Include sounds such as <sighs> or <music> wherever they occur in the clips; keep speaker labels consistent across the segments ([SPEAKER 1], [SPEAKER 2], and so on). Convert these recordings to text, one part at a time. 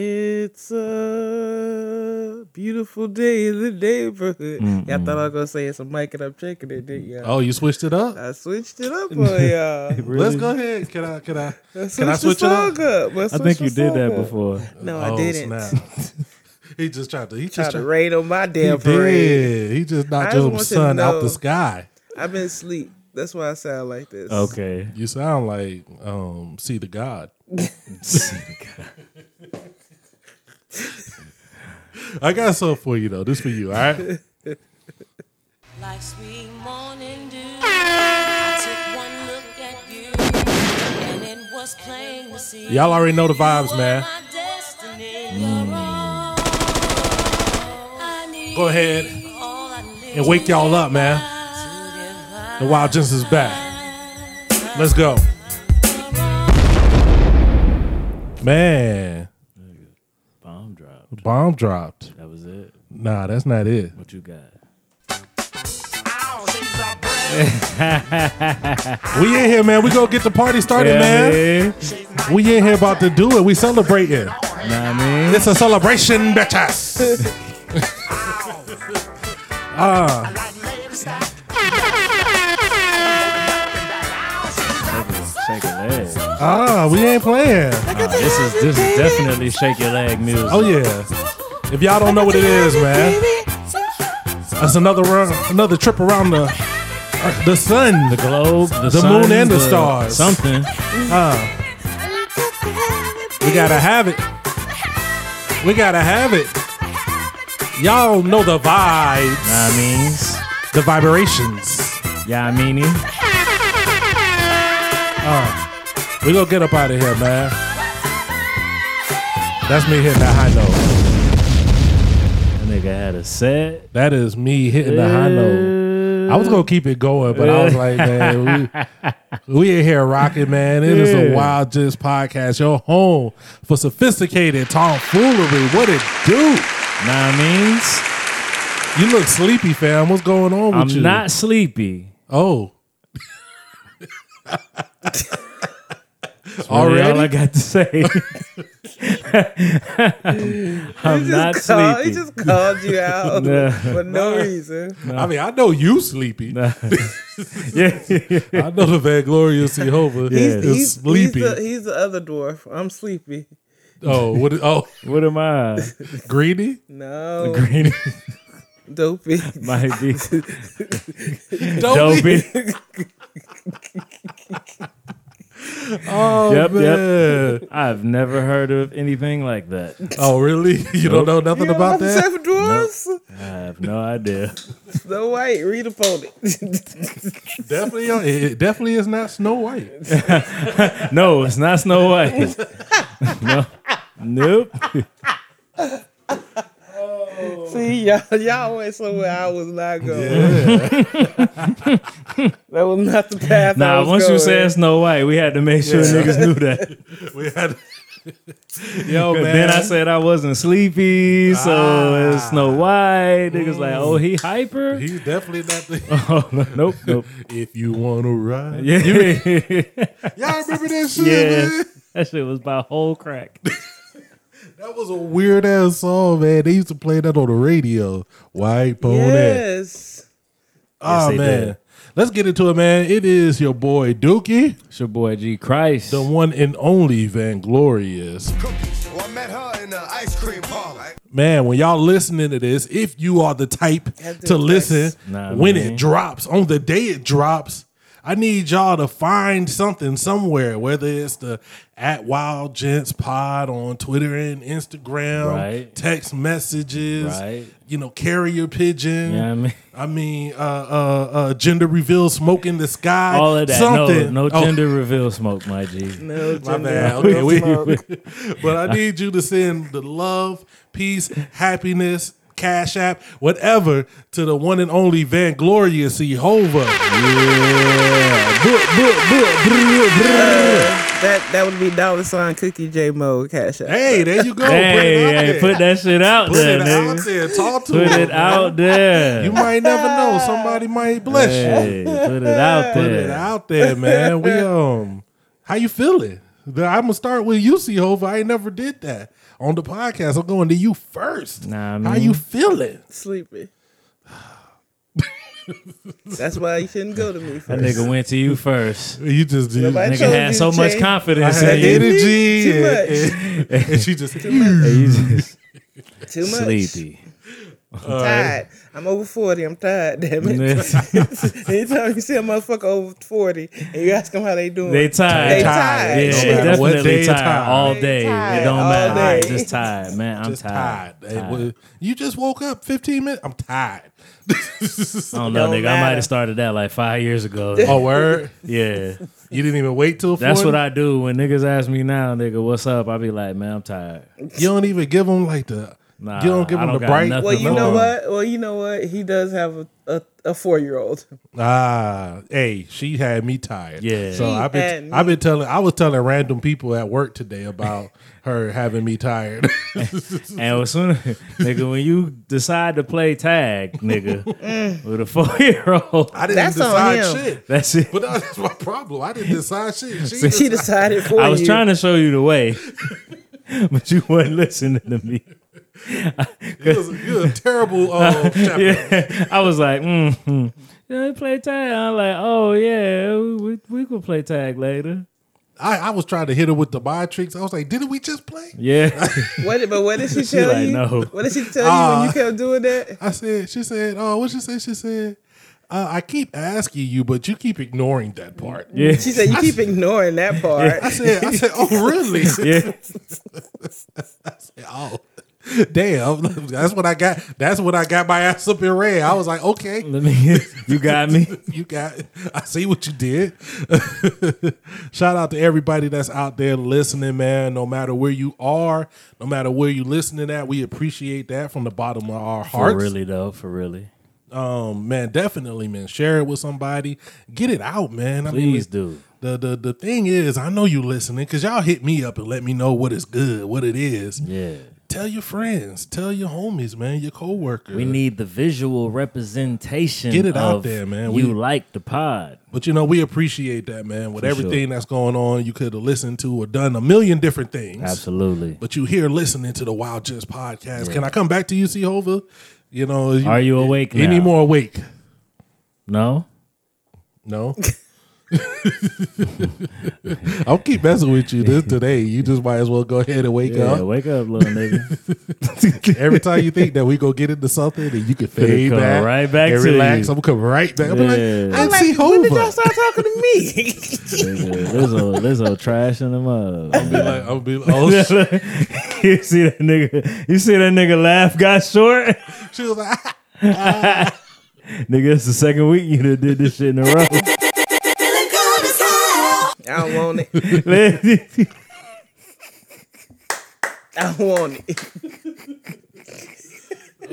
[SPEAKER 1] It's a beautiful day in the neighborhood. Y'all thought I was gonna say it's a mic and I'm checking it, didn't y'all?
[SPEAKER 2] Oh, you switched it up.
[SPEAKER 1] I switched it up on y'all.
[SPEAKER 2] Let's go ahead. Can I? Can I?
[SPEAKER 1] I
[SPEAKER 2] Can I
[SPEAKER 1] switched
[SPEAKER 2] switch
[SPEAKER 1] the
[SPEAKER 2] it up?
[SPEAKER 1] song up. I
[SPEAKER 3] I
[SPEAKER 1] switched
[SPEAKER 3] think you
[SPEAKER 1] the
[SPEAKER 3] did
[SPEAKER 1] song
[SPEAKER 3] that
[SPEAKER 1] up.
[SPEAKER 3] before.
[SPEAKER 1] No, <laughs>
[SPEAKER 2] Oh,
[SPEAKER 1] I didn't.
[SPEAKER 2] snap.
[SPEAKER 1] <laughs>
[SPEAKER 2] he just tried to. He
[SPEAKER 1] Try
[SPEAKER 2] just
[SPEAKER 1] to
[SPEAKER 2] tried.
[SPEAKER 1] rain on my
[SPEAKER 2] He
[SPEAKER 1] damn parade.
[SPEAKER 2] did. He just
[SPEAKER 1] I
[SPEAKER 2] knocked
[SPEAKER 1] just
[SPEAKER 2] your
[SPEAKER 1] want to
[SPEAKER 2] son out
[SPEAKER 1] know-
[SPEAKER 2] the sky.
[SPEAKER 1] I've been asleep. That's why I sound like this.
[SPEAKER 3] Okay.
[SPEAKER 2] You sound like um, see the God.
[SPEAKER 1] <laughs>
[SPEAKER 2] I got something for you though. This for you. All right.
[SPEAKER 4] Like sweet morning dew, I took one look at you, and it was plain to see.
[SPEAKER 2] Y'all already know the vibes,
[SPEAKER 4] were
[SPEAKER 2] man. Mm.
[SPEAKER 4] my destiny. You're all I need,
[SPEAKER 2] Go ahead
[SPEAKER 4] all I need
[SPEAKER 2] and wake y'all up, man. The Wild Gents is back. Let's go. Man,
[SPEAKER 3] Bomb drop.
[SPEAKER 2] bomb dropped.
[SPEAKER 3] That was it.
[SPEAKER 2] Nah, that's not it.
[SPEAKER 3] What you got?
[SPEAKER 2] We in here, man. We go get the party started, man. We in here about to do it. We celebrating.
[SPEAKER 3] Nah, man.
[SPEAKER 2] It's a celebration,
[SPEAKER 3] <laughs>
[SPEAKER 2] bitches.
[SPEAKER 3] Shake your leg.
[SPEAKER 2] Ah, we ain't playing.
[SPEAKER 3] Nah, this is this is definitely shake your leg music.
[SPEAKER 2] Oh yeah. If y'all don't know what it is, man, that's another run, another trip around the uh, the sun.
[SPEAKER 3] The globe, the,
[SPEAKER 2] The
[SPEAKER 3] sun,
[SPEAKER 2] moon and the stars.
[SPEAKER 3] Something.
[SPEAKER 2] We gotta have it. We gotta have it. Y'all know the vibes,
[SPEAKER 3] Nah, means.
[SPEAKER 2] the vibrations.
[SPEAKER 3] Yeah, I mean
[SPEAKER 2] Oh.
[SPEAKER 3] it.
[SPEAKER 2] Uh, We gonna get up out of here, man. That's me hitting that high note.
[SPEAKER 3] That nigga had a set.
[SPEAKER 2] That is me hitting the high note. I was gonna keep it going, but I was like, man, we, we in here rocking, man. It is the
[SPEAKER 3] Yeah.
[SPEAKER 2] Wild Just podcast, your home for sophisticated tomfoolery. What it do?
[SPEAKER 3] Nah, means.
[SPEAKER 2] You look sleepy, fam. What's going on with
[SPEAKER 3] I'm
[SPEAKER 2] you?
[SPEAKER 3] not sleepy.
[SPEAKER 2] Oh,
[SPEAKER 3] Really all I
[SPEAKER 2] already?
[SPEAKER 3] got
[SPEAKER 2] <laughs>
[SPEAKER 3] to say. <laughs> I'm not
[SPEAKER 1] Call- <laughs> he
[SPEAKER 3] sleepy.
[SPEAKER 1] just called you out
[SPEAKER 3] Nah.
[SPEAKER 1] for no reason.
[SPEAKER 2] I mean, I know you sleepy.
[SPEAKER 3] yeah.
[SPEAKER 2] I know the vainglorious Jehovah is
[SPEAKER 1] He's,
[SPEAKER 2] sleepy.
[SPEAKER 1] He's the, he's the other dwarf. I'm sleepy.
[SPEAKER 2] oh, what? Oh,
[SPEAKER 3] <laughs> What
[SPEAKER 2] <laughs>
[SPEAKER 3] am I?
[SPEAKER 2] greedy.
[SPEAKER 1] No,
[SPEAKER 3] Greeny
[SPEAKER 1] dopey.
[SPEAKER 3] might <laughs> be
[SPEAKER 2] Dopey.
[SPEAKER 3] dopey.
[SPEAKER 2] Oh
[SPEAKER 3] Yep, yep.
[SPEAKER 2] man.
[SPEAKER 3] I've never heard of anything like that.
[SPEAKER 2] Oh really? You don't know nothing
[SPEAKER 1] You know
[SPEAKER 2] about
[SPEAKER 1] what <laughs> I'm
[SPEAKER 2] that?
[SPEAKER 1] saying for dwarves?
[SPEAKER 3] I have no idea.
[SPEAKER 1] Snow White, read upon
[SPEAKER 3] <laughs>
[SPEAKER 1] it.
[SPEAKER 2] Definitely, uh, it- it definitely is not
[SPEAKER 1] <laughs>
[SPEAKER 2] Snow White. <laughs>
[SPEAKER 3] No, it's not Snow <laughs> White. No. Nope.
[SPEAKER 1] See, y'all, y'all went somewhere I was not going. <laughs> That was not the path. I
[SPEAKER 3] Nah,
[SPEAKER 1] was
[SPEAKER 3] once
[SPEAKER 1] going.
[SPEAKER 3] you said Snow White, we had to make sure niggas knew that. <laughs>
[SPEAKER 2] We had, yo man.
[SPEAKER 3] But then I said I wasn't sleepy, so it's Snow White. Niggas like, oh, Ah. he hyper?
[SPEAKER 2] he's definitely not. The,
[SPEAKER 3] <laughs> oh, no, nope, <laughs> nope.
[SPEAKER 2] if you want to ride,
[SPEAKER 3] Yeah.
[SPEAKER 2] y'all remember that shit?
[SPEAKER 3] <laughs> yeah.
[SPEAKER 2] Man?
[SPEAKER 3] That shit was by whole crack.
[SPEAKER 2] That was a weird ass song, man. They used to play that on the radio. White pony.
[SPEAKER 1] yes.
[SPEAKER 2] Oh
[SPEAKER 3] they
[SPEAKER 2] man.
[SPEAKER 3] did.
[SPEAKER 2] Let's get into it, man. It is your boy Dookie,
[SPEAKER 3] It's your boy G Christ.
[SPEAKER 2] the one and only Vanglorious.
[SPEAKER 5] Well, I met her in the ice cream parlor.
[SPEAKER 2] Man, when y'all listening to this, if you are the type
[SPEAKER 1] Have to
[SPEAKER 2] to
[SPEAKER 1] text.
[SPEAKER 2] listen
[SPEAKER 3] Nah,
[SPEAKER 2] when
[SPEAKER 3] man.
[SPEAKER 2] it drops, on the day it drops, I need y'all to find something somewhere, whether it's the at Wild Gents Pod on Twitter and Instagram,
[SPEAKER 3] Right.
[SPEAKER 2] text messages,
[SPEAKER 3] Right.
[SPEAKER 2] you know, carrier pigeon.
[SPEAKER 3] You know what I mean?
[SPEAKER 2] I mean, uh, uh, uh, gender reveal, smoke in the sky,
[SPEAKER 3] <laughs> All of that.
[SPEAKER 2] something.
[SPEAKER 3] No, no
[SPEAKER 2] Oh,
[SPEAKER 3] gender reveal smoke, my G.
[SPEAKER 1] No,
[SPEAKER 2] my
[SPEAKER 1] gender.
[SPEAKER 2] bad. Okay, we- <laughs> but I need you to send the love, peace, happiness, cash app, whatever to the one and only Vanglorious Jehovah. Yeah. Blah, blah, blah, blah, blah.
[SPEAKER 1] That that would be dollar sign cookie J Mo cash out.
[SPEAKER 2] Hey, there you go.
[SPEAKER 3] Hey, hey,
[SPEAKER 2] put it
[SPEAKER 3] put
[SPEAKER 2] out there.
[SPEAKER 3] that shit out
[SPEAKER 2] Put
[SPEAKER 3] there,
[SPEAKER 2] it
[SPEAKER 3] nigga.
[SPEAKER 2] out there. Talk to
[SPEAKER 3] Put
[SPEAKER 2] him,
[SPEAKER 3] it
[SPEAKER 2] man.
[SPEAKER 3] out there.
[SPEAKER 2] You might never know. Somebody might bless you.
[SPEAKER 3] hey, put it out
[SPEAKER 2] Put it
[SPEAKER 3] there.
[SPEAKER 2] out there, man. We um, how you feeling? I'm gonna start with you, C Hova. I ain't never did that on the podcast. I'm going to you first.
[SPEAKER 3] Nah, I
[SPEAKER 2] How
[SPEAKER 3] mean-
[SPEAKER 2] you feeling?
[SPEAKER 1] Sleepy. That's why you shouldn't go to me
[SPEAKER 3] That
[SPEAKER 1] first.
[SPEAKER 3] nigga went to you first.
[SPEAKER 2] You just did.
[SPEAKER 1] Nobody- I
[SPEAKER 3] nigga
[SPEAKER 1] told
[SPEAKER 3] had
[SPEAKER 1] you,
[SPEAKER 3] so much
[SPEAKER 1] Jay.
[SPEAKER 2] I
[SPEAKER 3] confidence
[SPEAKER 2] had
[SPEAKER 3] in you.
[SPEAKER 2] energy, <laughs>
[SPEAKER 1] Too
[SPEAKER 2] and,
[SPEAKER 1] much.
[SPEAKER 2] and- and she just
[SPEAKER 3] And you just
[SPEAKER 1] Too much.
[SPEAKER 3] sleepy.
[SPEAKER 2] <laughs>
[SPEAKER 1] Tired. I'm over 40. I'm tired, damn
[SPEAKER 3] <laughs>
[SPEAKER 1] it.
[SPEAKER 3] they
[SPEAKER 1] Anytime you see a motherfucker over 40 and you ask them how they doing,
[SPEAKER 3] tired.
[SPEAKER 1] They
[SPEAKER 3] Yeah,
[SPEAKER 1] tired.
[SPEAKER 2] They
[SPEAKER 1] Yeah,
[SPEAKER 2] No
[SPEAKER 3] shit,
[SPEAKER 2] matter what day
[SPEAKER 3] definitely
[SPEAKER 2] or
[SPEAKER 3] tired.
[SPEAKER 2] time.
[SPEAKER 3] all
[SPEAKER 1] They
[SPEAKER 3] day.
[SPEAKER 1] tired
[SPEAKER 3] It don't
[SPEAKER 1] all
[SPEAKER 3] matter.
[SPEAKER 1] day.
[SPEAKER 3] Just tired, man. I'm
[SPEAKER 2] just tired. It
[SPEAKER 3] tired.
[SPEAKER 2] was- you just woke up 15 minutes. I'm tired. <laughs>
[SPEAKER 3] I don't know,
[SPEAKER 1] Don't
[SPEAKER 3] nigga. I might
[SPEAKER 1] matter.
[SPEAKER 3] have started that like five
[SPEAKER 1] <laughs>
[SPEAKER 3] years ago.
[SPEAKER 2] oh word!
[SPEAKER 3] Yeah,
[SPEAKER 2] You didn't even wait till. 40?
[SPEAKER 3] that's what I do when niggas ask me now, nigga. What's up? I be like, man, I'm tired.
[SPEAKER 2] You don't even give them like the.
[SPEAKER 3] Nah,
[SPEAKER 2] you don't give
[SPEAKER 3] I
[SPEAKER 2] them
[SPEAKER 3] don't
[SPEAKER 2] the
[SPEAKER 3] got
[SPEAKER 2] bright.
[SPEAKER 3] nothing.
[SPEAKER 1] Well, you know
[SPEAKER 3] Oh.
[SPEAKER 1] what? Well, you know what? He does have a, a, a four year old.
[SPEAKER 2] Ah, hey, she had me tired.
[SPEAKER 3] Yeah.
[SPEAKER 2] So
[SPEAKER 1] She had
[SPEAKER 2] I've been
[SPEAKER 1] me.
[SPEAKER 2] I've been telling I was telling random people at work today
[SPEAKER 3] <laughs>
[SPEAKER 2] about her having me tired. <laughs>
[SPEAKER 3] And as <laughs> soon, nigga, when you decide to play tag, nigga, with a four year old,
[SPEAKER 2] I didn't
[SPEAKER 1] That's on
[SPEAKER 2] decide
[SPEAKER 1] him.
[SPEAKER 2] shit.
[SPEAKER 3] that's it.
[SPEAKER 2] But that's my problem. I didn't decide
[SPEAKER 1] <laughs>
[SPEAKER 2] shit. She
[SPEAKER 3] <laughs>
[SPEAKER 1] She
[SPEAKER 2] decided.
[SPEAKER 1] decided for
[SPEAKER 3] I was
[SPEAKER 1] you.
[SPEAKER 3] trying to show you the way, but you wasn't listening to me.
[SPEAKER 2] You're a- you're a terrible uh, chaperone.
[SPEAKER 3] <laughs> Yeah, I was like, mm, mm. yeah, we play tag. I'm like, oh yeah, we we, we could play tag later.
[SPEAKER 2] I, I was trying to hit her with the mind tricks. I was like, didn't we just play?
[SPEAKER 3] Yeah,
[SPEAKER 1] What, did- but what did
[SPEAKER 3] <laughs>
[SPEAKER 1] she tell
[SPEAKER 3] like,
[SPEAKER 1] you?
[SPEAKER 3] no.
[SPEAKER 1] What did she tell you when
[SPEAKER 2] Ah.
[SPEAKER 1] you kept doing that?
[SPEAKER 2] I said, she said, oh, what she said? She said, uh, I keep asking you, but you keep ignoring that part.
[SPEAKER 3] yeah,
[SPEAKER 1] She said, You
[SPEAKER 3] <laughs>
[SPEAKER 1] keep ignoring that part.
[SPEAKER 2] I said, I said, oh, really?
[SPEAKER 3] yeah.
[SPEAKER 2] <laughs> oh, damn. <laughs> That's what I got. That's what I got my ass up in red. I was like, okay,
[SPEAKER 3] Let me. You
[SPEAKER 2] <laughs>
[SPEAKER 3] got me.
[SPEAKER 2] you got. I see what you did. <laughs> Shout out to everybody that's out there listening, man. No matter where you are, no matter where you listening at, we appreciate that from the bottom of our
[SPEAKER 3] For
[SPEAKER 2] hearts.
[SPEAKER 3] really though, for really,
[SPEAKER 2] Um, man, definitely, man. Share it with somebody. Get it out, man. I
[SPEAKER 3] please
[SPEAKER 2] mean,
[SPEAKER 3] do.
[SPEAKER 2] The, the the thing is, I know you listening because y'all hit me up and let me know what is good, what it is.
[SPEAKER 3] Yeah,
[SPEAKER 2] Tell your friends, tell your homies, man, your coworkers.
[SPEAKER 3] we need the visual representation.
[SPEAKER 2] Get it out
[SPEAKER 3] of
[SPEAKER 2] there, man.
[SPEAKER 3] You
[SPEAKER 2] We-
[SPEAKER 3] like the pod?
[SPEAKER 2] But you know, we appreciate that, man. With
[SPEAKER 3] For
[SPEAKER 2] everything that's going on, you could have listened to or done a million different things.
[SPEAKER 3] Absolutely.
[SPEAKER 2] But you here listening to the Wild Just podcast. Can I come back to you, C Hova? You know,
[SPEAKER 3] Are you awake now?
[SPEAKER 2] any more awake?
[SPEAKER 3] No. <laughs>
[SPEAKER 2] No. I'll keep messing with you this today. You just might as well go ahead and wake
[SPEAKER 3] Yeah,
[SPEAKER 2] up.
[SPEAKER 3] wake up, little nigga.
[SPEAKER 2] Every time you
[SPEAKER 3] <laughs>
[SPEAKER 2] think that we go get into something, and you can fade
[SPEAKER 3] come
[SPEAKER 2] back,
[SPEAKER 3] right back
[SPEAKER 2] and
[SPEAKER 3] to
[SPEAKER 2] relax.
[SPEAKER 3] you.
[SPEAKER 2] I'm gonna come right back. I'm
[SPEAKER 3] Yeah.
[SPEAKER 2] like, I see
[SPEAKER 1] when did y'all
[SPEAKER 2] Hova.
[SPEAKER 1] start talking to me?
[SPEAKER 3] <laughs> Nigga, This old, this old trash in the
[SPEAKER 2] <laughs>
[SPEAKER 3] mug.
[SPEAKER 2] Be like, I'll be like,
[SPEAKER 3] <laughs>
[SPEAKER 2] oh, shit.
[SPEAKER 3] you see that nigga? You see that nigga laugh got short?
[SPEAKER 2] she was like, <laughs>
[SPEAKER 3] nigga, it's the second week you done did this shit in a row. <laughs>
[SPEAKER 1] I don't want it. I don't want
[SPEAKER 3] <laughs>
[SPEAKER 1] it.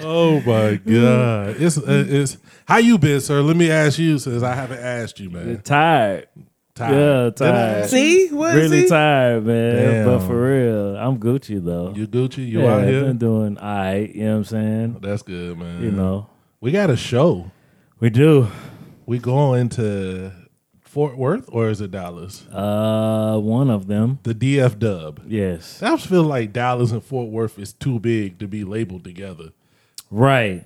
[SPEAKER 2] oh my god, it's uh, it's how you been, sir. Let me ask you, since I haven't asked you, man.
[SPEAKER 3] tired.
[SPEAKER 2] Tired.
[SPEAKER 3] Yeah,
[SPEAKER 2] Did I
[SPEAKER 3] tired.
[SPEAKER 2] ask
[SPEAKER 1] See? What is
[SPEAKER 3] Really
[SPEAKER 1] he?
[SPEAKER 3] tired, man.
[SPEAKER 2] Damn.
[SPEAKER 3] But for real, I'm Gucci though.
[SPEAKER 2] You Gucci, you
[SPEAKER 3] yeah,
[SPEAKER 2] out
[SPEAKER 3] I've
[SPEAKER 2] here.
[SPEAKER 3] been doing all right, you know what I'm saying?
[SPEAKER 2] That's good, man.
[SPEAKER 3] You know.
[SPEAKER 2] we got a show.
[SPEAKER 3] We do.
[SPEAKER 2] We going to Fort Worth or is it Dallas?
[SPEAKER 3] Uh one of them.
[SPEAKER 2] The DF Dub.
[SPEAKER 3] Yes.
[SPEAKER 2] I just feel like Dallas and Fort Worth is too big to be labeled together.
[SPEAKER 3] Right.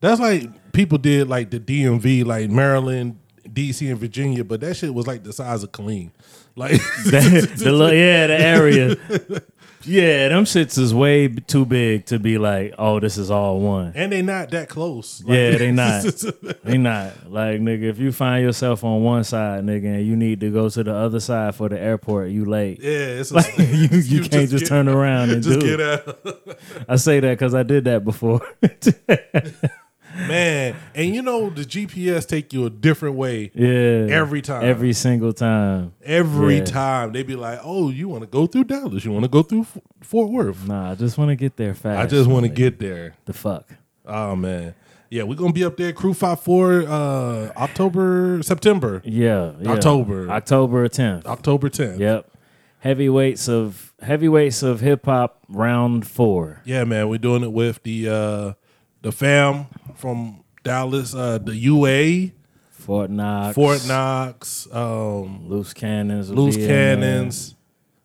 [SPEAKER 2] That's like people did like the DMV, like Maryland, DC, and Virginia, but that shit was like the size of Killeen. Like <laughs>
[SPEAKER 3] <laughs> That- the lo- yeah, the area. Yeah, them shits is way b- too big to be like, oh, this is all one.
[SPEAKER 2] and they not that close. Like,
[SPEAKER 3] Yeah, they
[SPEAKER 2] <laughs>
[SPEAKER 3] not. They not. Like, nigga, if you find yourself on one side, nigga, and you need to go to the other side for the airport, you late.
[SPEAKER 2] Yeah, it's a,
[SPEAKER 3] <laughs> Like, you,
[SPEAKER 2] <laughs>
[SPEAKER 3] you, can't just,
[SPEAKER 2] get-
[SPEAKER 3] turn around and
[SPEAKER 2] Just
[SPEAKER 3] do
[SPEAKER 2] get
[SPEAKER 3] it. <laughs>
[SPEAKER 2] out,
[SPEAKER 3] I say that because I did that before. <laughs>
[SPEAKER 2] man. And you know the GPS take you a different way
[SPEAKER 3] yeah.
[SPEAKER 2] every time.
[SPEAKER 3] Every single time.
[SPEAKER 2] every
[SPEAKER 3] Yeah.
[SPEAKER 2] time they be like, "Oh, you want to go through Dallas? You want to go through F- Fort Worth?
[SPEAKER 3] Nah, I just want to get there fast.
[SPEAKER 2] I just want to
[SPEAKER 3] nigga.
[SPEAKER 2] get there."
[SPEAKER 3] the fuck.
[SPEAKER 2] Oh man, yeah, we're gonna be up there, Crew Five Four, uh, October, September,
[SPEAKER 3] Yeah, yeah.
[SPEAKER 2] October.
[SPEAKER 3] October 10th.
[SPEAKER 2] October tenth.
[SPEAKER 3] Yep. Heavyweights of heavyweights of hip hop round four.
[SPEAKER 2] yeah, man, we're doing it with the uh, the fam from Dallas, uh, the UA,
[SPEAKER 3] Fort Knox.
[SPEAKER 2] Fort Knox, um,
[SPEAKER 3] Loose cannons. will
[SPEAKER 2] Loose
[SPEAKER 3] be in there.
[SPEAKER 2] Cannons.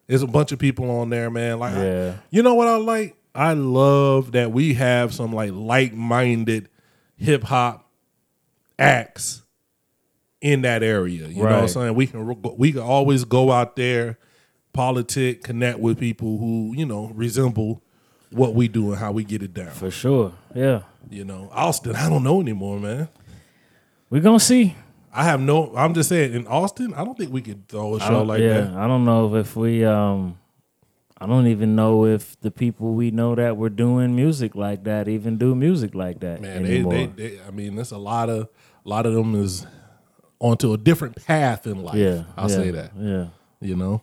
[SPEAKER 2] There's a bunch of people on there, man. Like, I-
[SPEAKER 3] Yeah.
[SPEAKER 2] you know what I like? I love that we have some like like-minded hip hop acts in that area. You know what I'm
[SPEAKER 3] Right.
[SPEAKER 2] saying? We can we can always go out there, politic, connect with people who you know resemble what we do and how we get it down.
[SPEAKER 3] for sure. Yeah,
[SPEAKER 2] You know, Austin, I don't know anymore, man.
[SPEAKER 3] we gonna see.
[SPEAKER 2] I have no. I'm just saying, in Austin, I don't think we could throw a
[SPEAKER 3] I
[SPEAKER 2] show
[SPEAKER 3] don't-
[SPEAKER 2] like
[SPEAKER 3] yeah,
[SPEAKER 2] that.
[SPEAKER 3] I don't know if we. um I don't even know if the people we know that were doing music like that even do music like that
[SPEAKER 2] Man, they,
[SPEAKER 3] anymore.
[SPEAKER 2] they, they, I mean, that's a lot of, a lot of them is onto a different path in life.
[SPEAKER 3] yeah,
[SPEAKER 2] I'll
[SPEAKER 3] yeah,
[SPEAKER 2] say that.
[SPEAKER 3] Yeah,
[SPEAKER 2] You know,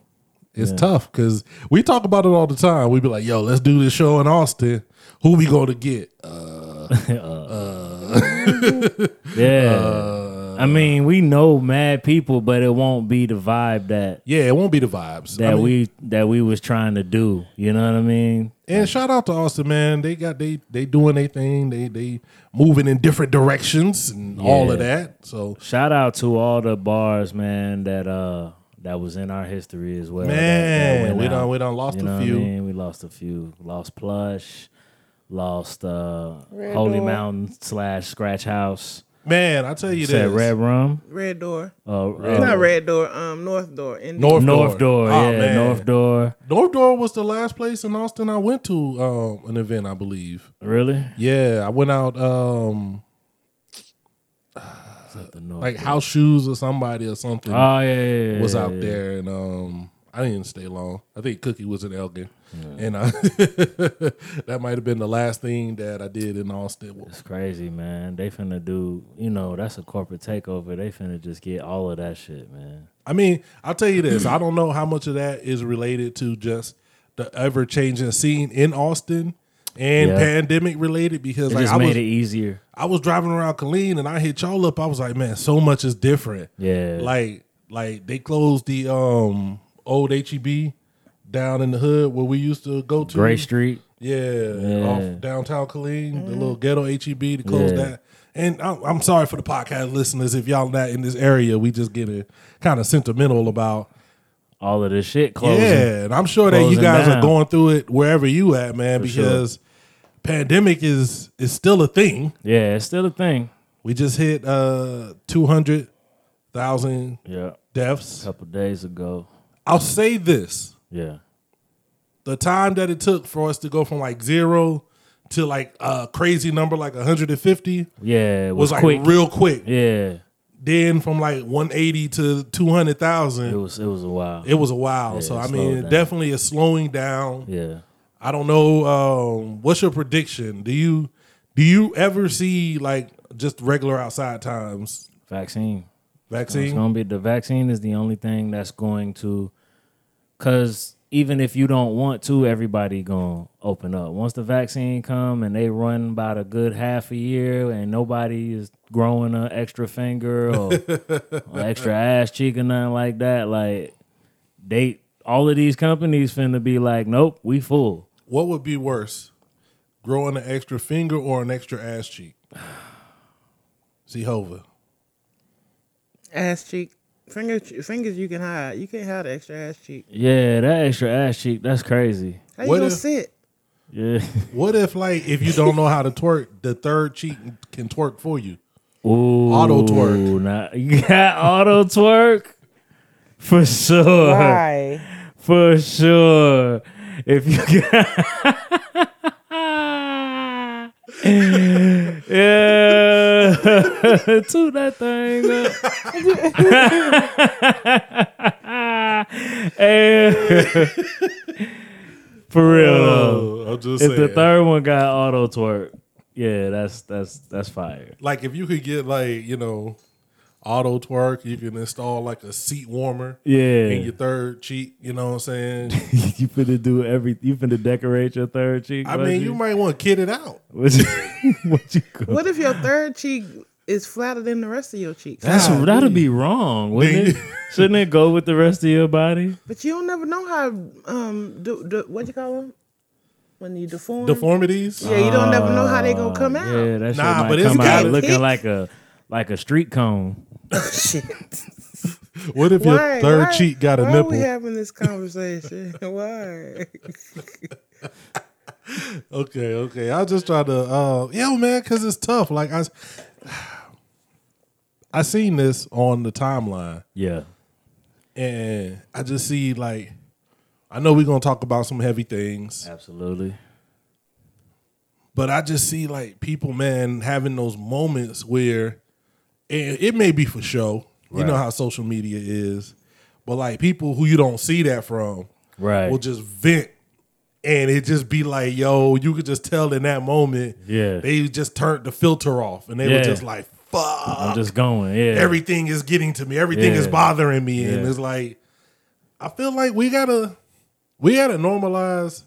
[SPEAKER 2] it's tough because we talk about it all the time. We be like, "Yo, let's do this show in Austin. Who we going to get?" Uh,
[SPEAKER 3] yeah.
[SPEAKER 2] Uh,
[SPEAKER 3] I mean, we know mad people, but it won't be the vibe that
[SPEAKER 2] yeah, it won't be the vibes
[SPEAKER 3] that
[SPEAKER 2] I mean,
[SPEAKER 3] we that we was trying to do. You know what I mean?
[SPEAKER 2] And shout out to Austin, man. They got they they doing their thing. They they moving in different directions and all of
[SPEAKER 3] Yeah.
[SPEAKER 2] that. So
[SPEAKER 3] Shout out to all the bars, man. That uh, that was in our history as well. that- that
[SPEAKER 2] Man,
[SPEAKER 3] went
[SPEAKER 2] we done-
[SPEAKER 3] out.
[SPEAKER 2] we done lost
[SPEAKER 3] You
[SPEAKER 2] a
[SPEAKER 3] know what I
[SPEAKER 2] few.
[SPEAKER 3] mean? We lost a few. Lost plush. Lost uh, Holy
[SPEAKER 1] Door.
[SPEAKER 3] Mountain slash Scratch House.
[SPEAKER 2] man, I tell you
[SPEAKER 3] You said
[SPEAKER 2] this,
[SPEAKER 3] Red Rum.
[SPEAKER 1] Red door.
[SPEAKER 3] Uh,
[SPEAKER 1] It's
[SPEAKER 3] uh,
[SPEAKER 1] not red door. Um, north door. Indian.
[SPEAKER 2] North
[SPEAKER 3] North Door.
[SPEAKER 2] Oh,
[SPEAKER 3] yeah,
[SPEAKER 2] man.
[SPEAKER 3] North Door.
[SPEAKER 2] North Door was the last place in Austin I went to um, an event, I believe.
[SPEAKER 3] Really?
[SPEAKER 2] Yeah, I went out um,
[SPEAKER 3] The North
[SPEAKER 2] like
[SPEAKER 3] Door.
[SPEAKER 2] house shoes or somebody or something
[SPEAKER 3] Oh yeah, yeah, yeah,
[SPEAKER 2] was
[SPEAKER 3] yeah,
[SPEAKER 2] out
[SPEAKER 3] yeah.
[SPEAKER 2] there, and um, I didn't stay long. I think Cookie was in Elgin, and I, <laughs> that might have been the last thing that I did in Austin.
[SPEAKER 3] It's crazy, man. They finna do. You know, that's a corporate takeover. They finna just get all of that shit, man.
[SPEAKER 2] I mean, I'll tell you this. I don't know how much of that is related to just the ever changing scene in Austin and
[SPEAKER 3] Yeah.
[SPEAKER 2] pandemic related because
[SPEAKER 3] It
[SPEAKER 2] like
[SPEAKER 3] just
[SPEAKER 2] I
[SPEAKER 3] made
[SPEAKER 2] was
[SPEAKER 3] it easier.
[SPEAKER 2] I was driving around Killeen and I hit y'all up. I was like, man, so much is different.
[SPEAKER 3] Yeah.
[SPEAKER 2] Like like they closed the um old H E B down in the hood where we used to go to
[SPEAKER 3] Gray Street.
[SPEAKER 2] Yeah,
[SPEAKER 3] Yeah.
[SPEAKER 2] off downtown Killeen, the little ghetto HEB to close
[SPEAKER 3] Yeah.
[SPEAKER 2] that. And I'm, I'm sorry for the podcast listeners if y'all not in this area. We just getting kind of sentimental about
[SPEAKER 3] all of this shit closing.
[SPEAKER 2] yeah. And I'm sure that you
[SPEAKER 3] Closing
[SPEAKER 2] guys are
[SPEAKER 3] down.
[SPEAKER 2] going through it wherever you at, man,
[SPEAKER 3] For sure.
[SPEAKER 2] because pandemic is is still a thing.
[SPEAKER 3] Yeah, it's still a thing.
[SPEAKER 2] We just hit uh two hundred thousand
[SPEAKER 3] Yeah. A
[SPEAKER 2] deaths.
[SPEAKER 3] couple days ago.
[SPEAKER 2] I'll say this:
[SPEAKER 3] Yeah.
[SPEAKER 2] the time that it took for us to go from like zero to like a crazy number like 150
[SPEAKER 3] Yeah, it
[SPEAKER 2] was
[SPEAKER 3] was,
[SPEAKER 2] like
[SPEAKER 3] quick.
[SPEAKER 2] real quick.
[SPEAKER 3] yeah.
[SPEAKER 2] Then from like 180 to
[SPEAKER 3] It
[SPEAKER 2] 200,000,
[SPEAKER 3] was it was a while.
[SPEAKER 2] it was a while.
[SPEAKER 3] Yeah,
[SPEAKER 2] so
[SPEAKER 3] it
[SPEAKER 2] I
[SPEAKER 3] slowed
[SPEAKER 2] mean, it
[SPEAKER 3] down.
[SPEAKER 2] definitely is slowing down.
[SPEAKER 3] yeah.
[SPEAKER 2] I don't know um, what's your prediction. Do you do you ever see like just regular outside times
[SPEAKER 3] Vaccine. It's
[SPEAKER 2] vaccine?
[SPEAKER 3] gonna be the vaccine is the only thing that's going to cause even if you don't want to, everybody gonna open up. Once the vaccine come and they run about a good half a year and nobody is growing an extra finger or, or extra ass cheek or nothing like that, like they all of these companies finna be like, Nope, we full.
[SPEAKER 2] What would be worse, growing an extra finger or an extra ass cheek? <sighs> See Hova.
[SPEAKER 1] Ass cheek. Fingers. Fingers. You can hide. You can't hide the extra ass cheek.
[SPEAKER 3] Yeah, that extra ass cheek, that's crazy.
[SPEAKER 1] How
[SPEAKER 2] What
[SPEAKER 1] you gonna
[SPEAKER 2] if-
[SPEAKER 1] sit?
[SPEAKER 3] Yeah. <laughs>
[SPEAKER 2] What if like if you don't know how to twerk, the third cheek can twerk for you?
[SPEAKER 3] Ooh,
[SPEAKER 2] Auto twerk.
[SPEAKER 3] Nah, <laughs> you got auto twerk? For sure. For sure. If you <laughs> got Yeah. <laughs> Toot that thing <laughs> up. Hey. Eh. <laughs> For real though.
[SPEAKER 2] I'm just
[SPEAKER 3] If Uh, the third one got auto twerk, yeah, that's that's that's fire.
[SPEAKER 2] like if you could get like you know auto twerk you can install like a seat warmer
[SPEAKER 3] <laughs>
[SPEAKER 2] in
[SPEAKER 3] Yeah,
[SPEAKER 2] your third cheek you know what i'm saying
[SPEAKER 3] <laughs> you finna do every. You finna decorate your third cheek.
[SPEAKER 2] i mean you might want to kid it out
[SPEAKER 3] What you, <laughs> what you go-
[SPEAKER 1] What if your third cheek is flatter than the rest of your cheeks?
[SPEAKER 3] That's
[SPEAKER 2] God,
[SPEAKER 3] that'd be wrong, wouldn't
[SPEAKER 2] Then <laughs>
[SPEAKER 3] it? Shouldn't it go with the rest of your body?
[SPEAKER 1] But you don't never know how um do, do what you call them when you deform.
[SPEAKER 2] deformities
[SPEAKER 1] Yeah, you don't never know how they gonna come out.
[SPEAKER 3] Yeah, that shit
[SPEAKER 2] Nah,
[SPEAKER 3] might
[SPEAKER 2] but it's
[SPEAKER 3] come
[SPEAKER 2] gotta-
[SPEAKER 3] out looking
[SPEAKER 1] Kick.
[SPEAKER 3] like a like a street cone.
[SPEAKER 1] Shit.
[SPEAKER 2] What if your third
[SPEAKER 1] why-
[SPEAKER 2] cheek got a
[SPEAKER 1] why
[SPEAKER 2] nipple?
[SPEAKER 1] Why are we having this conversation? <laughs> why?
[SPEAKER 2] okay, okay. I'll just try to uh yo man, cause it's tough. Like I <sighs> I seen this on the timeline
[SPEAKER 3] Yeah.
[SPEAKER 2] and I just see like I know we're gonna talk about some heavy things.
[SPEAKER 3] Absolutely.
[SPEAKER 2] but I just see like people, man, having those moments where and it may be for show. You know
[SPEAKER 3] Right.
[SPEAKER 2] how social media is, but like people who you don't see that from,
[SPEAKER 3] Right.
[SPEAKER 2] will just vent, and it just be like, yo, you could just tell in that moment,
[SPEAKER 3] Yeah.
[SPEAKER 2] they just turned the filter off, and they
[SPEAKER 3] Yeah.
[SPEAKER 2] were just like, fuck,
[SPEAKER 3] I'm just going. Yeah.
[SPEAKER 2] everything is getting to me, everything is
[SPEAKER 3] Yeah.
[SPEAKER 2] bothering me, and
[SPEAKER 3] Yeah.
[SPEAKER 2] it's like, I feel like we gotta, we gotta normalize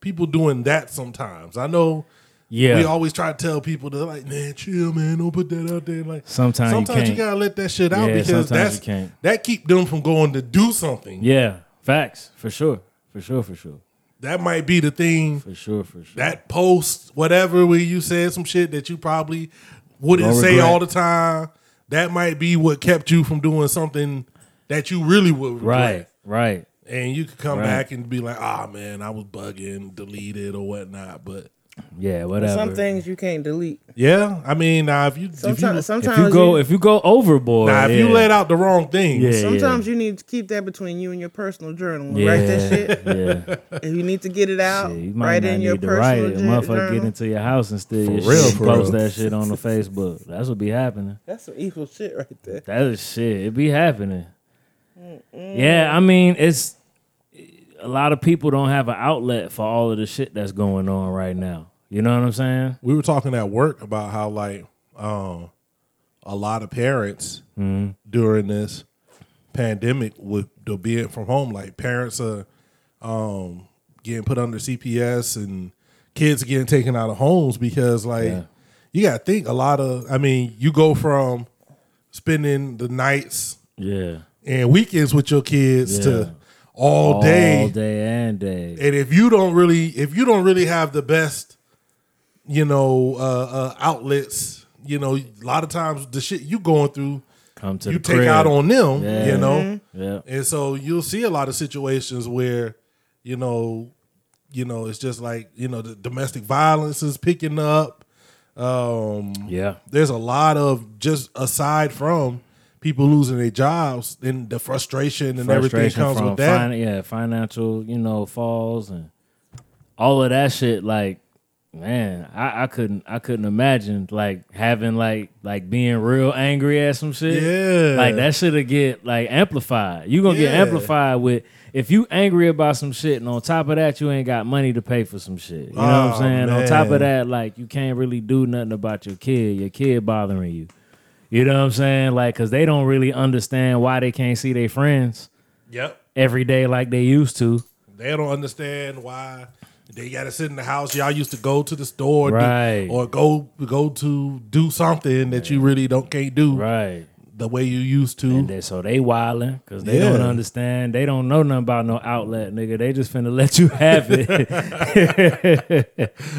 [SPEAKER 2] people doing that sometimes. I know
[SPEAKER 3] yeah.
[SPEAKER 2] we always try to tell people to like, man, chill, man, don't put that out there. Like
[SPEAKER 3] Sometimes you can't.
[SPEAKER 2] gotta let that shit out
[SPEAKER 3] Yeah,
[SPEAKER 2] because
[SPEAKER 3] sometimes
[SPEAKER 2] that's
[SPEAKER 3] you can't.
[SPEAKER 2] that keep them from going to do something.
[SPEAKER 3] yeah. Facts. For sure. For sure. For sure.
[SPEAKER 2] That might be the thing.
[SPEAKER 3] For sure. For sure.
[SPEAKER 2] That post, whatever, where you said some shit that you probably wouldn't
[SPEAKER 3] Don't
[SPEAKER 2] say
[SPEAKER 3] regret.
[SPEAKER 2] all the time. That might be what kept you from doing something that you really would regret.
[SPEAKER 3] right. Right.
[SPEAKER 2] And you could come
[SPEAKER 3] Right.
[SPEAKER 2] back and be like, ah, man, I was bugging, deleted or whatnot. But
[SPEAKER 3] Yeah. Whatever.
[SPEAKER 1] Some things you can't delete.
[SPEAKER 2] yeah, I mean, now if you if you,
[SPEAKER 1] Sometimes, sometimes
[SPEAKER 3] If you go,
[SPEAKER 1] you-
[SPEAKER 3] if you go overboard,
[SPEAKER 2] now, if you let out the wrong things,
[SPEAKER 3] Yeah.
[SPEAKER 1] Sometimes you need to keep that between you and your personal journal. and
[SPEAKER 3] yeah,
[SPEAKER 1] Write that shit.
[SPEAKER 3] Yeah,
[SPEAKER 1] If you need to get it out,
[SPEAKER 3] Shit, you might
[SPEAKER 1] write
[SPEAKER 3] not
[SPEAKER 1] it in your
[SPEAKER 3] need to write
[SPEAKER 1] personal
[SPEAKER 3] it. A
[SPEAKER 1] jour-
[SPEAKER 3] motherfucker get
[SPEAKER 1] journal.
[SPEAKER 3] into your house and steal your
[SPEAKER 2] real,
[SPEAKER 3] shit and
[SPEAKER 2] for
[SPEAKER 3] post
[SPEAKER 2] real.
[SPEAKER 3] that shit on the Facebook. That's what be happening.
[SPEAKER 1] That's some evil shit right there.
[SPEAKER 3] That is shit. It be happening. Yeah, I mean, it's a lot of people don't have an outlet for all of the shit that's going on right now. You know what I'm saying?
[SPEAKER 2] we were talking at work about how like um a lot of parents
[SPEAKER 3] Mm-hmm.
[SPEAKER 2] during this pandemic with the being from home like parents are um getting put under cps and kids are getting taken out of homes because like
[SPEAKER 3] Yeah.
[SPEAKER 2] you gotta think a lot of i mean you go from spending the nights
[SPEAKER 3] Yeah,
[SPEAKER 2] and weekends with your kids
[SPEAKER 3] Yeah.
[SPEAKER 2] to all day
[SPEAKER 3] all day and day.
[SPEAKER 2] and if you don't really if you don't really have the best you know uh, uh outlets you know a lot of times the shit you going through
[SPEAKER 3] Come to
[SPEAKER 2] you
[SPEAKER 3] the
[SPEAKER 2] take
[SPEAKER 3] crib.
[SPEAKER 2] out on them you
[SPEAKER 3] Yeah.
[SPEAKER 2] know
[SPEAKER 3] Yeah,
[SPEAKER 2] and so you'll see a lot of situations where you know you know it's just like you know the domestic violence is picking up um
[SPEAKER 3] yeah,
[SPEAKER 2] there's a lot of just aside from people losing their jobs and the frustration and everything
[SPEAKER 3] frustration
[SPEAKER 2] comes
[SPEAKER 3] from
[SPEAKER 2] with that
[SPEAKER 3] fin- yeah, financial, you know, falls and all of that shit. Like, man, I, I couldn't, I couldn't imagine like having like like being real angry at some shit.
[SPEAKER 2] Yeah.
[SPEAKER 3] like that shit'll get like amplified. You gonna get
[SPEAKER 2] Yeah.
[SPEAKER 3] amplified with if you angry about some shit, and on top of that, you ain't got money to pay for some shit. You know what
[SPEAKER 2] Oh,
[SPEAKER 3] I'm saying? On top
[SPEAKER 2] man.
[SPEAKER 3] of that, like you can't really do nothing about your kid. Your kid bothering you. You know what I'm saying? Like, cause they don't really understand why they can't see their friends
[SPEAKER 2] yep
[SPEAKER 3] every day like they used to.
[SPEAKER 2] They don't understand why they got to sit in the house. Y'all used to go to the store, do-
[SPEAKER 3] Right.
[SPEAKER 2] or go go to do something that you really don't can't do
[SPEAKER 3] Right.
[SPEAKER 2] the way you used to.
[SPEAKER 3] And they, so they wilding because they
[SPEAKER 2] Yeah.
[SPEAKER 3] don't understand. They don't know nothing about no outlet, nigga. They just finna let you have it.
[SPEAKER 2] <laughs> <laughs>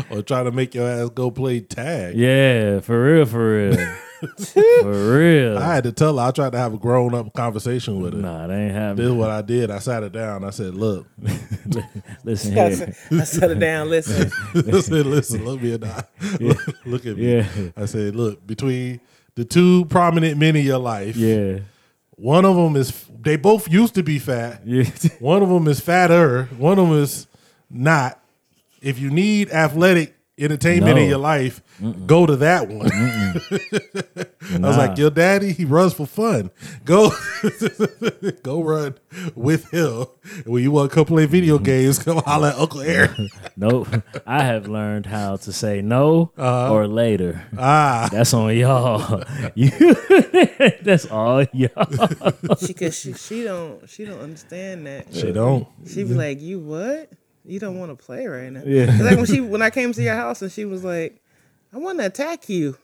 [SPEAKER 2] or try to make your ass go play tag.
[SPEAKER 3] yeah, for real, for real,
[SPEAKER 2] <laughs>
[SPEAKER 3] for real.
[SPEAKER 2] I had to tell her. I tried to have a grown up conversation with her.
[SPEAKER 3] Nah, they ain't
[SPEAKER 2] This is
[SPEAKER 3] having.
[SPEAKER 2] what I did. I sat her down. I said, "Look, <laughs>
[SPEAKER 1] <laughs>
[SPEAKER 3] Listen
[SPEAKER 1] I
[SPEAKER 3] here.
[SPEAKER 1] said- I settled down.
[SPEAKER 3] <laughs>
[SPEAKER 1] Listen,
[SPEAKER 2] I said, listen, look me in the eye. <laughs> Look, look at me."
[SPEAKER 3] Yeah.
[SPEAKER 2] I said, "Look between the two prominent men in your life.
[SPEAKER 3] Yeah,
[SPEAKER 2] One of them is. They both used to be fat.
[SPEAKER 3] yeah, <laughs>
[SPEAKER 2] One of them is fatter. One of them is not. If you need athletic entertainment in
[SPEAKER 3] No.
[SPEAKER 2] your life, go to that one. <laughs> I was like, your daddy, he runs for fun. Go, <laughs> go run with him. When you want to come play video
[SPEAKER 3] Mm-hmm.
[SPEAKER 2] games, come holler at Uncle
[SPEAKER 3] <laughs>
[SPEAKER 2] Aaron.
[SPEAKER 3] nope. I have learned how to say no or later.
[SPEAKER 2] Uh-huh. Ah,
[SPEAKER 3] That's on y'all. <laughs> You, that's all y'all. <laughs>
[SPEAKER 1] she cause she she don't she don't understand that.
[SPEAKER 2] she don't.
[SPEAKER 1] She be like, "You what? You don't want to play right now."
[SPEAKER 3] Yeah.
[SPEAKER 1] 'Cause Like when she when I came to your house and she was like, "I want to attack you."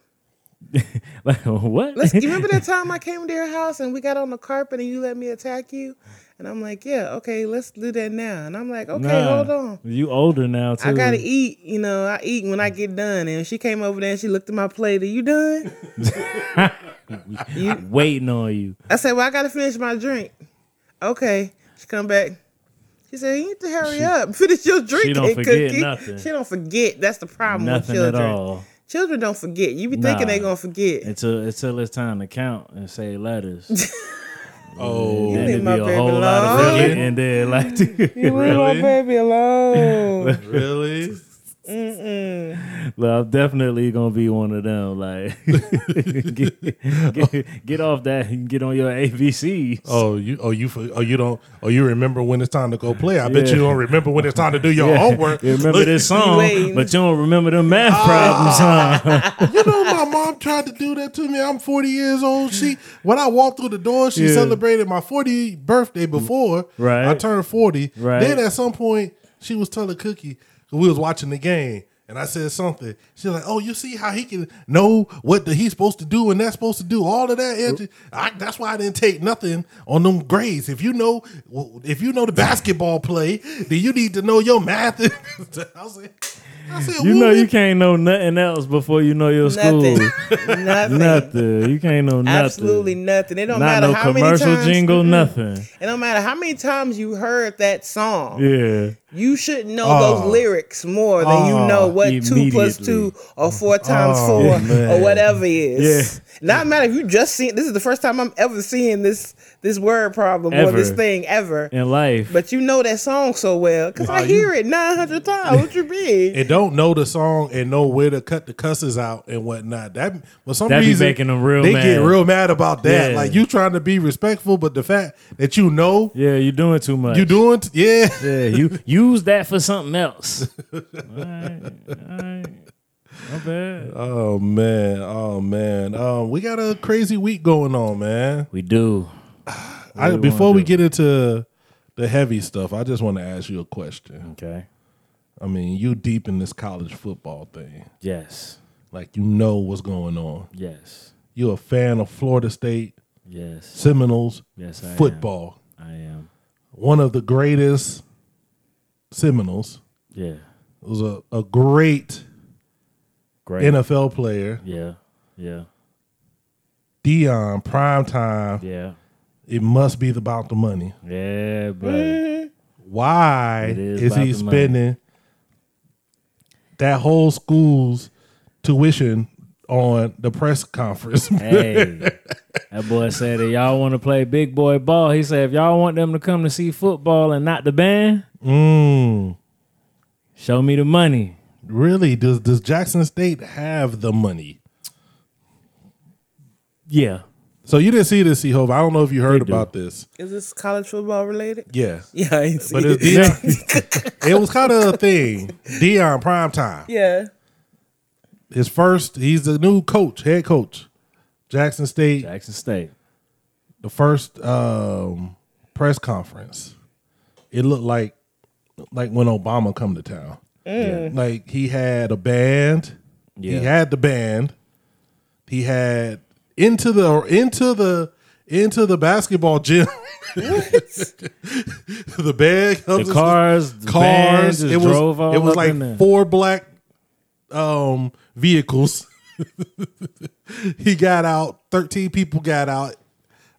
[SPEAKER 3] Like what? <laughs>
[SPEAKER 1] Let's, you remember that time I came to your house and we got on the carpet and you let me attack you? And I'm like, "Yeah, okay, let's do that now." And I'm like, "Okay,
[SPEAKER 3] Nah,
[SPEAKER 1] hold on."
[SPEAKER 3] You older now too.
[SPEAKER 1] I gotta eat, you
[SPEAKER 3] <laughs>
[SPEAKER 1] know. I eat when I get done. And she came over there and she looked at my plate. Are you done? You-
[SPEAKER 3] waiting on you.
[SPEAKER 1] I said, "Well, I gotta finish my drink." Okay, she come back. She said, "You need to hurry up, <laughs> finish your drink."
[SPEAKER 3] don't
[SPEAKER 1] and
[SPEAKER 3] forget
[SPEAKER 1] cookie."
[SPEAKER 3] nothing.
[SPEAKER 1] She don't forget. That's the problem
[SPEAKER 3] Nothing
[SPEAKER 1] with
[SPEAKER 3] at
[SPEAKER 1] children.
[SPEAKER 3] all
[SPEAKER 1] Children don't forget. You be
[SPEAKER 3] Nah.
[SPEAKER 1] thinking they gonna forget.
[SPEAKER 3] until until it's time to count and say letters.
[SPEAKER 1] <laughs>
[SPEAKER 2] Oh,
[SPEAKER 3] then
[SPEAKER 1] leave
[SPEAKER 3] it'd be
[SPEAKER 1] my
[SPEAKER 3] a
[SPEAKER 1] baby
[SPEAKER 3] whole lot of
[SPEAKER 1] alone. <laughs>
[SPEAKER 3] forgetting, and then like <laughs>
[SPEAKER 1] you leave my
[SPEAKER 2] really?
[SPEAKER 1] baby alone.
[SPEAKER 2] really?
[SPEAKER 3] Well, I'm definitely gonna be one of them. Like, <laughs> get, get, get off that and get on your ABCs.
[SPEAKER 2] Oh, you oh you for- oh you don't oh you remember when it's time to go play. I bet
[SPEAKER 3] Yeah.
[SPEAKER 2] you don't remember when it's time to do your
[SPEAKER 3] <laughs> Yeah.
[SPEAKER 2] homework.
[SPEAKER 3] You remember
[SPEAKER 2] <laughs> Look,
[SPEAKER 3] this song,
[SPEAKER 1] waiting. Oh.
[SPEAKER 3] but you don't remember the math
[SPEAKER 1] <laughs>
[SPEAKER 3] problems, huh?
[SPEAKER 2] You know, my mom tried to do that to me. I'm 40 years old. She when I walked through the door, she
[SPEAKER 3] Yeah.
[SPEAKER 2] celebrated my 40 birthday before
[SPEAKER 3] Right.
[SPEAKER 2] I turned 40.
[SPEAKER 3] Right.
[SPEAKER 2] Then at some point, she was telling Cookie we was watching the game. And I said something. She's like, "Oh, you see how he can know what the, he's supposed to do and that's supposed to do all of that." And I, that's why I didn't take nothing on them grades. If you know, if you know the basketball play, then you need to know your math. <laughs> I was like, I said,
[SPEAKER 3] You know
[SPEAKER 2] "Woman,
[SPEAKER 3] you can't know nothing else before you know
[SPEAKER 1] <laughs>
[SPEAKER 3] your
[SPEAKER 1] Nothing.
[SPEAKER 3] <laughs> school.
[SPEAKER 1] nothing.
[SPEAKER 3] nothing. You can't know nothing.
[SPEAKER 1] Absolutely nothing. It don't
[SPEAKER 3] Not
[SPEAKER 1] matter
[SPEAKER 3] no
[SPEAKER 1] how many
[SPEAKER 3] commercial
[SPEAKER 1] times.
[SPEAKER 3] jingle, nothing.
[SPEAKER 1] It don't matter how many times you heard that song.
[SPEAKER 3] Yeah.
[SPEAKER 1] You should know
[SPEAKER 2] Oh.
[SPEAKER 1] those lyrics more than
[SPEAKER 2] Oh,
[SPEAKER 1] you know what two plus
[SPEAKER 3] immediately.
[SPEAKER 1] two or four times
[SPEAKER 2] Oh,
[SPEAKER 1] four
[SPEAKER 3] man.
[SPEAKER 1] or whatever is. Not matter if you just seen. This is the first time I'm ever seeing this this word problem or
[SPEAKER 3] Ever.
[SPEAKER 1] this thing ever.
[SPEAKER 3] In life.
[SPEAKER 1] But you know that song so well because I hear it 900 times. What you mean?
[SPEAKER 2] and don't know the song and know where to cut the cusses out and whatnot. That for some
[SPEAKER 3] That be
[SPEAKER 2] reason
[SPEAKER 3] making them real
[SPEAKER 2] They
[SPEAKER 3] mad.
[SPEAKER 2] get real mad about that.
[SPEAKER 3] Yeah.
[SPEAKER 2] Like you trying to be respectful, but the fact that you know
[SPEAKER 3] yeah, you're doing too much.
[SPEAKER 2] you doing, t- yeah,
[SPEAKER 3] Yeah, you use that for something
[SPEAKER 2] <laughs>
[SPEAKER 3] else. all right, all right. My bad.
[SPEAKER 2] Oh man, oh man, um, we got a crazy week going on, man.
[SPEAKER 3] We do.
[SPEAKER 2] I,
[SPEAKER 3] do we
[SPEAKER 2] before
[SPEAKER 3] wanna
[SPEAKER 2] we
[SPEAKER 3] do?
[SPEAKER 2] get into the heavy stuff, I just want to ask you a question.
[SPEAKER 3] Okay.
[SPEAKER 2] I mean, you deep in this college football thing,
[SPEAKER 3] Yes.
[SPEAKER 2] like you know what's going on.
[SPEAKER 3] Yes.
[SPEAKER 2] You a fan of Florida State
[SPEAKER 3] Yes.
[SPEAKER 2] Seminoles
[SPEAKER 3] Yes, I am.
[SPEAKER 2] football?
[SPEAKER 3] I am.
[SPEAKER 2] one of the greatest Seminoles.
[SPEAKER 3] Yeah.
[SPEAKER 2] It was a, a great
[SPEAKER 3] Great.
[SPEAKER 2] NFL player,
[SPEAKER 3] yeah. Yeah.
[SPEAKER 2] Dion, primetime.
[SPEAKER 3] Yeah.
[SPEAKER 2] It must be about the money. <laughs>
[SPEAKER 3] Yeah, but
[SPEAKER 2] Why
[SPEAKER 3] It is
[SPEAKER 2] is,
[SPEAKER 3] about
[SPEAKER 2] he
[SPEAKER 3] the money.
[SPEAKER 2] spending that whole school's tuition on the press conference?
[SPEAKER 3] <laughs> hey, that boy said if y'all want to play big boy ball, he said if y'all want them to come to see football and not the band,
[SPEAKER 2] mm,
[SPEAKER 3] show me the money.
[SPEAKER 2] really? Does does Jackson State have the money?
[SPEAKER 3] Yeah.
[SPEAKER 2] So you didn't see this, Seahove. I don't know if you heard
[SPEAKER 3] do.
[SPEAKER 2] about this.
[SPEAKER 1] Is this college football related? <laughs>
[SPEAKER 2] Yeah.
[SPEAKER 1] Yeah, I ain't
[SPEAKER 2] But
[SPEAKER 1] seen
[SPEAKER 2] it's
[SPEAKER 1] it.
[SPEAKER 2] Dion. <laughs> it was kind of a thing. Dion primetime.
[SPEAKER 1] Yeah.
[SPEAKER 2] His first, he's the new coach, head coach, Jackson State.
[SPEAKER 3] Jackson State.
[SPEAKER 2] The first um, press conference, it looked like like when Obama come to town. Like he had a band.
[SPEAKER 3] Yeah.
[SPEAKER 2] He had the band. He had into the into the into the basketball gym. <laughs> the band
[SPEAKER 3] The cars, the bands
[SPEAKER 2] cars.
[SPEAKER 3] just
[SPEAKER 2] It was
[SPEAKER 3] drove all
[SPEAKER 2] it was
[SPEAKER 3] up
[SPEAKER 2] like
[SPEAKER 3] in there.
[SPEAKER 2] four black um vehicles. <laughs> he got out. Thirteen people got out.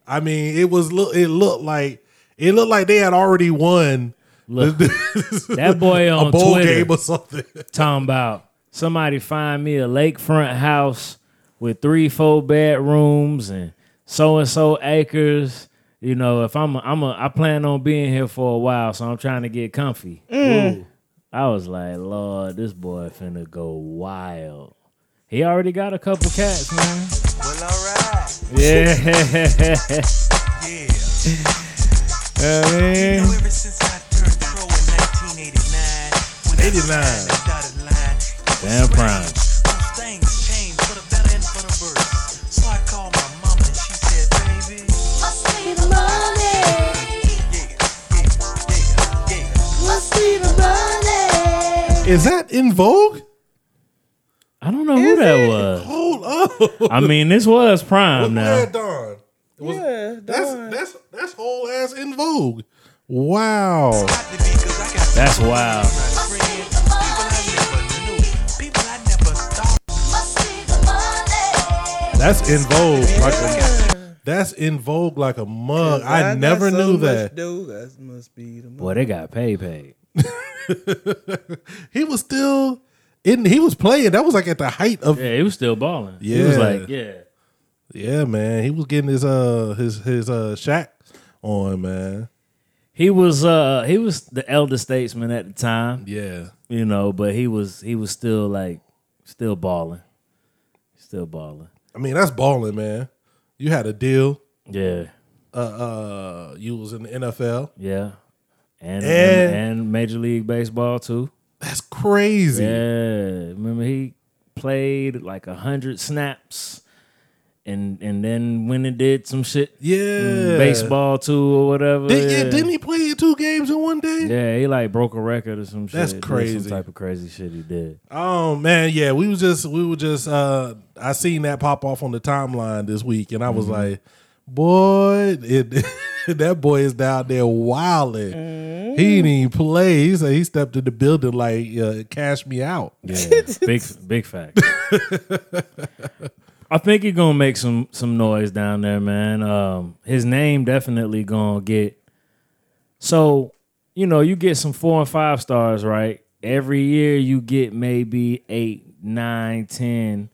[SPEAKER 2] I mean, it was look. It looked like it looked like they had already won
[SPEAKER 3] Look, that boy
[SPEAKER 2] <laughs>
[SPEAKER 3] on
[SPEAKER 2] a bowl
[SPEAKER 3] Twitter.
[SPEAKER 2] game or something. <laughs>
[SPEAKER 3] talking about somebody find me a lakefront house with three four bedrooms and so and so acres you know if i'm a, i'm a i plan on being here for a while so i'm trying to get comfy
[SPEAKER 5] Mm.
[SPEAKER 3] i was like lord this boy finna go wild he already got a couple cats man
[SPEAKER 5] Well, all right.
[SPEAKER 3] yeah <laughs> I mean,
[SPEAKER 6] Ever since I turned pro in 1989, when I
[SPEAKER 2] 89.
[SPEAKER 6] signed that dotted line,
[SPEAKER 3] damn prime
[SPEAKER 6] those things changed for the better and for the worse. So I called my mama and she said, "Baby,
[SPEAKER 4] Must be the money.
[SPEAKER 6] yeah, yeah, yeah, yeah."
[SPEAKER 4] Must be the money.
[SPEAKER 2] Is that in vogue?
[SPEAKER 3] i don't know who that was
[SPEAKER 2] Hold up.
[SPEAKER 3] i mean this was prime now
[SPEAKER 2] Glad Dawn.
[SPEAKER 1] Yeah.
[SPEAKER 2] That's
[SPEAKER 1] darn.
[SPEAKER 2] that's that's whole ass in vogue. Wow.
[SPEAKER 6] Got to be 'cause I got
[SPEAKER 3] that's wild
[SPEAKER 6] friends, people I never knew, people I never thought
[SPEAKER 4] Must be the money.
[SPEAKER 2] That's in vogue. Like a, that's in vogue like a mug. I
[SPEAKER 1] got
[SPEAKER 2] never
[SPEAKER 1] so
[SPEAKER 2] knew
[SPEAKER 1] much
[SPEAKER 2] that.
[SPEAKER 1] dough, that must be the
[SPEAKER 3] Boy,
[SPEAKER 1] money.
[SPEAKER 3] they got paid paid.
[SPEAKER 2] He was still in. He was playing. That was like at the height of. Yeah,
[SPEAKER 3] Yeah, he was still balling. He
[SPEAKER 2] Yeah.
[SPEAKER 3] was like, yeah.
[SPEAKER 2] man. He was getting his uh his his uh shack on man.
[SPEAKER 3] He was uh he was the elder statesman at the time,
[SPEAKER 2] Yeah.
[SPEAKER 3] you know, but he was he was still like still balling. Still balling.
[SPEAKER 2] I mean that's balling, man. You had a deal.
[SPEAKER 3] Yeah.
[SPEAKER 2] Uh, uh, you was in the NFL.
[SPEAKER 3] Yeah. And,
[SPEAKER 2] Yeah.
[SPEAKER 3] and and Major League Baseball too.
[SPEAKER 2] That's crazy.
[SPEAKER 3] Yeah. Remember he played like a hundred snaps and and then went and did some shit.
[SPEAKER 2] Yeah.
[SPEAKER 3] in Baseball too or whatever.
[SPEAKER 2] Did, yeah. Didn't he play two games in one day?
[SPEAKER 3] Yeah, he like broke a record or some shit.
[SPEAKER 2] That's
[SPEAKER 3] Did
[SPEAKER 2] crazy.
[SPEAKER 3] Some type of crazy shit he did.
[SPEAKER 2] Oh man, yeah, we was just we were just uh I seen that pop off on the timeline this week and I was
[SPEAKER 3] Mm-hmm.
[SPEAKER 2] like, boy, it <laughs> that boy is down there wilding. He
[SPEAKER 3] Mm-hmm.
[SPEAKER 2] didn't even play. He said he stepped in the building like uh, cash me out.
[SPEAKER 3] Yeah, big big fact. I think he gonna make some some noise down there, man. Um, his name definitely gonna get. So, you know, you get some four and five stars, right? Every year you get maybe eight, nine, ten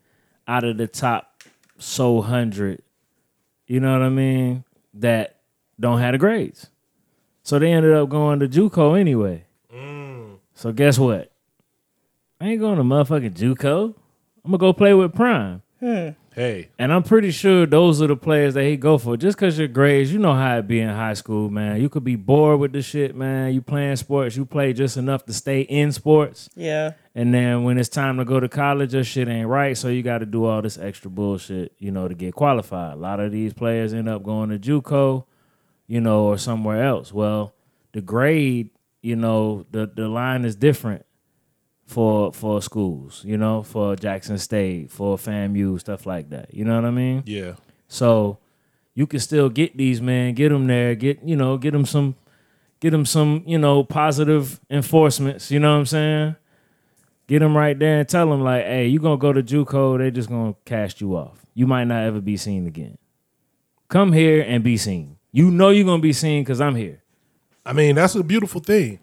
[SPEAKER 3] out of the top so hundred. You know what I mean? That don't have the grades, so they ended up going to JUCO anyway. So guess what? I ain't going to motherfucking JUCO. I'm gonna go play with Prime.
[SPEAKER 2] Hey,
[SPEAKER 3] And I'm pretty sure those are the players that he go for. Just cause your grades, you know how it be in high school, man. You could be bored with the shit, man. You playing sports, you play just enough to stay in sports.
[SPEAKER 1] Yeah.
[SPEAKER 3] And then when it's time to go to college, your shit ain't right. So you gotta do all this extra bullshit, you know, to get qualified. A lot of these players end up going to JUCO, you know, or somewhere else. Well, the grade, you know, the, the line is different for for schools, you know, for Jackson State, for FAMU, stuff like that. You know what I mean?
[SPEAKER 2] yeah.
[SPEAKER 3] So you can still get these men, get them there, get you know, get them some, get them some you know positive enforcements. You know what I'm saying? Get them right there and tell them like, hey, you gonna go to JUCO? They just gonna cast you off. You might not ever be seen again. Come here and be seen. You know you're gonna be seen because I'm here.
[SPEAKER 2] I mean, that's a beautiful thing.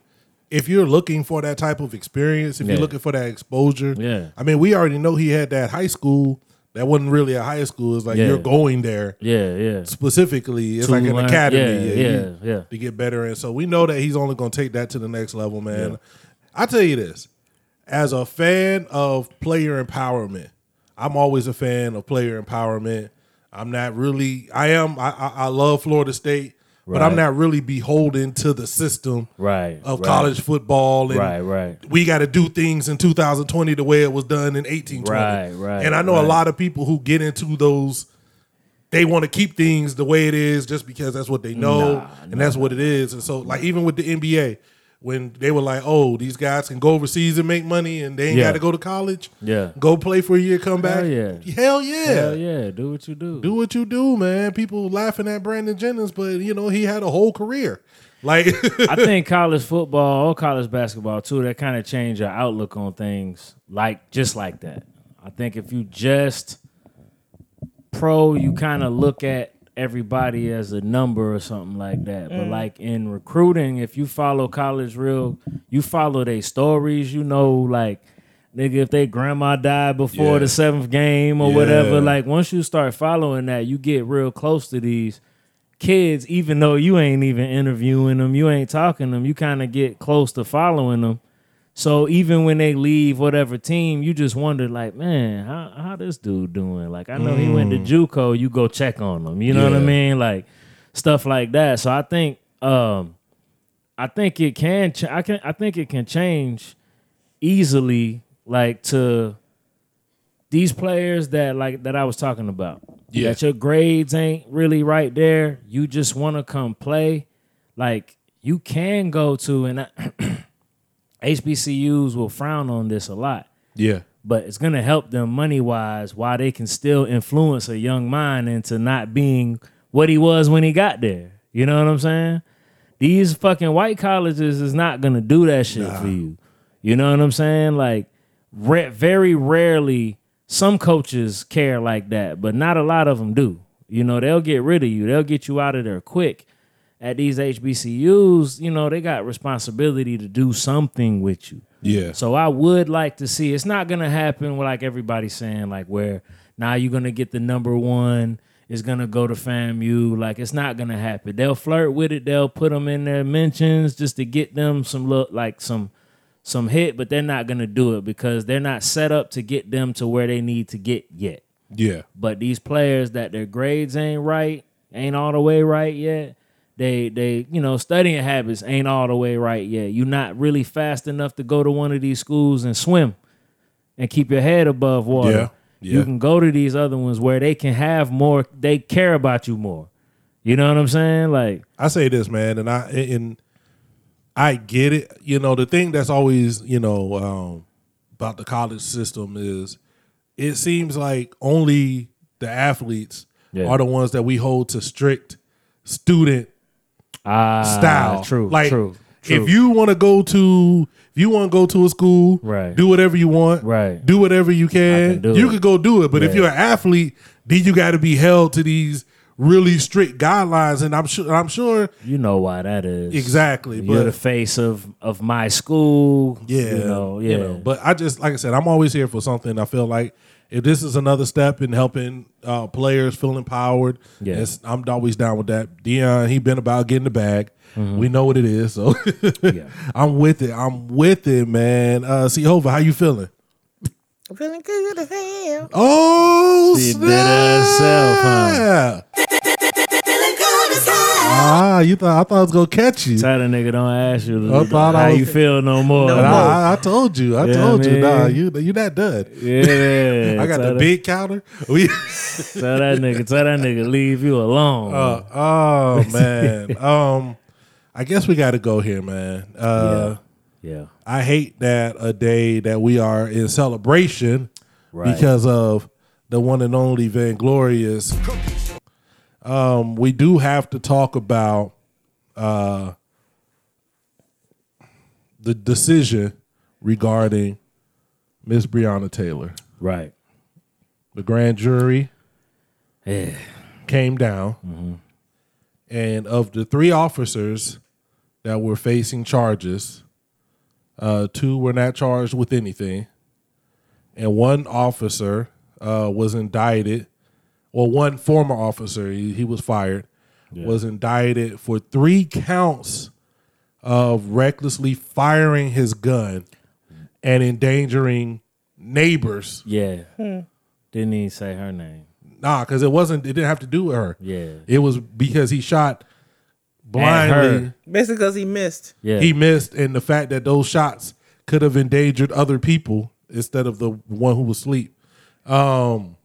[SPEAKER 2] If you're looking for that type of experience, if
[SPEAKER 3] Yeah.
[SPEAKER 2] you're looking for that exposure,
[SPEAKER 3] Yeah.
[SPEAKER 2] I mean, we already know he had that high school. That wasn't really a high school. It's like
[SPEAKER 3] Yeah.
[SPEAKER 2] you're going there
[SPEAKER 3] Yeah, yeah.
[SPEAKER 2] specifically. It's
[SPEAKER 3] To
[SPEAKER 2] like an
[SPEAKER 3] learn-
[SPEAKER 2] academy.
[SPEAKER 3] yeah, yeah,
[SPEAKER 2] you-
[SPEAKER 3] yeah.
[SPEAKER 2] To get better in. So we know that he's only going to take that to the next level, man. I tell you this, as a fan of player empowerment, I'm always a fan of player empowerment. I'm not really. I am. I I, I love Florida State, but I'm
[SPEAKER 3] Right.
[SPEAKER 2] not really beholden to the system
[SPEAKER 3] Right.
[SPEAKER 2] of Oh,
[SPEAKER 3] right,
[SPEAKER 2] college football and
[SPEAKER 3] Right, right.
[SPEAKER 2] we got to do things in 2020 the way it was done in 1820.
[SPEAKER 3] Right, right,
[SPEAKER 2] And I know a
[SPEAKER 3] right.
[SPEAKER 2] lot of people who get into those, they want to keep things the way it is just because that's what they know and that's what it is. And so, like even with the NBA, when they were like, "Oh, these guys can go overseas and make money, and they ain't
[SPEAKER 3] Yeah.
[SPEAKER 2] got to go to college.
[SPEAKER 3] Yeah.
[SPEAKER 2] go play for a year, come back.
[SPEAKER 3] Hell yeah.
[SPEAKER 2] hell yeah,
[SPEAKER 3] Hell yeah, do what you do.
[SPEAKER 2] do what you do, man." People laughing at Brandon Jennings, but you know he had a whole career. Like, <laughs>
[SPEAKER 3] I think college football or college basketball too, that kind of change your outlook on things like just like that. I think if you just pro, you kind of look at everybody as a number or something like that. But like in recruiting, if you follow college real, you follow their stories, you know, like nigga, if they grandma died before
[SPEAKER 2] Yeah.
[SPEAKER 3] the seventh game or
[SPEAKER 2] Yeah.
[SPEAKER 3] whatever, like once you start following that, you get real close to these kids, even though you ain't even interviewing them, you ain't talking to them, you kind of get close to following them. So even when they leave whatever team, you just wonder like, man, how how this dude doing? Like I know he went to JUCO, you go check on him. You know what
[SPEAKER 2] Mm.
[SPEAKER 3] I
[SPEAKER 2] Yeah.
[SPEAKER 3] mean? Like stuff like that. So I think um I think it can ch- I can I think it can change easily like to these players that like that I was talking about.
[SPEAKER 2] Yeah.
[SPEAKER 3] That your grades ain't really right there. You just want to come play. Like you can go to and I, <clears throat> HBCUs will frown on this a lot,
[SPEAKER 2] yeah,
[SPEAKER 3] but it's gonna help them money wise while they can still influence a young mind into not being what he was when he got there. You know what I'm saying? These fucking white colleges is not gonna do that shit for you. You know what I'm saying? Like, ra- very rarely some coaches care like that, but not a lot of them do. You know, they'll get rid of you. They'll get you out of there quick. At these HBCUs, you know, they got responsibility to do something with you.
[SPEAKER 2] Yeah.
[SPEAKER 3] So I would like to see. It's not gonna happen. Like everybody's saying, like where now you're gonna get the number one. It's gonna go to FAMU. Like it's not gonna happen. They'll flirt with it. They'll put them in their mentions just to get them some look like some some hit, but they're not gonna do it because they're not set up to get them to where they need to get yet.
[SPEAKER 2] yeah.
[SPEAKER 3] But these players that their grades ain't right, ain't all the way right yet. They they you know studying habits ain't all the way right yet. You're not really fast enough to go to one of these schools and swim and keep your head above water.
[SPEAKER 2] Yeah, yeah.
[SPEAKER 3] You can go to these other ones where they can have more. They care about you more. You know what I'm saying? Like
[SPEAKER 2] I say this, man, and I and I get it. You know, the thing that's always you know um, about the college system is it seems like only the athletes
[SPEAKER 3] Yeah.
[SPEAKER 2] are the ones that we hold to strict student
[SPEAKER 3] ah,
[SPEAKER 2] style.
[SPEAKER 3] True.
[SPEAKER 2] like
[SPEAKER 3] true. True.
[SPEAKER 2] if you want to go to if you want to go to a school,
[SPEAKER 3] Right.
[SPEAKER 2] do whatever you want,
[SPEAKER 3] Right.
[SPEAKER 2] do whatever you can.
[SPEAKER 3] I can do
[SPEAKER 2] you
[SPEAKER 3] it.
[SPEAKER 2] could go do it, but if
[SPEAKER 3] Yeah.
[SPEAKER 2] you're an athlete, then you got to be held to these really strict guidelines. And I'm sure I'm sure
[SPEAKER 3] you know why that is
[SPEAKER 2] Exactly,
[SPEAKER 3] You're
[SPEAKER 2] but-
[SPEAKER 3] the face of of my school.
[SPEAKER 2] Yeah.
[SPEAKER 3] You know. Yeah.
[SPEAKER 2] you know, but I just like I said, I'm always here for something. I feel like if this is another step in helping uh, players feel empowered,
[SPEAKER 3] Yeah.
[SPEAKER 2] yes, I'm always down with that. Dion, he been about getting the bag. We know what it is, so <laughs>
[SPEAKER 3] Mm-hmm. Yeah.
[SPEAKER 2] I'm with it. I'm with it, man. Uh see Hova, how you feeling?
[SPEAKER 1] I'm feeling good as hell.
[SPEAKER 2] Oh,
[SPEAKER 3] She did it herself, huh?
[SPEAKER 2] snap. Ah, you thought I thought I was gonna catch you.
[SPEAKER 3] Tell the nigga don't ask you
[SPEAKER 2] I thought
[SPEAKER 3] how
[SPEAKER 2] I was-
[SPEAKER 3] you feel no more.
[SPEAKER 1] No
[SPEAKER 2] But
[SPEAKER 1] more.
[SPEAKER 2] I, I- I told you, I
[SPEAKER 3] Yeah,
[SPEAKER 2] told you,
[SPEAKER 3] man.
[SPEAKER 2] nah, you you not done.
[SPEAKER 3] Yeah,
[SPEAKER 2] <laughs> I got
[SPEAKER 3] tell
[SPEAKER 2] the
[SPEAKER 3] that-
[SPEAKER 2] big counter. We <laughs>
[SPEAKER 3] Tell that nigga, tell that nigga, leave you alone.
[SPEAKER 2] Uh,
[SPEAKER 3] <laughs>
[SPEAKER 2] oh man. um, I guess we got to go here, man. Uh,
[SPEAKER 3] yeah,
[SPEAKER 2] I hate that a day that we are in celebration
[SPEAKER 3] Right.
[SPEAKER 2] because of the one and only Vanglorious. Um, we do have to talk about uh the decision regarding Miss Breonna Taylor.
[SPEAKER 3] right.
[SPEAKER 2] The grand jury
[SPEAKER 3] Yeah,
[SPEAKER 2] came down, and of the three officers that were facing charges, uh, two were not charged with anything, and one officer uh, was indicted. Well, one former officer, he, he was fired, was indicted for three counts of recklessly firing his gun and endangering neighbors.
[SPEAKER 3] yeah.
[SPEAKER 2] Hmm.
[SPEAKER 3] Didn't even say her name.
[SPEAKER 2] Nah, because it wasn't. It didn't have to do with her.
[SPEAKER 3] Yeah.
[SPEAKER 2] it was because he shot
[SPEAKER 3] At her.
[SPEAKER 2] blindly.
[SPEAKER 1] Basically, because he missed.
[SPEAKER 3] Yeah,
[SPEAKER 2] He missed, and the fact that those shots could have endangered other people instead of the one who was asleep. Um,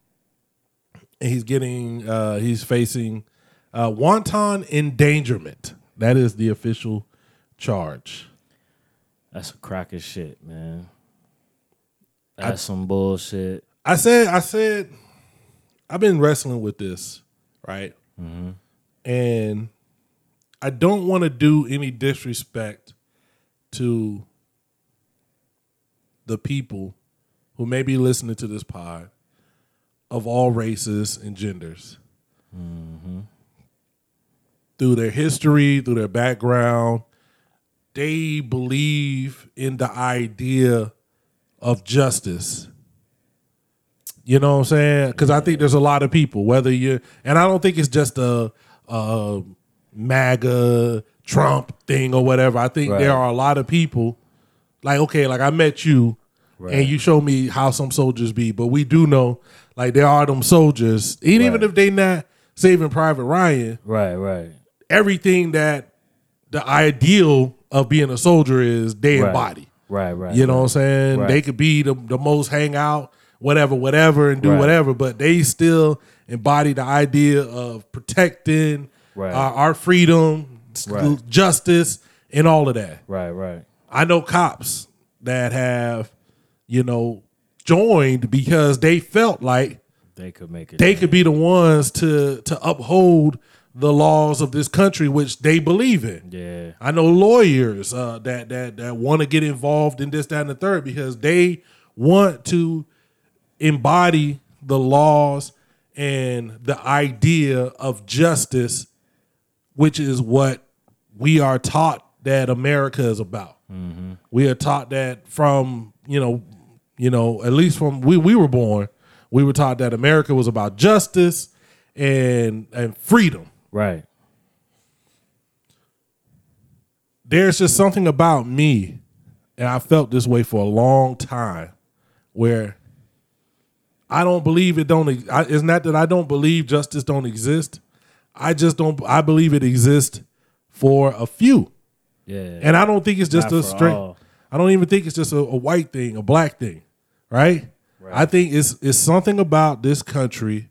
[SPEAKER 2] and he's getting. Uh, he's facing uh, wanton endangerment. That is the official charge.
[SPEAKER 3] that's a crack of shit, man. That's some bullshit.
[SPEAKER 2] I said, I said, I've been wrestling with this, right? And I don't want to do any disrespect to the people who may be listening to this pod of all races and genders. Through their history, through their background, they believe in the idea of justice. You know what I'm saying? Because I think there's a lot of people, whether you're, and I don't think it's just a, a MAGA Trump thing or whatever. I think
[SPEAKER 3] Right.
[SPEAKER 2] there are a lot of people, like, okay, like I met you and you show me how some soldiers be, but we do know, like, there are them soldiers, and even
[SPEAKER 3] Right.
[SPEAKER 2] if they not saving Private Ryan,
[SPEAKER 3] Right, right,
[SPEAKER 2] everything that the ideal of being a soldier is they
[SPEAKER 3] right.
[SPEAKER 2] embody.
[SPEAKER 3] Right, right.
[SPEAKER 2] You know what I'm saying?
[SPEAKER 3] Right.
[SPEAKER 2] They could be the, the most hang out, whatever, whatever, and do
[SPEAKER 3] Right.
[SPEAKER 2] whatever, but they still embody the idea of protecting
[SPEAKER 3] Right.
[SPEAKER 2] uh, our freedom, s-
[SPEAKER 3] Right.
[SPEAKER 2] justice, and all of that.
[SPEAKER 3] Right, right.
[SPEAKER 2] I know cops that have, you know, joined because they felt like
[SPEAKER 3] They could make it.
[SPEAKER 2] they could be the ones to to uphold the laws of this country, which they believe in.
[SPEAKER 3] yeah,
[SPEAKER 2] I know lawyers uh, that that that want to get involved in this, that, and the third because they want to embody the laws and the idea of justice, which is what we are taught that America is about. We are taught that from you know, you know, at least from we we were born, we were taught that America was about justice and and freedom.
[SPEAKER 3] Right.
[SPEAKER 2] there's just something about me, and I felt this way for a long time, where I don't believe it don't. ex- I, it's not that I don't believe justice don't exist. I just don't. I believe it exists for a few,
[SPEAKER 3] Yeah.
[SPEAKER 2] and I don't think it's just
[SPEAKER 3] Not
[SPEAKER 2] a
[SPEAKER 3] for
[SPEAKER 2] straight.
[SPEAKER 3] all.
[SPEAKER 2] I don't even think it's just a, a white thing, a black thing, right? I think it's it's something about this country.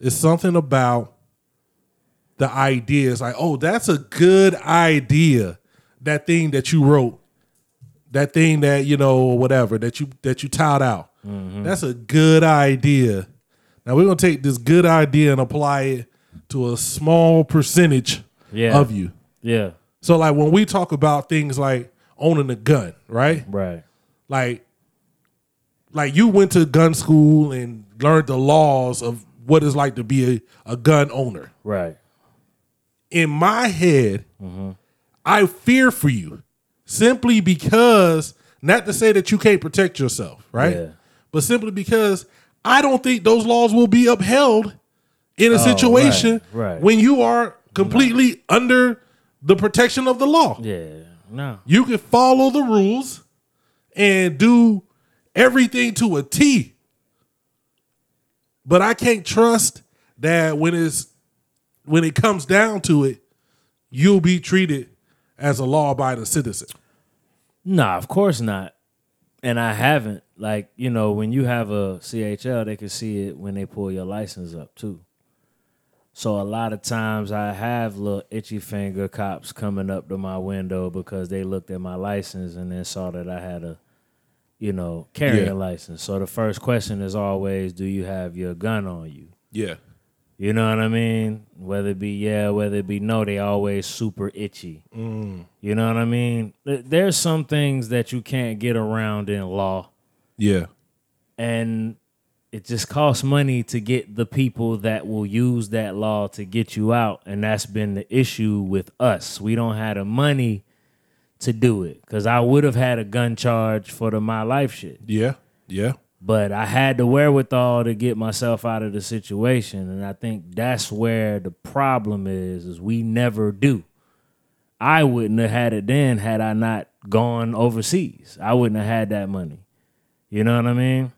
[SPEAKER 2] It's something about the idea. It's like, oh, that's a good idea. That thing that you wrote, that thing that you know, or whatever that you that you tied out.
[SPEAKER 3] Mm-hmm.
[SPEAKER 2] That's a good idea. Now we're gonna take this good idea and apply it to a small percentage
[SPEAKER 3] Yeah.
[SPEAKER 2] of you.
[SPEAKER 3] yeah.
[SPEAKER 2] So like when we talk about things like owning a gun, right?
[SPEAKER 3] Right.
[SPEAKER 2] Like like you went to gun school and learned the laws of what it's like to be a, a gun owner.
[SPEAKER 3] Right.
[SPEAKER 2] In my head,
[SPEAKER 3] Mm-hmm.
[SPEAKER 2] I fear for you simply because not to say that you can't protect yourself, right?
[SPEAKER 3] Yeah.
[SPEAKER 2] But simply because I don't think those laws will be upheld in a situation
[SPEAKER 3] Oh, right, right.
[SPEAKER 2] when you are completely under the protection of the law.
[SPEAKER 3] Yeah. No.
[SPEAKER 2] You can follow the rules and do everything to a T. But I can't trust that when it's when it comes down to it, you'll be treated as a law abiding citizen.
[SPEAKER 3] Nah, of course not. And I haven't. Like, you know, when you have a CHL, they can see it when they pull your license up too. So a lot of times I have little itchy finger cops coming up to my window because they looked at my license and then saw that I had a, you know, carrier
[SPEAKER 2] Yeah.
[SPEAKER 3] license. So the first question is always, do you have your gun on you?
[SPEAKER 2] Yeah.
[SPEAKER 3] You know what I mean? Whether it be yeah, whether it be no, they always super itchy. You know what I mean? Th- There's some things that you can't get around in law,
[SPEAKER 2] Yeah.
[SPEAKER 3] and it just costs money to get the people that will use that law to get you out, and that's been the issue with us. We don't have the money to do it because I would have had a gun charge for the my life shit
[SPEAKER 2] Yeah. Yeah.
[SPEAKER 3] but I had the wherewithal to get myself out of the situation. And I think that's where the problem is, is we never do. I wouldn't have had it then had I not gone overseas. I wouldn't have had that money. You know what I mean?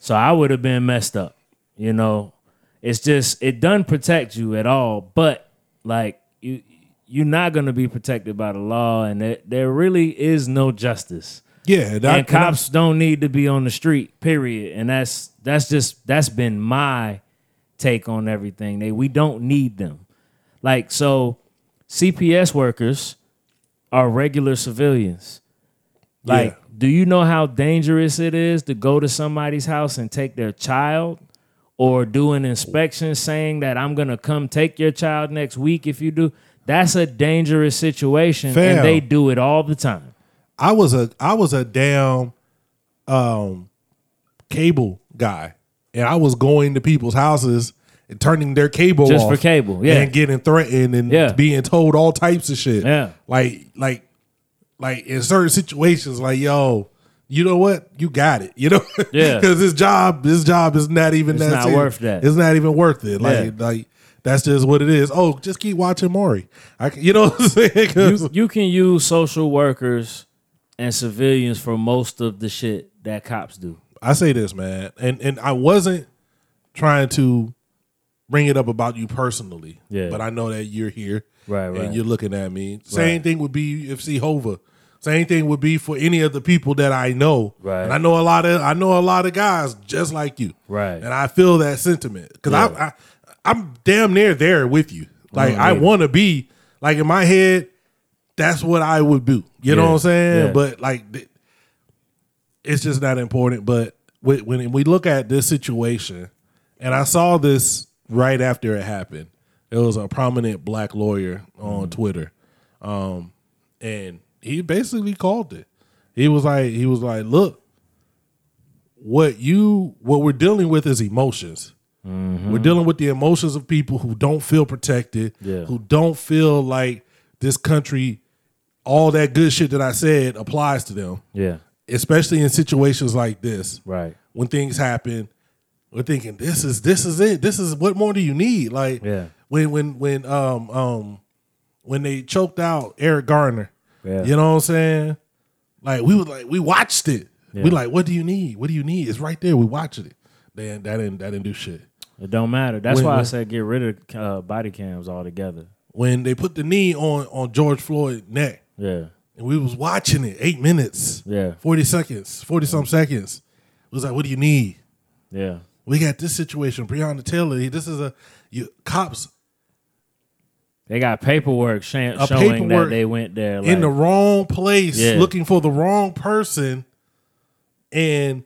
[SPEAKER 3] So I would have been messed up. You know, it's just it doesn't protect you at all. But like you, you're not gonna be protected by the law, and there, there really is no justice
[SPEAKER 2] Yeah. That,
[SPEAKER 3] and cops don't need to be on the street period and that's that's just that's been my take on everything they we don't need them like so cps workers are regular civilians like
[SPEAKER 2] Yeah.
[SPEAKER 3] do you know how dangerous it is to go to somebody's house and take their child or do an inspection saying that i'm gonna come take your child next week if you do that's a dangerous situation
[SPEAKER 2] Fam.
[SPEAKER 3] and they do it all the time
[SPEAKER 2] I was a I was a damn um cable guy. And I was going to people's houses and turning their cable
[SPEAKER 3] Just for
[SPEAKER 2] off
[SPEAKER 3] cable, yeah.
[SPEAKER 2] And getting threatened and
[SPEAKER 3] Yeah.
[SPEAKER 2] being told all types of shit.
[SPEAKER 3] Yeah.
[SPEAKER 2] Like like like in certain situations, like, yo, you know what? You got it. You know? <laughs>
[SPEAKER 3] Yeah.
[SPEAKER 2] Because this job, this job is not even
[SPEAKER 3] It's
[SPEAKER 2] that
[SPEAKER 3] not
[SPEAKER 2] serious.
[SPEAKER 3] worth that.
[SPEAKER 2] It's not even worth it. Like like that's just what it is. Oh, just keep watching Maury. I, c- you know what I'm saying? <laughs> 'Cause-
[SPEAKER 3] you, you can use social workers and civilians for most of the shit that cops do.
[SPEAKER 2] I say this, man, and and I wasn't trying to bring it up about you personally,
[SPEAKER 3] Yeah.
[SPEAKER 2] But I know that you're here,
[SPEAKER 3] Right,
[SPEAKER 2] and
[SPEAKER 3] right.
[SPEAKER 2] you're looking at me. Same thing would be if C Hova. Same thing would be for any of the people that I know,
[SPEAKER 3] Right.
[SPEAKER 2] And I know a lot of I know a lot of guys just like you,
[SPEAKER 3] Right.
[SPEAKER 2] And I feel that sentiment because I, I I'm damn near there with you. Like I
[SPEAKER 3] yeah.
[SPEAKER 2] want to be like in my head. That's what I would do. You know
[SPEAKER 3] Yeah,
[SPEAKER 2] what I'm saying?
[SPEAKER 3] yeah.
[SPEAKER 2] But like. th- it's just not important. But wh- when we look at this situation, and I saw this right after it happened, it was a prominent black lawyer on
[SPEAKER 3] Mm-hmm.
[SPEAKER 2] Twitter, um, and he basically called it. He was like, he was like, look, what you what we're dealing with is emotions. We're dealing with the emotions of people who don't feel protected,
[SPEAKER 3] Yeah.
[SPEAKER 2] who don't feel like this country, all that good shit that I said applies to them,
[SPEAKER 3] Yeah.
[SPEAKER 2] especially in situations like this
[SPEAKER 3] Right.
[SPEAKER 2] when things happen, we're thinking this is this is it. This is what more do you need? Like
[SPEAKER 3] Yeah.
[SPEAKER 2] when when when um um when they choked out Eric Garner.
[SPEAKER 3] Yeah.
[SPEAKER 2] You know what I'm saying? Like we was like we watched it.
[SPEAKER 3] Yeah.
[SPEAKER 2] We like what do you need? What do you need? It's right there. We watched it. Then that didn't that didn't do shit.
[SPEAKER 3] It don't matter. That's
[SPEAKER 2] When-
[SPEAKER 3] why I
[SPEAKER 2] when-
[SPEAKER 3] said get rid of uh, body cams altogether.
[SPEAKER 2] When they put the knee on on George Floyd neck
[SPEAKER 3] Yeah.
[SPEAKER 2] and we was watching it eight minutes,
[SPEAKER 3] Yeah.
[SPEAKER 2] forty seconds, forty some seconds. It was like what do you need?
[SPEAKER 3] Yeah.
[SPEAKER 2] we got this situation. Breonna Taylor. This is a you, cops
[SPEAKER 3] They got paperwork sh- showing
[SPEAKER 2] paperwork
[SPEAKER 3] that they went there.
[SPEAKER 2] in the
[SPEAKER 3] like-
[SPEAKER 2] wrong place,
[SPEAKER 3] Yeah.
[SPEAKER 2] looking for the wrong person. And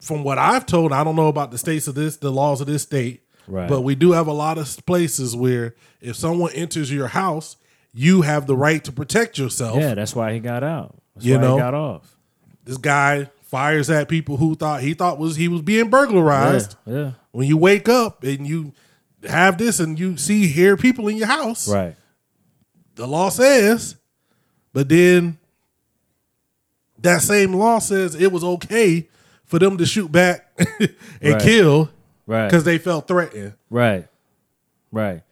[SPEAKER 2] from what I've told, I don't know about the states of this, the laws of this state,
[SPEAKER 3] Right.
[SPEAKER 2] but we do have a lot of places where if someone enters your house, you have the right to protect yourself.
[SPEAKER 3] yeah, that's why he got out. That's
[SPEAKER 2] You
[SPEAKER 3] why
[SPEAKER 2] know?
[SPEAKER 3] he got off.
[SPEAKER 2] This guy fires at people who thought he thought was he was being
[SPEAKER 3] Yeah.
[SPEAKER 2] burglarized.
[SPEAKER 3] yeah.
[SPEAKER 2] When you wake up and you have this and you see hear people in your house,
[SPEAKER 3] Right.
[SPEAKER 2] the law says, but then that same law says it was okay for them to shoot back <laughs> and
[SPEAKER 3] Right.
[SPEAKER 2] kill
[SPEAKER 3] Right.
[SPEAKER 2] because they felt threatened.
[SPEAKER 3] Right. Right.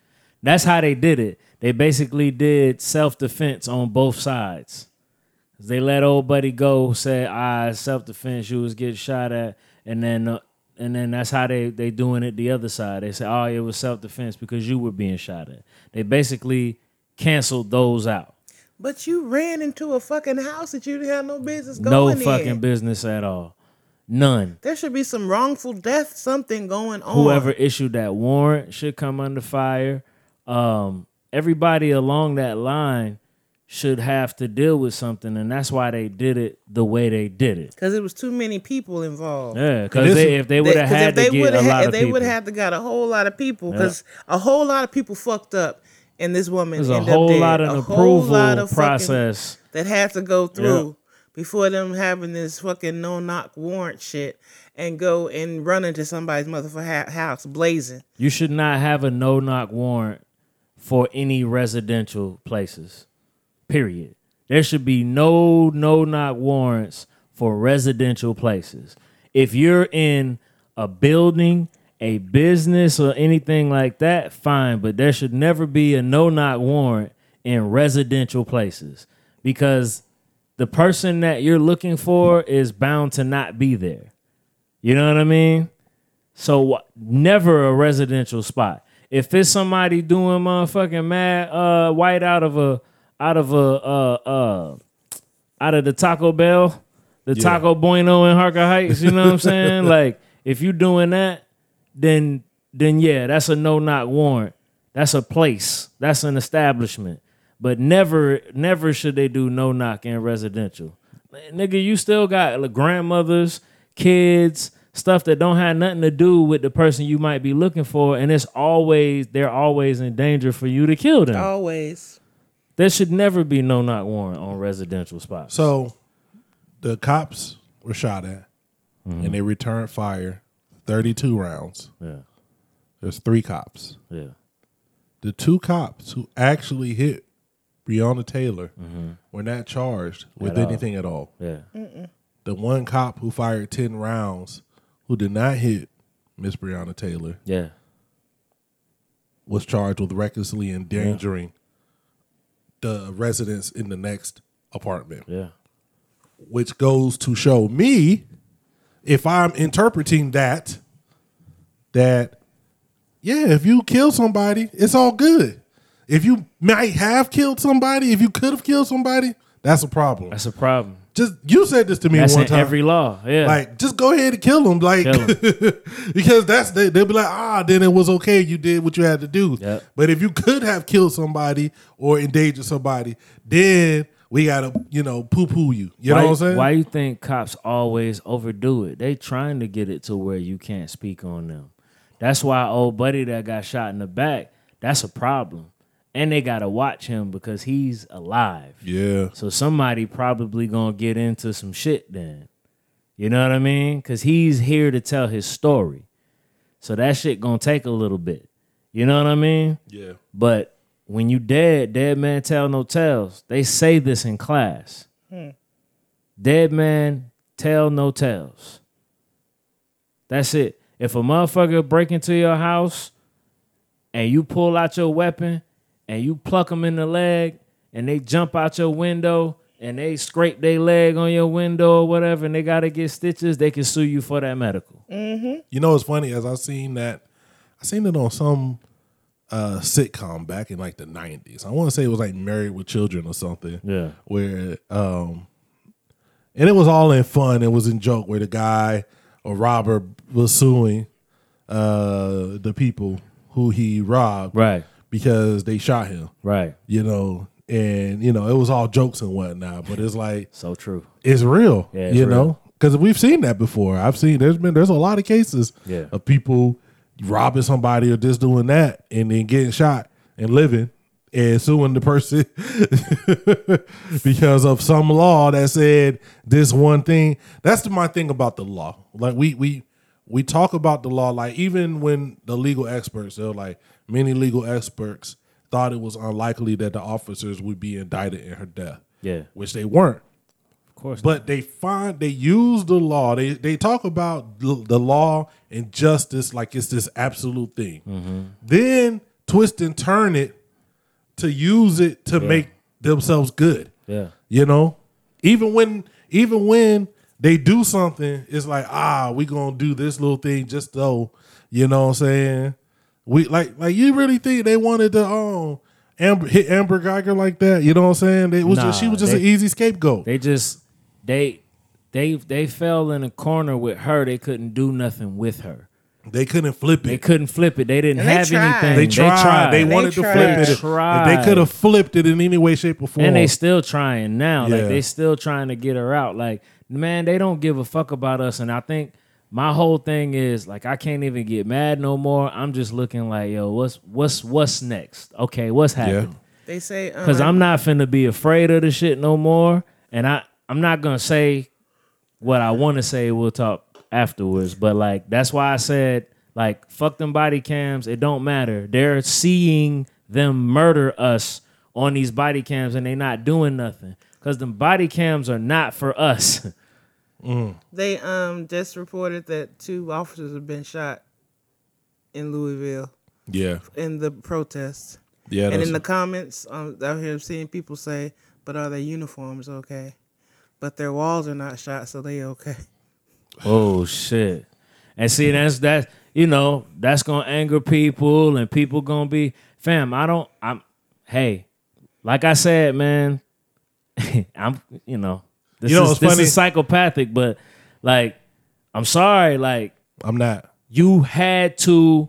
[SPEAKER 3] That's how they did it. They basically did self defense on both sides. They let old buddy go, said, "I self defense. You was getting shot at," and then, uh, and then that's how they they doing it the other side. They say, "Oh, it was self defense because you were being shot at." They basically canceled those out.
[SPEAKER 1] But you ran into a fucking house that you didn't have no business
[SPEAKER 3] no
[SPEAKER 1] going
[SPEAKER 3] fucking
[SPEAKER 1] in.
[SPEAKER 3] business at all. None.
[SPEAKER 1] there should be some wrongful death, something going on.
[SPEAKER 3] whoever issued that warrant should come under fire. Um, everybody along that line should have to deal with something, and that's why they did it the way they did it.
[SPEAKER 1] because it was too many people involved.
[SPEAKER 3] Yeah,
[SPEAKER 2] This-
[SPEAKER 3] because if they would have
[SPEAKER 1] 'cause if
[SPEAKER 3] had
[SPEAKER 1] they
[SPEAKER 3] to get
[SPEAKER 1] would've
[SPEAKER 3] a
[SPEAKER 1] had-
[SPEAKER 3] lot
[SPEAKER 1] if
[SPEAKER 3] of
[SPEAKER 1] they
[SPEAKER 3] people,
[SPEAKER 1] would have got a whole lot of people because a whole lot of people fucked up, and this woman
[SPEAKER 3] there's a
[SPEAKER 1] ended up
[SPEAKER 3] whole
[SPEAKER 1] dead.
[SPEAKER 3] lot of
[SPEAKER 1] A whole
[SPEAKER 3] approval
[SPEAKER 1] lot of fucking-
[SPEAKER 3] process.
[SPEAKER 1] that had to go through before them having this fucking no knock warrant shit and go and run into somebody's motherfucking ha- house blazing.
[SPEAKER 3] You should not have a no knock warrant for any residential places. Period. There should be no no knock warrants for residential places. If you're in a building, a business, or anything like that, fine, but there should never be a no knock warrant in residential places because the person that you're looking for is bound to not be there. You know what I mean? So wh- never a residential spot. If it's somebody doing motherfucking mad uh, white out of a out of a uh, uh, out of the Taco Bell, the Taco Bueno in Harker Heights, you know what I'm saying? like if you doing that, then then yeah, that's a no knock warrant. That's a place. That's an establishment. But never never should they do no knock in residential. Man, nigga, you still got like, grandmothers, kids, stuff that don't have nothing to do with the person you might be looking for, and it's always they're always in danger for you to kill them.
[SPEAKER 1] Oh. Always.
[SPEAKER 3] There should never be no knock warrant on residential spots.
[SPEAKER 2] So the cops were shot at
[SPEAKER 3] Mm-hmm.
[SPEAKER 2] and they returned fire 32 rounds.
[SPEAKER 3] yeah,
[SPEAKER 2] There's three cops.
[SPEAKER 3] yeah.
[SPEAKER 2] The two cops who actually hit Breonna Taylor were not charged with
[SPEAKER 3] Mm-hmm. At all.
[SPEAKER 2] anything at all.
[SPEAKER 3] Yeah.
[SPEAKER 2] Mm. the one cop who fired 10 rounds who did not hit Miss Breonna Taylor
[SPEAKER 3] Yeah.
[SPEAKER 2] was charged with recklessly endangering the residents in the next apartment,
[SPEAKER 3] Yeah.
[SPEAKER 2] which goes to show me, if I'm interpreting that, that, yeah, if you kill somebody, it's all good. If you might have killed somebody, if you could have killed somebody, that's a problem.
[SPEAKER 3] That's a problem.
[SPEAKER 2] Just you said this to me
[SPEAKER 3] That's
[SPEAKER 2] one
[SPEAKER 3] in
[SPEAKER 2] time.
[SPEAKER 3] every law. Yeah.
[SPEAKER 2] Like, just go ahead and kill them. Like,
[SPEAKER 3] Kill 'em.
[SPEAKER 2] <laughs> because that's they, they'll be like, ah, then it was okay. You did what you had to do.
[SPEAKER 3] Yep.
[SPEAKER 2] But if you could have killed somebody or endangered somebody, then we gotta, you know, poo poo you. You
[SPEAKER 3] why,
[SPEAKER 2] know what I'm saying?
[SPEAKER 3] Why you think cops always overdo it? They trying to get it to where you can't speak on them. That's why old buddy that got shot in the back, that's a problem. And they gotta watch him because he's alive.
[SPEAKER 2] Yeah,
[SPEAKER 3] So somebody probably gonna get into some shit then. You know what I mean? Cause he's here to tell his story. So that shit gonna take a little bit. You know what I mean?
[SPEAKER 2] Yeah.
[SPEAKER 3] But when you dead, dead man tell no tales. They say this in class. Dead man tell no tales. That's it. If a motherfucker break into your house and you pull out your weapon and you pluck them in the leg and they jump out your window and they scrape their leg on your window or whatever and they gotta get stitches, they can sue you for that medical.
[SPEAKER 2] You know, it's funny as I've seen that. I seen it on some uh, sitcom back in like the nineties. I want to say it was like Married with Children or something.
[SPEAKER 3] Yeah.
[SPEAKER 2] Where um, and it was all in fun. It was in joke where the guy or robber was suing uh the people who he robbed,
[SPEAKER 3] Right.
[SPEAKER 2] Because they shot him,
[SPEAKER 3] Right.
[SPEAKER 2] you know. And you know it was all jokes and whatnot, but it's like
[SPEAKER 3] So true.
[SPEAKER 2] it's real.
[SPEAKER 3] Yeah, it's
[SPEAKER 2] you
[SPEAKER 3] real.
[SPEAKER 2] know, because we've seen that before. I've seen there's been there's a lot of cases
[SPEAKER 3] Yeah.
[SPEAKER 2] of people robbing somebody or just doing that and then getting shot and living and suing the person <laughs> because of some law that said this one thing. That's my thing about the law. Like we we we talk about the law like even when the legal experts they're like many legal experts thought it was unlikely that the officers would be indicted in her death.
[SPEAKER 3] Yeah.
[SPEAKER 2] Which they weren't.
[SPEAKER 3] Of course.
[SPEAKER 2] But they find they use the law. They they talk about l- the law and justice like it's this absolute thing.
[SPEAKER 3] Mm-hmm.
[SPEAKER 2] Then twist and turn it to use it to make themselves good.
[SPEAKER 3] Yeah.
[SPEAKER 2] You know? Even when even when they do something, it's like, ah, we gonna do this little thing just though, you know what I'm saying? We like like you really think they wanted to um Amber, hit Amber Geiger like that? You know what I'm saying? They, it was just, she
[SPEAKER 3] Nah,
[SPEAKER 2] was just
[SPEAKER 3] they-
[SPEAKER 2] an easy scapegoat.
[SPEAKER 3] They just they they they fell in a corner with her. They couldn't do nothing with her.
[SPEAKER 2] They couldn't flip
[SPEAKER 3] They
[SPEAKER 2] it.
[SPEAKER 3] couldn't flip it. They didn't
[SPEAKER 1] And they
[SPEAKER 3] have
[SPEAKER 1] tried.
[SPEAKER 3] anything.
[SPEAKER 2] They tried. They, wanted
[SPEAKER 1] tried.
[SPEAKER 2] to flip
[SPEAKER 1] They
[SPEAKER 2] it. If
[SPEAKER 3] tried.
[SPEAKER 2] they could have flipped it in any way, shape, or form.
[SPEAKER 3] and they still trying now.
[SPEAKER 2] Yeah.
[SPEAKER 3] Like they still trying to get her out. Like man, they don't give a fuck about us. And I think my whole thing is like I can't even get mad no more. I'm just looking like yo, what's what's what's next? Okay, what's happening?
[SPEAKER 1] They say um,
[SPEAKER 3] Cause I'm not finna be afraid of the shit no more. And I, I'm not gonna say what I wanna say. We'll talk afterwards. But like that's why I said, like, fuck them body cams, it don't matter. They're seeing them murder us on these body cams and they not doing nothing. Cause them body cams are not for us. <laughs>
[SPEAKER 1] They um just reported that two officers have been shot in Louisville
[SPEAKER 2] yeah,
[SPEAKER 1] in the protests.
[SPEAKER 2] yeah.
[SPEAKER 1] and in the comments, um, out here seeing people say, "But are their uniforms okay? But their walls are not shot, so they
[SPEAKER 3] <laughs>
[SPEAKER 1] okay."
[SPEAKER 3] Oh shit. And see that's that's you know, that's gonna anger people and people gonna be fam, I don't I'm hey, like I said, man, <laughs> I'm you know, this
[SPEAKER 2] You know
[SPEAKER 3] is
[SPEAKER 2] what's
[SPEAKER 3] this
[SPEAKER 2] funny?
[SPEAKER 3] is psychopathic, but like I'm sorry, like
[SPEAKER 2] I'm not.
[SPEAKER 3] you had to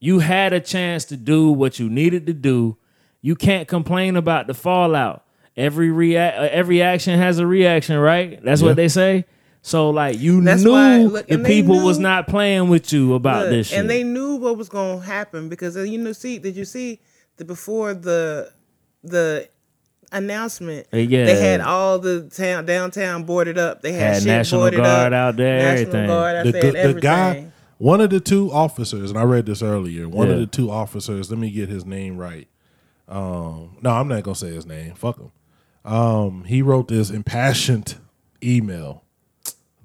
[SPEAKER 3] you had a chance to do what you needed to do you can't complain about the fallout every react uh, every action has a reaction right that's what they say so like you
[SPEAKER 1] That's
[SPEAKER 3] knew
[SPEAKER 1] why- look,
[SPEAKER 3] the
[SPEAKER 1] and they
[SPEAKER 3] people
[SPEAKER 1] knew-
[SPEAKER 3] was not playing with you about
[SPEAKER 1] Look,
[SPEAKER 3] this shit
[SPEAKER 1] And they knew what was going to happen because uh, you know, see, did you see that before the the announcement?
[SPEAKER 3] Uh, yeah.
[SPEAKER 1] they had all the town downtown boarded up. They had,
[SPEAKER 3] Had
[SPEAKER 1] shit
[SPEAKER 3] National
[SPEAKER 1] boarded
[SPEAKER 3] Guard
[SPEAKER 1] up,
[SPEAKER 3] out there,
[SPEAKER 1] National
[SPEAKER 3] everything.
[SPEAKER 1] Guard out
[SPEAKER 2] The,
[SPEAKER 1] there,
[SPEAKER 2] gu-
[SPEAKER 1] and
[SPEAKER 2] the guy,
[SPEAKER 1] everything.
[SPEAKER 2] one of the two officers, and I read this earlier. One of
[SPEAKER 3] Yeah.
[SPEAKER 2] the two officers. Let me get his name right. Um, no, I'm not gonna say his name. Fuck him. Um, he wrote this impassioned email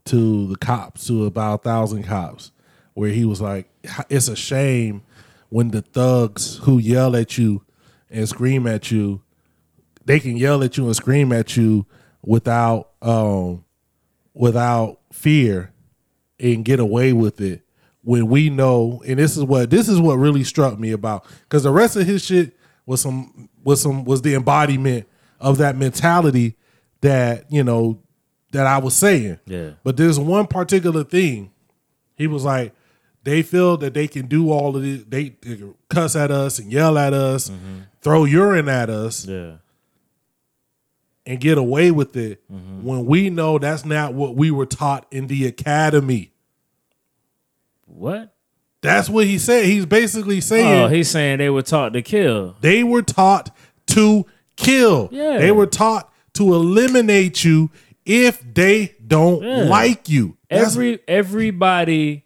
[SPEAKER 2] to the cops, to about a thousand cops, where he was like, "It's a shame when the thugs who yell at you and scream at you, they can yell at you and scream at you without um, without fear and get away with it." When we know, and this is what this is what really struck me about, because the rest of his shit was some was some was the embodiment of that mentality that you know that I was saying.
[SPEAKER 3] Yeah.
[SPEAKER 2] But there's one particular thing. He was like, they feel that they can do all of this. They, they can cuss at us and yell at us, throw urine at us,
[SPEAKER 3] Mm-hmm. yeah
[SPEAKER 2] and get away with it
[SPEAKER 3] Mm-hmm.
[SPEAKER 2] when we know that's not what we were taught in the academy.
[SPEAKER 3] what
[SPEAKER 2] That's what he said. He's basically saying
[SPEAKER 3] oh he's saying they were taught to kill
[SPEAKER 2] They were taught to kill.
[SPEAKER 3] Yeah.
[SPEAKER 2] They were taught to eliminate you if they don't
[SPEAKER 3] Yeah.
[SPEAKER 2] like you. That's-
[SPEAKER 3] Every everybody,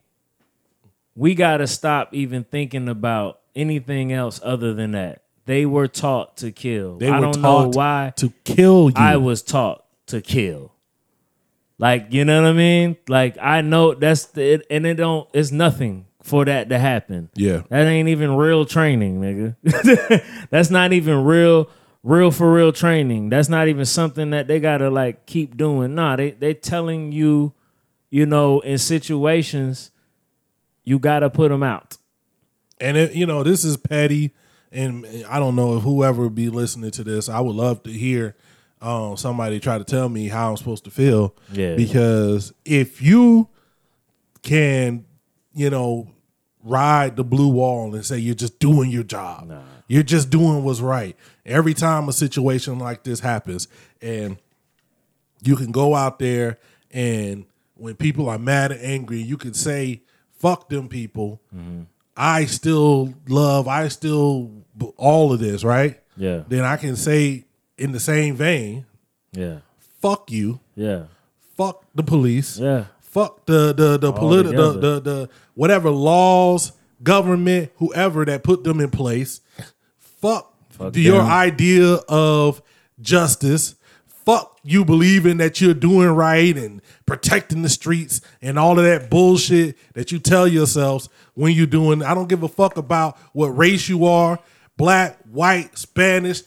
[SPEAKER 3] we gotta stop even thinking about anything else other than that. They were taught to kill.
[SPEAKER 2] they
[SPEAKER 3] I
[SPEAKER 2] were
[SPEAKER 3] don't know
[SPEAKER 2] taught
[SPEAKER 3] why
[SPEAKER 2] to kill you.
[SPEAKER 3] I was taught to kill. Like you know what I mean? Like I know that's the, it, and it don't. It's nothing for that to happen.
[SPEAKER 2] Yeah.
[SPEAKER 3] that ain't even real training, nigga. <laughs> that's not even real, real for real training. That's not even something that they gotta like keep doing. Nah, they they telling you, you know, in situations, you gotta put them out.
[SPEAKER 2] And it, you know, this is petty, and I don't know if whoever be listening to this, I would love to hear um, somebody try to tell me how I'm supposed to feel.
[SPEAKER 3] Yeah.
[SPEAKER 2] Because if you can, you know, ride the blue wall and say you're just doing your job, you're just doing what's right. Every time a situation like this happens, and you can go out there and when people are mad and angry, you can say, fuck them people. I still love, I still b- all of this, right?
[SPEAKER 3] Yeah.
[SPEAKER 2] Then I can say in the same vein,
[SPEAKER 3] Yeah,
[SPEAKER 2] fuck you,
[SPEAKER 3] yeah,
[SPEAKER 2] fuck the police,
[SPEAKER 3] Yeah.
[SPEAKER 2] fuck the the the politi- the,
[SPEAKER 3] together.
[SPEAKER 2] the the whatever laws, government, whoever that put them in place, fuck,
[SPEAKER 3] Fuck
[SPEAKER 2] your
[SPEAKER 3] them.
[SPEAKER 2] idea of justice. Fuck you believing that you're doing right and protecting the streets and all of that bullshit that you tell yourselves when you're doing. I don't give a fuck about what race you are, black, white, Spanish,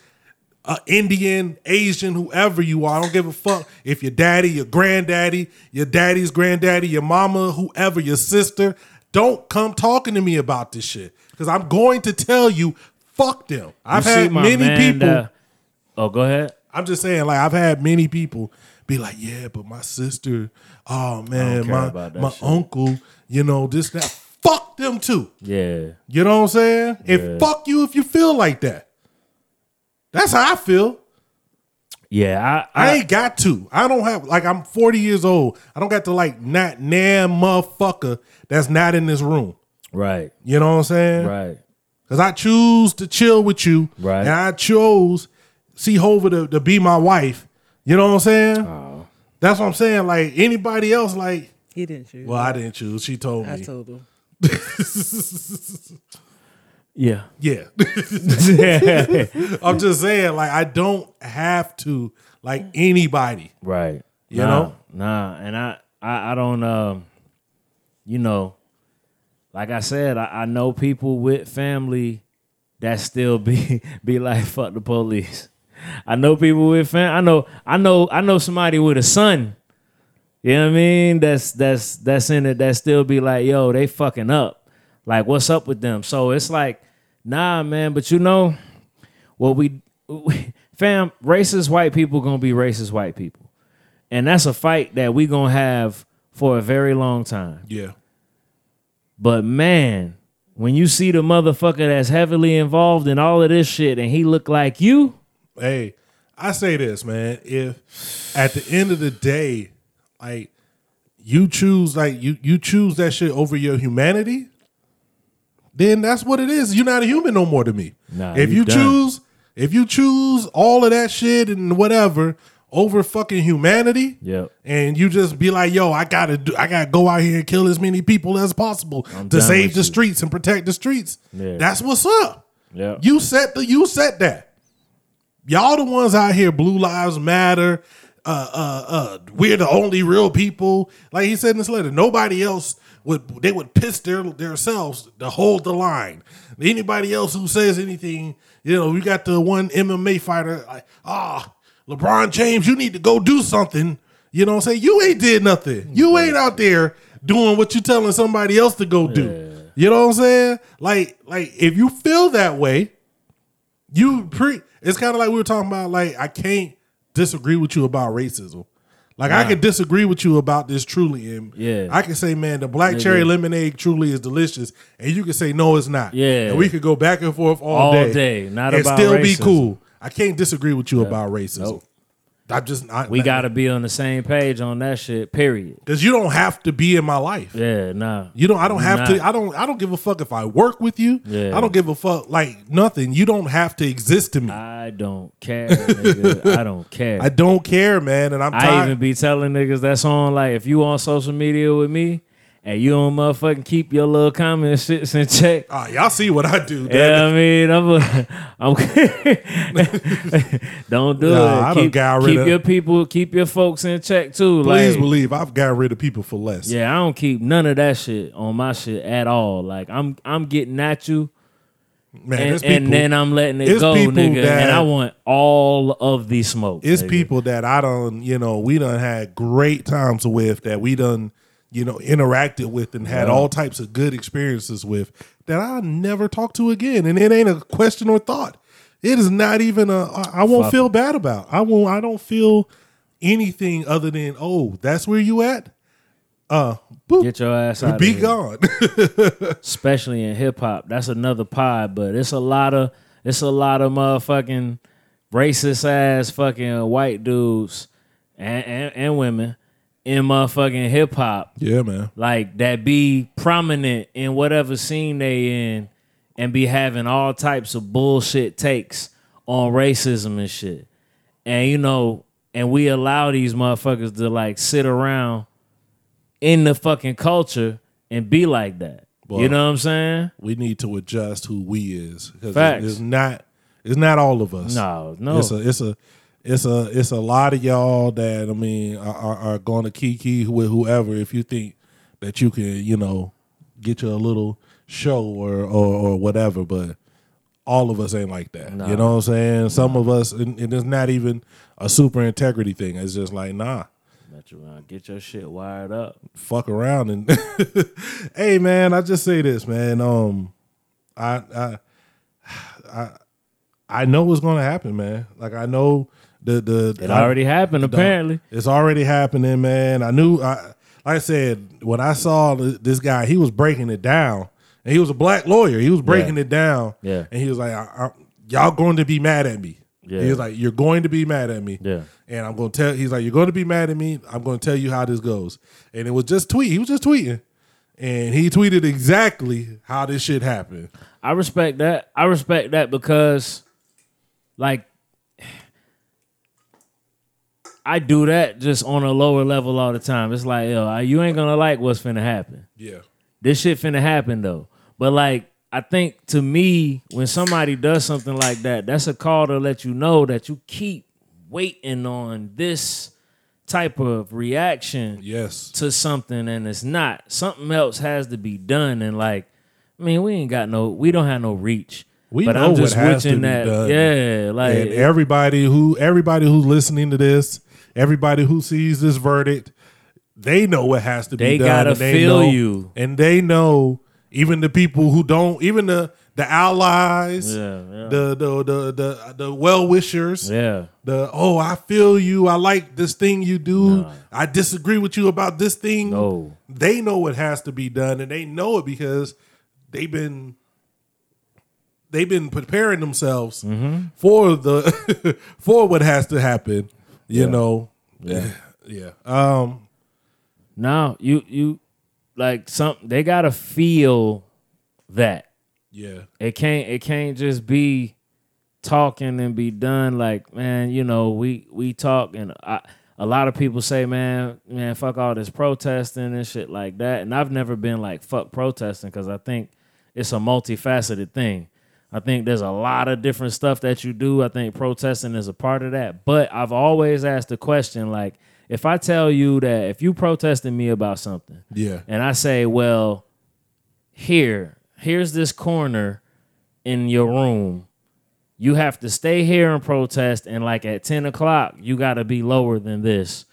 [SPEAKER 2] uh, Indian, Asian, whoever you are. I don't give a fuck if your daddy, your granddaddy, your daddy's granddaddy, your mama, whoever, your sister. Don't come talking to me about this shit because I'm going to tell you, fuck them. I've
[SPEAKER 3] You see
[SPEAKER 2] had
[SPEAKER 3] my
[SPEAKER 2] many
[SPEAKER 3] man
[SPEAKER 2] people.
[SPEAKER 3] that- oh, go ahead.
[SPEAKER 2] I'm just saying, like I've had many people be like, "Yeah, but my sister, oh man,
[SPEAKER 3] care
[SPEAKER 2] my
[SPEAKER 3] about that
[SPEAKER 2] my
[SPEAKER 3] shit."
[SPEAKER 2] uncle, you know this that." Fuck them too.
[SPEAKER 3] Yeah,
[SPEAKER 2] You know what I'm saying? And fuck you if you feel like that. That's how I feel.
[SPEAKER 3] yeah. I, I,
[SPEAKER 2] I ain't got to. I don't have like I'm 40 years old. I don't got to like not nan motherfucker that's not in this room.
[SPEAKER 3] right,
[SPEAKER 2] You know what I'm saying?
[SPEAKER 3] right.
[SPEAKER 2] Because I choose to chill with you.
[SPEAKER 3] Right.
[SPEAKER 2] And I chose see Hova to, to be my wife. You know what I'm saying? That's what I'm saying. Like anybody else, like,
[SPEAKER 1] He didn't shoot.
[SPEAKER 2] well, I didn't choose. She told me.
[SPEAKER 1] I told him.
[SPEAKER 3] Yeah.
[SPEAKER 2] yeah. <laughs> I'm just saying, like, I don't have to like anybody.
[SPEAKER 3] Right.
[SPEAKER 2] You
[SPEAKER 3] Nah,
[SPEAKER 2] know?
[SPEAKER 3] Nah. And I, I, I don't, um, you know, like I said, I, I know people with family that still <laughs> be be like fuck the police. I know people with fam. I know, I know, I know somebody with a son. You know what I mean? That's that's that's in it. That still be like, yo, they fucking up. Like, what's up with them? So it's like, nah, man. But you know, what we, <laughs> fam, racist white people gonna be racist white people, and that's a fight that we gonna have for a very long time.
[SPEAKER 2] Yeah.
[SPEAKER 3] But man, when you see the motherfucker that's heavily involved in all of this shit, and he look like you,
[SPEAKER 2] hey, I say this, man. If at the end of the day, like you choose, like you you choose that shit over your humanity, then that's what it is. You're not a human no more to me.
[SPEAKER 3] Nah,
[SPEAKER 2] if
[SPEAKER 3] you
[SPEAKER 2] you
[SPEAKER 3] done.
[SPEAKER 2] choose, if you choose all of that shit and whatever over fucking humanity,
[SPEAKER 3] Yep.
[SPEAKER 2] and you just be like, yo, I gotta do, I gotta go out here and kill as many people as possible to
[SPEAKER 3] done
[SPEAKER 2] save
[SPEAKER 3] with
[SPEAKER 2] the
[SPEAKER 3] you.
[SPEAKER 2] streets and protect the streets.
[SPEAKER 3] Yeah.
[SPEAKER 2] That's what's up.
[SPEAKER 3] yeah,
[SPEAKER 2] You set the you set that. Y'all the ones out here, Blue Lives Matter. Uh, uh, uh, we're the only real people. Like he said in this letter, nobody else would. They would piss their themselves to hold the line. Anybody else who says anything, you know, we got the one MMA fighter. Like, ah, LeBron James, you need to go do something. You know, what I'm saying you ain't did nothing. You ain't out there doing what you telling somebody else to go do. You know what I'm saying? Like, like if you feel that way, you pre it's kind of like we were talking about like i can't disagree with you about racism like i can disagree with you about this truly and
[SPEAKER 3] Yeah.
[SPEAKER 2] i can say man the black cherry lemonade truly is delicious and you can say no it's not
[SPEAKER 3] Yeah.
[SPEAKER 2] and we could go back and forth all,
[SPEAKER 3] All
[SPEAKER 2] day
[SPEAKER 3] day, not
[SPEAKER 2] and
[SPEAKER 3] about
[SPEAKER 2] still be
[SPEAKER 3] racism.
[SPEAKER 2] cool i can't disagree with you about racism I'm just not.
[SPEAKER 3] We gotta be on the same page on that shit. Period.
[SPEAKER 2] because you don't have to be in my life.
[SPEAKER 3] Yeah, nah.
[SPEAKER 2] You don't. I don't have
[SPEAKER 3] Nah.
[SPEAKER 2] to. I don't. I don't give a fuck if I work with you.
[SPEAKER 3] Yeah.
[SPEAKER 2] I don't give a fuck. Like nothing. You don't have to exist to me. I,
[SPEAKER 3] I don't care. nigga. I don't care. I,
[SPEAKER 2] don't care, man. And I'm tired.
[SPEAKER 3] even be telling niggas that's on like if you on social media with me and you don't motherfucking keep your little comment shits in check.
[SPEAKER 2] Ah, y'all see what I do.
[SPEAKER 3] Yeah,
[SPEAKER 2] damn
[SPEAKER 3] I
[SPEAKER 2] it.
[SPEAKER 3] mean, I'm, a, I'm <laughs> don't do
[SPEAKER 2] Nah, I done
[SPEAKER 3] it. Keep,
[SPEAKER 2] got rid
[SPEAKER 3] keep
[SPEAKER 2] of-
[SPEAKER 3] your people, keep your folks in check too.
[SPEAKER 2] Please
[SPEAKER 3] like,
[SPEAKER 2] believe I've got rid of people for less.
[SPEAKER 3] Yeah, I don't keep none of that shit on my shit at all. Like I'm I'm getting at you
[SPEAKER 2] man.
[SPEAKER 3] and,
[SPEAKER 2] it's people.
[SPEAKER 3] and then I'm letting it
[SPEAKER 2] it's
[SPEAKER 3] go,
[SPEAKER 2] people
[SPEAKER 3] nigga.
[SPEAKER 2] that-
[SPEAKER 3] and I want all of the smoke.
[SPEAKER 2] it's
[SPEAKER 3] nigga.
[SPEAKER 2] people that I done, you know, we done had great times with that we done, you know, interacted with and had all types of good experiences with that I never talk to again. And it ain't a question or thought. It is not even a I I won't
[SPEAKER 3] Fuck.
[SPEAKER 2] feel bad about. I won't I don't feel anything other than, oh, that's where you at?
[SPEAKER 3] Get your ass out.
[SPEAKER 2] Be
[SPEAKER 3] of here.
[SPEAKER 2] gone. <laughs>
[SPEAKER 3] Especially in hip hop. That's another pod, but it's a lot of it's a lot of motherfucking racist ass fucking white dudes and and, and women in motherfucking hip hop
[SPEAKER 2] yeah, man.
[SPEAKER 3] like that be prominent in whatever scene they in and be having all types of bullshit takes on racism and shit. And you know, and we allow these motherfuckers to like sit around in the fucking culture and be like that.
[SPEAKER 2] Well-
[SPEAKER 3] you know what I'm saying?
[SPEAKER 2] We need to adjust who we is. Because
[SPEAKER 3] Facts.
[SPEAKER 2] it's not it's not all of us.
[SPEAKER 3] No, no.
[SPEAKER 2] It's a it's a it's a it's a lot of y'all that I mean are, are, are going to kiki with whoever if you think that you can you know get you a little show or or, or whatever, but all of us ain't like that. You know what I'm saying? Some of us, and, and it's not even a super integrity thing. It's just like nah,
[SPEAKER 3] Let you around, get your shit wired up.
[SPEAKER 2] fuck around and <laughs> hey man, I just say this man. Um, I I <sighs> I I know what's gonna happen, man. Like I know the the
[SPEAKER 3] It already happened apparently.
[SPEAKER 2] it's already happening, man. I knew. I like I said when I saw th- this guy, he was breaking it down, and he was a black lawyer. He was breaking
[SPEAKER 3] Yeah.
[SPEAKER 2] it down,
[SPEAKER 3] Yeah.
[SPEAKER 2] And he was like, I, I, "Y'all going to be mad at me."
[SPEAKER 3] Yeah.
[SPEAKER 2] He was like, "You're going to be mad at me."
[SPEAKER 3] Yeah.
[SPEAKER 2] And I'm going to tell. He's like, "You're going to be mad at me. I'm going to tell you how this goes." And it was just tweet. He was just tweeting, and he tweeted exactly how this shit happened.
[SPEAKER 3] I respect that. I respect that because, like, I do that just on a lower level all the time. It's like, yo, you ain't gonna like what's finna happen.
[SPEAKER 2] Yeah.
[SPEAKER 3] This shit finna happen though. But like, I think to me, when somebody does something like that, that's a call to let you know that you keep waiting on this type of reaction
[SPEAKER 2] Yes.
[SPEAKER 3] to something and it's not something else has to be done and like i mean we ain't got no we don't have no reach
[SPEAKER 2] We
[SPEAKER 3] but
[SPEAKER 2] know
[SPEAKER 3] i'm just
[SPEAKER 2] what has to
[SPEAKER 3] wishing
[SPEAKER 2] be
[SPEAKER 3] that
[SPEAKER 2] done.
[SPEAKER 3] yeah like
[SPEAKER 2] and everybody who everybody who's listening to this, everybody who sees this verdict, they know what has to
[SPEAKER 3] They
[SPEAKER 2] be done.
[SPEAKER 3] gotta
[SPEAKER 2] and they
[SPEAKER 3] feel
[SPEAKER 2] know-
[SPEAKER 3] you.
[SPEAKER 2] and they know even the people who don't, even the the allies,
[SPEAKER 3] Yeah, yeah.
[SPEAKER 2] the the the the, the well wishers,
[SPEAKER 3] yeah
[SPEAKER 2] the oh I feel you, I like this thing you do, I disagree with you about this thing.
[SPEAKER 3] No.
[SPEAKER 2] they know what has to be done, and they know it because they've been they've been preparing themselves
[SPEAKER 3] Mm-hmm.
[SPEAKER 2] for the <laughs> for what has to happen. You know, yeah, yeah. Um,
[SPEAKER 3] now you you like some they gotta feel that
[SPEAKER 2] yeah.
[SPEAKER 3] it can't it can't just be talking and be done like man you know we we talk and I, a lot of people say man man fuck all this protesting and shit like that and i've never been like fuck protesting because i think it's a multifaceted thing i think there's a lot of different stuff that you do i think protesting is a part of that but i've always asked the question like if i tell you that if you protesting me about something
[SPEAKER 2] Yeah.
[SPEAKER 3] and i say well here, here's this corner in your room. You have to stay here and protest, and like at 10 o'clock, you got to be lower than this,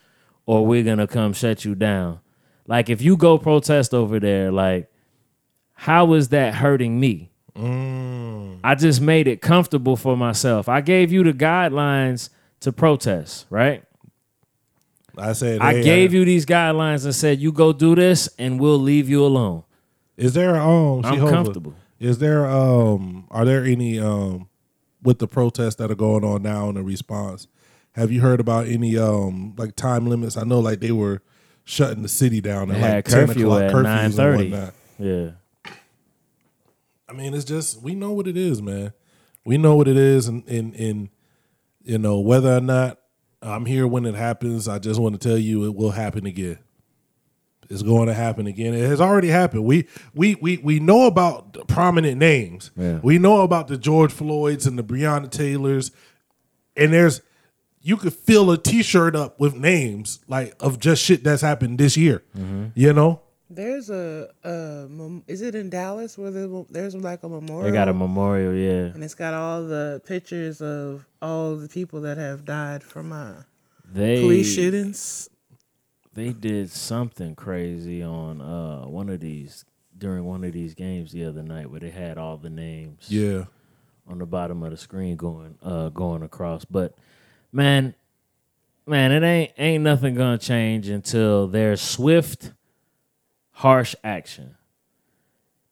[SPEAKER 3] or we're going to come shut you down. Like, if you go protest over there, like, how is that hurting me? I just made it comfortable for myself. I gave you the guidelines to protest, right?
[SPEAKER 2] I said
[SPEAKER 3] I gave you these guidelines and said, you go do this, and we'll leave you alone.
[SPEAKER 2] Is there um?
[SPEAKER 3] I'm
[SPEAKER 2] Shehova,
[SPEAKER 3] comfortable.
[SPEAKER 2] Is there um? Are there any um? With the protests that are going on now in the response, Have you heard about any um like time limits? I know like they were shutting the city down at like
[SPEAKER 3] They had
[SPEAKER 2] ten
[SPEAKER 3] curfew
[SPEAKER 2] o'clock
[SPEAKER 3] at
[SPEAKER 2] curfews
[SPEAKER 3] nine
[SPEAKER 2] and
[SPEAKER 3] thirty.
[SPEAKER 2] whatnot.
[SPEAKER 3] Yeah.
[SPEAKER 2] I mean, it's just we know what it is, man. We know what it is, and in in you know whether or not I'm here when it happens. I just want to tell you it will happen again. It's going to happen again. It has already happened. We we we we know about the prominent names.
[SPEAKER 3] Yeah.
[SPEAKER 2] We know about the George Floyds and the Breonna Taylors, and there's you could fill a T-shirt up with names like of just shit that's happened this year. You know,
[SPEAKER 1] There's a, a mem- is it in Dallas where there- there's like a memorial?
[SPEAKER 3] They got a memorial, yeah.
[SPEAKER 1] and it's got all the pictures of all the people that have died from uh,
[SPEAKER 3] They
[SPEAKER 1] police shootings.
[SPEAKER 3] they did something crazy on uh one of these during one of these games the other night where they had all the names
[SPEAKER 2] yeah.
[SPEAKER 3] on the bottom of the screen going uh going across. But man, man, it ain't ain't nothing gonna change until there's swift, harsh action.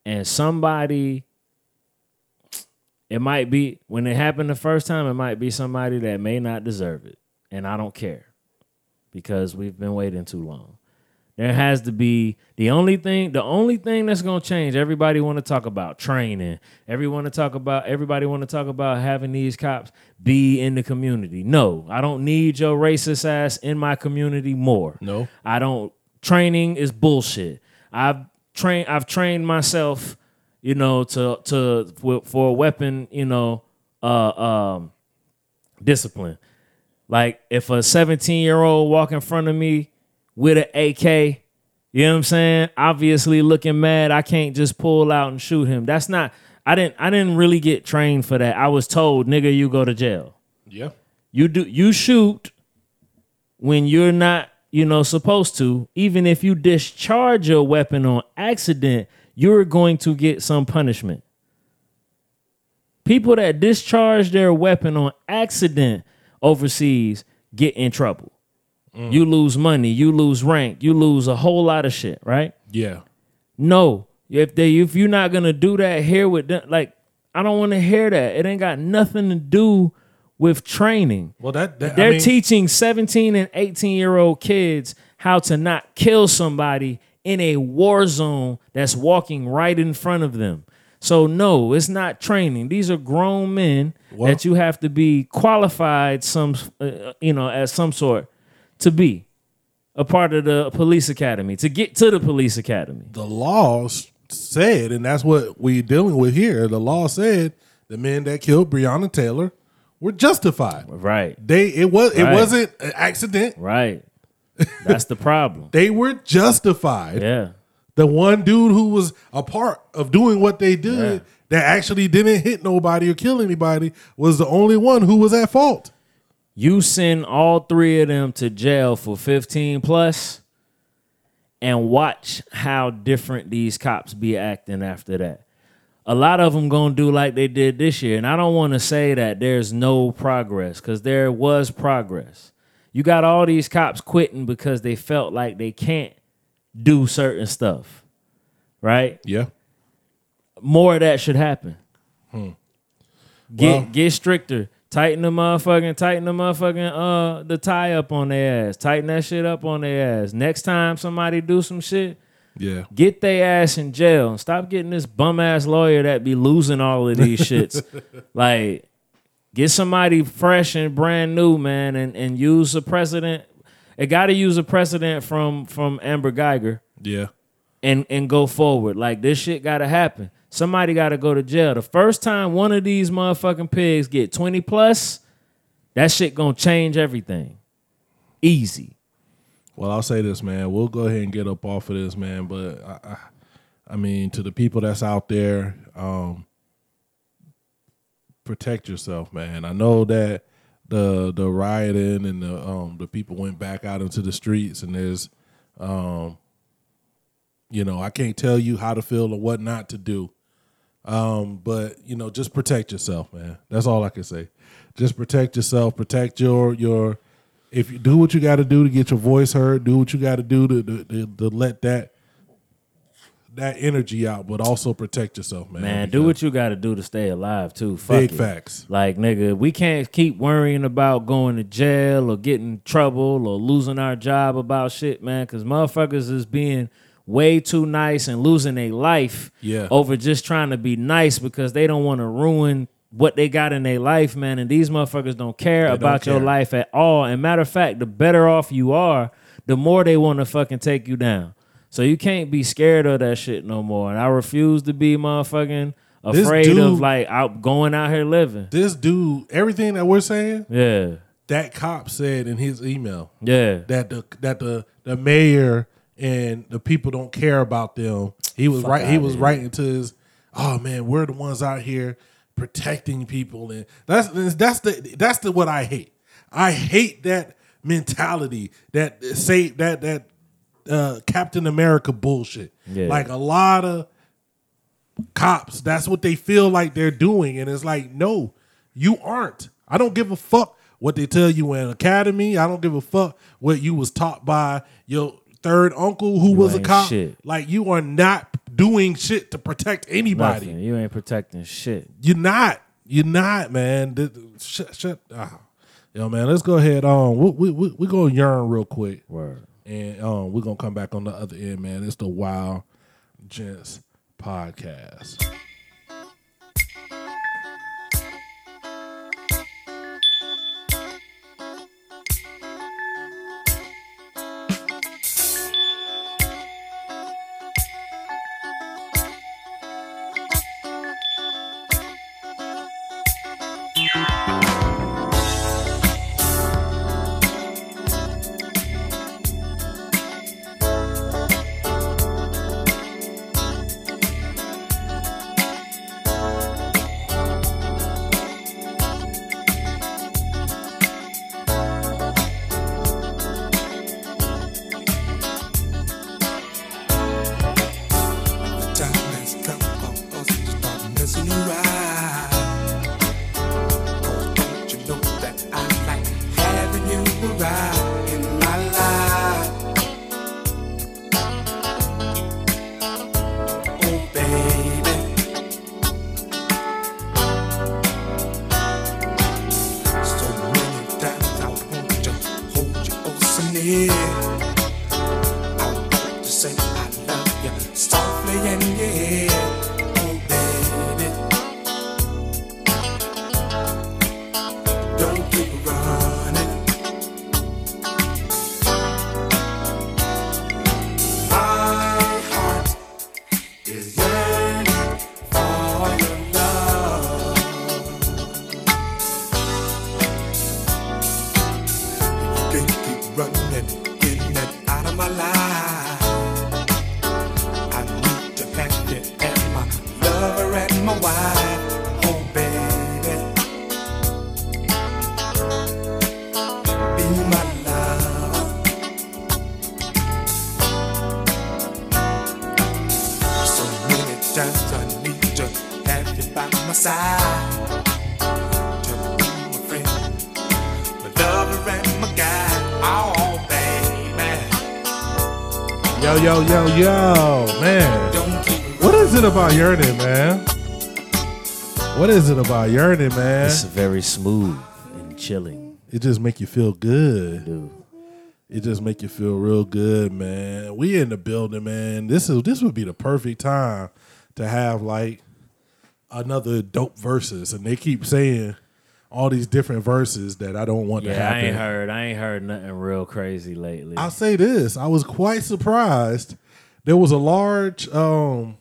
[SPEAKER 3] And somebody it might be when it happened the first time, it might be somebody that may not deserve it. And I don't care. Because we've been waiting too long. There has to be the only thing, the only thing that's gonna change. Everybody want to talk about training. Everyone to talk about. Everybody want to talk about having these cops be in the community. No, I don't need your racist ass in my community more.
[SPEAKER 2] No.
[SPEAKER 3] I don't. Training is bullshit. I've trained. I've trained myself, you know, to to for, for a weapon, you know, uh, um, discipline. Like if a 17 year old walk in front of me with an AK, you know what I'm saying? Obviously looking mad, I can't just pull out and shoot him. That's not I didn't I didn't really get trained for that. I was told, nigga, you go to jail.
[SPEAKER 2] Yeah.
[SPEAKER 3] You do you shoot when you're not, you know, supposed to. Even if you discharge your weapon on accident, you're going to get some punishment. People that discharge their weapon on accident overseas get in trouble. You lose money, you lose rank, you lose a whole lot of shit, right?
[SPEAKER 2] Yeah.
[SPEAKER 3] No. If they if you're not gonna do that here with them, like I don't wanna hear that. It ain't got nothing to do with training.
[SPEAKER 2] Well, that, that I
[SPEAKER 3] They're
[SPEAKER 2] mean-
[SPEAKER 3] teaching 17 and 18 year old kids how to not kill somebody in a war zone that's walking right in front of them. So, no, it's not training. These are grown men
[SPEAKER 2] Well-
[SPEAKER 3] that you have to be qualified, some, uh, you know, as some sort to be a part of the police academy, to get to the police academy.
[SPEAKER 2] the laws said, and that's what we dealing with here. The law said the men that killed Breonna Taylor were justified.
[SPEAKER 3] Right,
[SPEAKER 2] They it was it
[SPEAKER 3] Right.
[SPEAKER 2] wasn't an accident.
[SPEAKER 3] right. That's
[SPEAKER 2] <laughs>
[SPEAKER 3] the problem.
[SPEAKER 2] They were justified.
[SPEAKER 3] Yeah.
[SPEAKER 2] The one dude who was a part of doing what they did that actually didn't hit nobody or kill anybody was the only one who was at fault.
[SPEAKER 3] you send all three of them to jail for 15 plus and watch how different these cops be acting after that a lot of them gonna do like they did this year and i don't want to say that there's no progress because there was progress you got all these cops quitting because they felt like they can't do certain stuff right
[SPEAKER 2] Yeah.
[SPEAKER 3] more of that should happen. Get
[SPEAKER 2] Well-
[SPEAKER 3] get stricter. Tighten the motherfucking, tighten the motherfucking uh the tie up on their ass. Tighten that shit up on their ass. Next time somebody do some shit,
[SPEAKER 2] Yeah.
[SPEAKER 3] get they ass in jail. and Stop getting this bum ass lawyer that be losing all of these shits. like, get somebody fresh and brand new, man, and, and use a precedent. It gotta use a precedent from from Amber Geiger
[SPEAKER 2] Yeah.
[SPEAKER 3] and and go forward. Like this shit gotta happen. Somebody gotta go to jail. The first time one of these motherfucking pigs get 20 plus, that shit gonna change everything. Easy.
[SPEAKER 2] Well, I'll say this, man. We'll go ahead and get up off of this, man. But I, I, I mean, to the people that's out there, um, protect yourself, man. I know that the the rioting and the um, the people went back out into the streets, and there's, um, you know, I can't tell you how to feel or what not to do. Um, but you know, just protect yourself, man. That's all I can say. Just protect yourself. Protect your your. If you do what you got to do to get your voice heard, do what you got to do to, to, to to let that that energy out, but also protect yourself, man.
[SPEAKER 3] Man, do
[SPEAKER 2] because-
[SPEAKER 3] what you got to do to stay alive too. Fuck
[SPEAKER 2] Big
[SPEAKER 3] it.
[SPEAKER 2] facts.
[SPEAKER 3] Like nigga, we can't keep worrying about going to jail or getting in trouble or losing our job about shit, man. Because motherfuckers is being way too nice and losing their life
[SPEAKER 2] Yeah.
[SPEAKER 3] over just trying to be nice because they don't want to ruin what they got in their life, man. And these motherfuckers don't care about your
[SPEAKER 2] care.
[SPEAKER 3] life at all. And matter of fact, the better off you are, the more they want to fucking take you down. So you can't be scared of that shit no more. And I refuse to be motherfucking
[SPEAKER 2] This
[SPEAKER 3] afraid
[SPEAKER 2] dude-
[SPEAKER 3] of like out going out here living.
[SPEAKER 2] This dude, everything that we're saying,
[SPEAKER 3] Yeah.
[SPEAKER 2] that cop said in his email
[SPEAKER 3] Yeah.
[SPEAKER 2] that the that the the mayor and the people don't care about them. He was right. He was writing to his. Oh man, we're the ones out here protecting people, and that's that's the that's the what I hate. I hate that mentality that say that that uh, Captain America bullshit.
[SPEAKER 3] Yeah.
[SPEAKER 2] Like a lot of cops. That's what they feel like they're doing. And it's like, no, you aren't. I don't give a fuck what they tell you in academy. I don't give a fuck what you was taught by your third uncle who was a
[SPEAKER 3] ain't
[SPEAKER 2] cop.
[SPEAKER 3] shit.
[SPEAKER 2] Like you are not doing shit to protect anybody.
[SPEAKER 3] Nothing. You ain't protecting shit.
[SPEAKER 2] You're not. You're not, man. Th- th- Shut, shut. ah. Yo, man, let's go ahead. Um, we we we, we gonna yearn real quick,
[SPEAKER 3] Word.
[SPEAKER 2] and um, we're gonna come back on the other end, man. It's the Wild Gents podcast.
[SPEAKER 6] time has come for us to start messing around. Oh, don't you know that I like having you around in my life? Oh, baby. So many times I want to hold you oh so near. I want to say I love you softly in your ear, oh baby. Don't keep running. My heart is yearning for your love. You can't keep running, getting it out of my life. I need to pack it and my lover and my wife. Oh, baby. Be my love. So many times I need to have you by my side. To be my friend, my lover and my guide. Oh, baby.
[SPEAKER 2] Yo, yo, yo, yo, man.
[SPEAKER 6] Don't keep
[SPEAKER 2] What is it about yearning, man? What is it about yearning, man?
[SPEAKER 3] It's very smooth and chilling,
[SPEAKER 2] It just make you feel good.
[SPEAKER 3] dude.
[SPEAKER 2] It just make you feel real good, man. We in the building, man. This is this would be the perfect time to have like another dope verses, and they keep saying all these different verses that I don't want to
[SPEAKER 3] Yeah,
[SPEAKER 2] happen.
[SPEAKER 3] I ain't heard. I ain't heard nothing real crazy lately.
[SPEAKER 2] I'll say this: I was quite surprised. There was a large, um,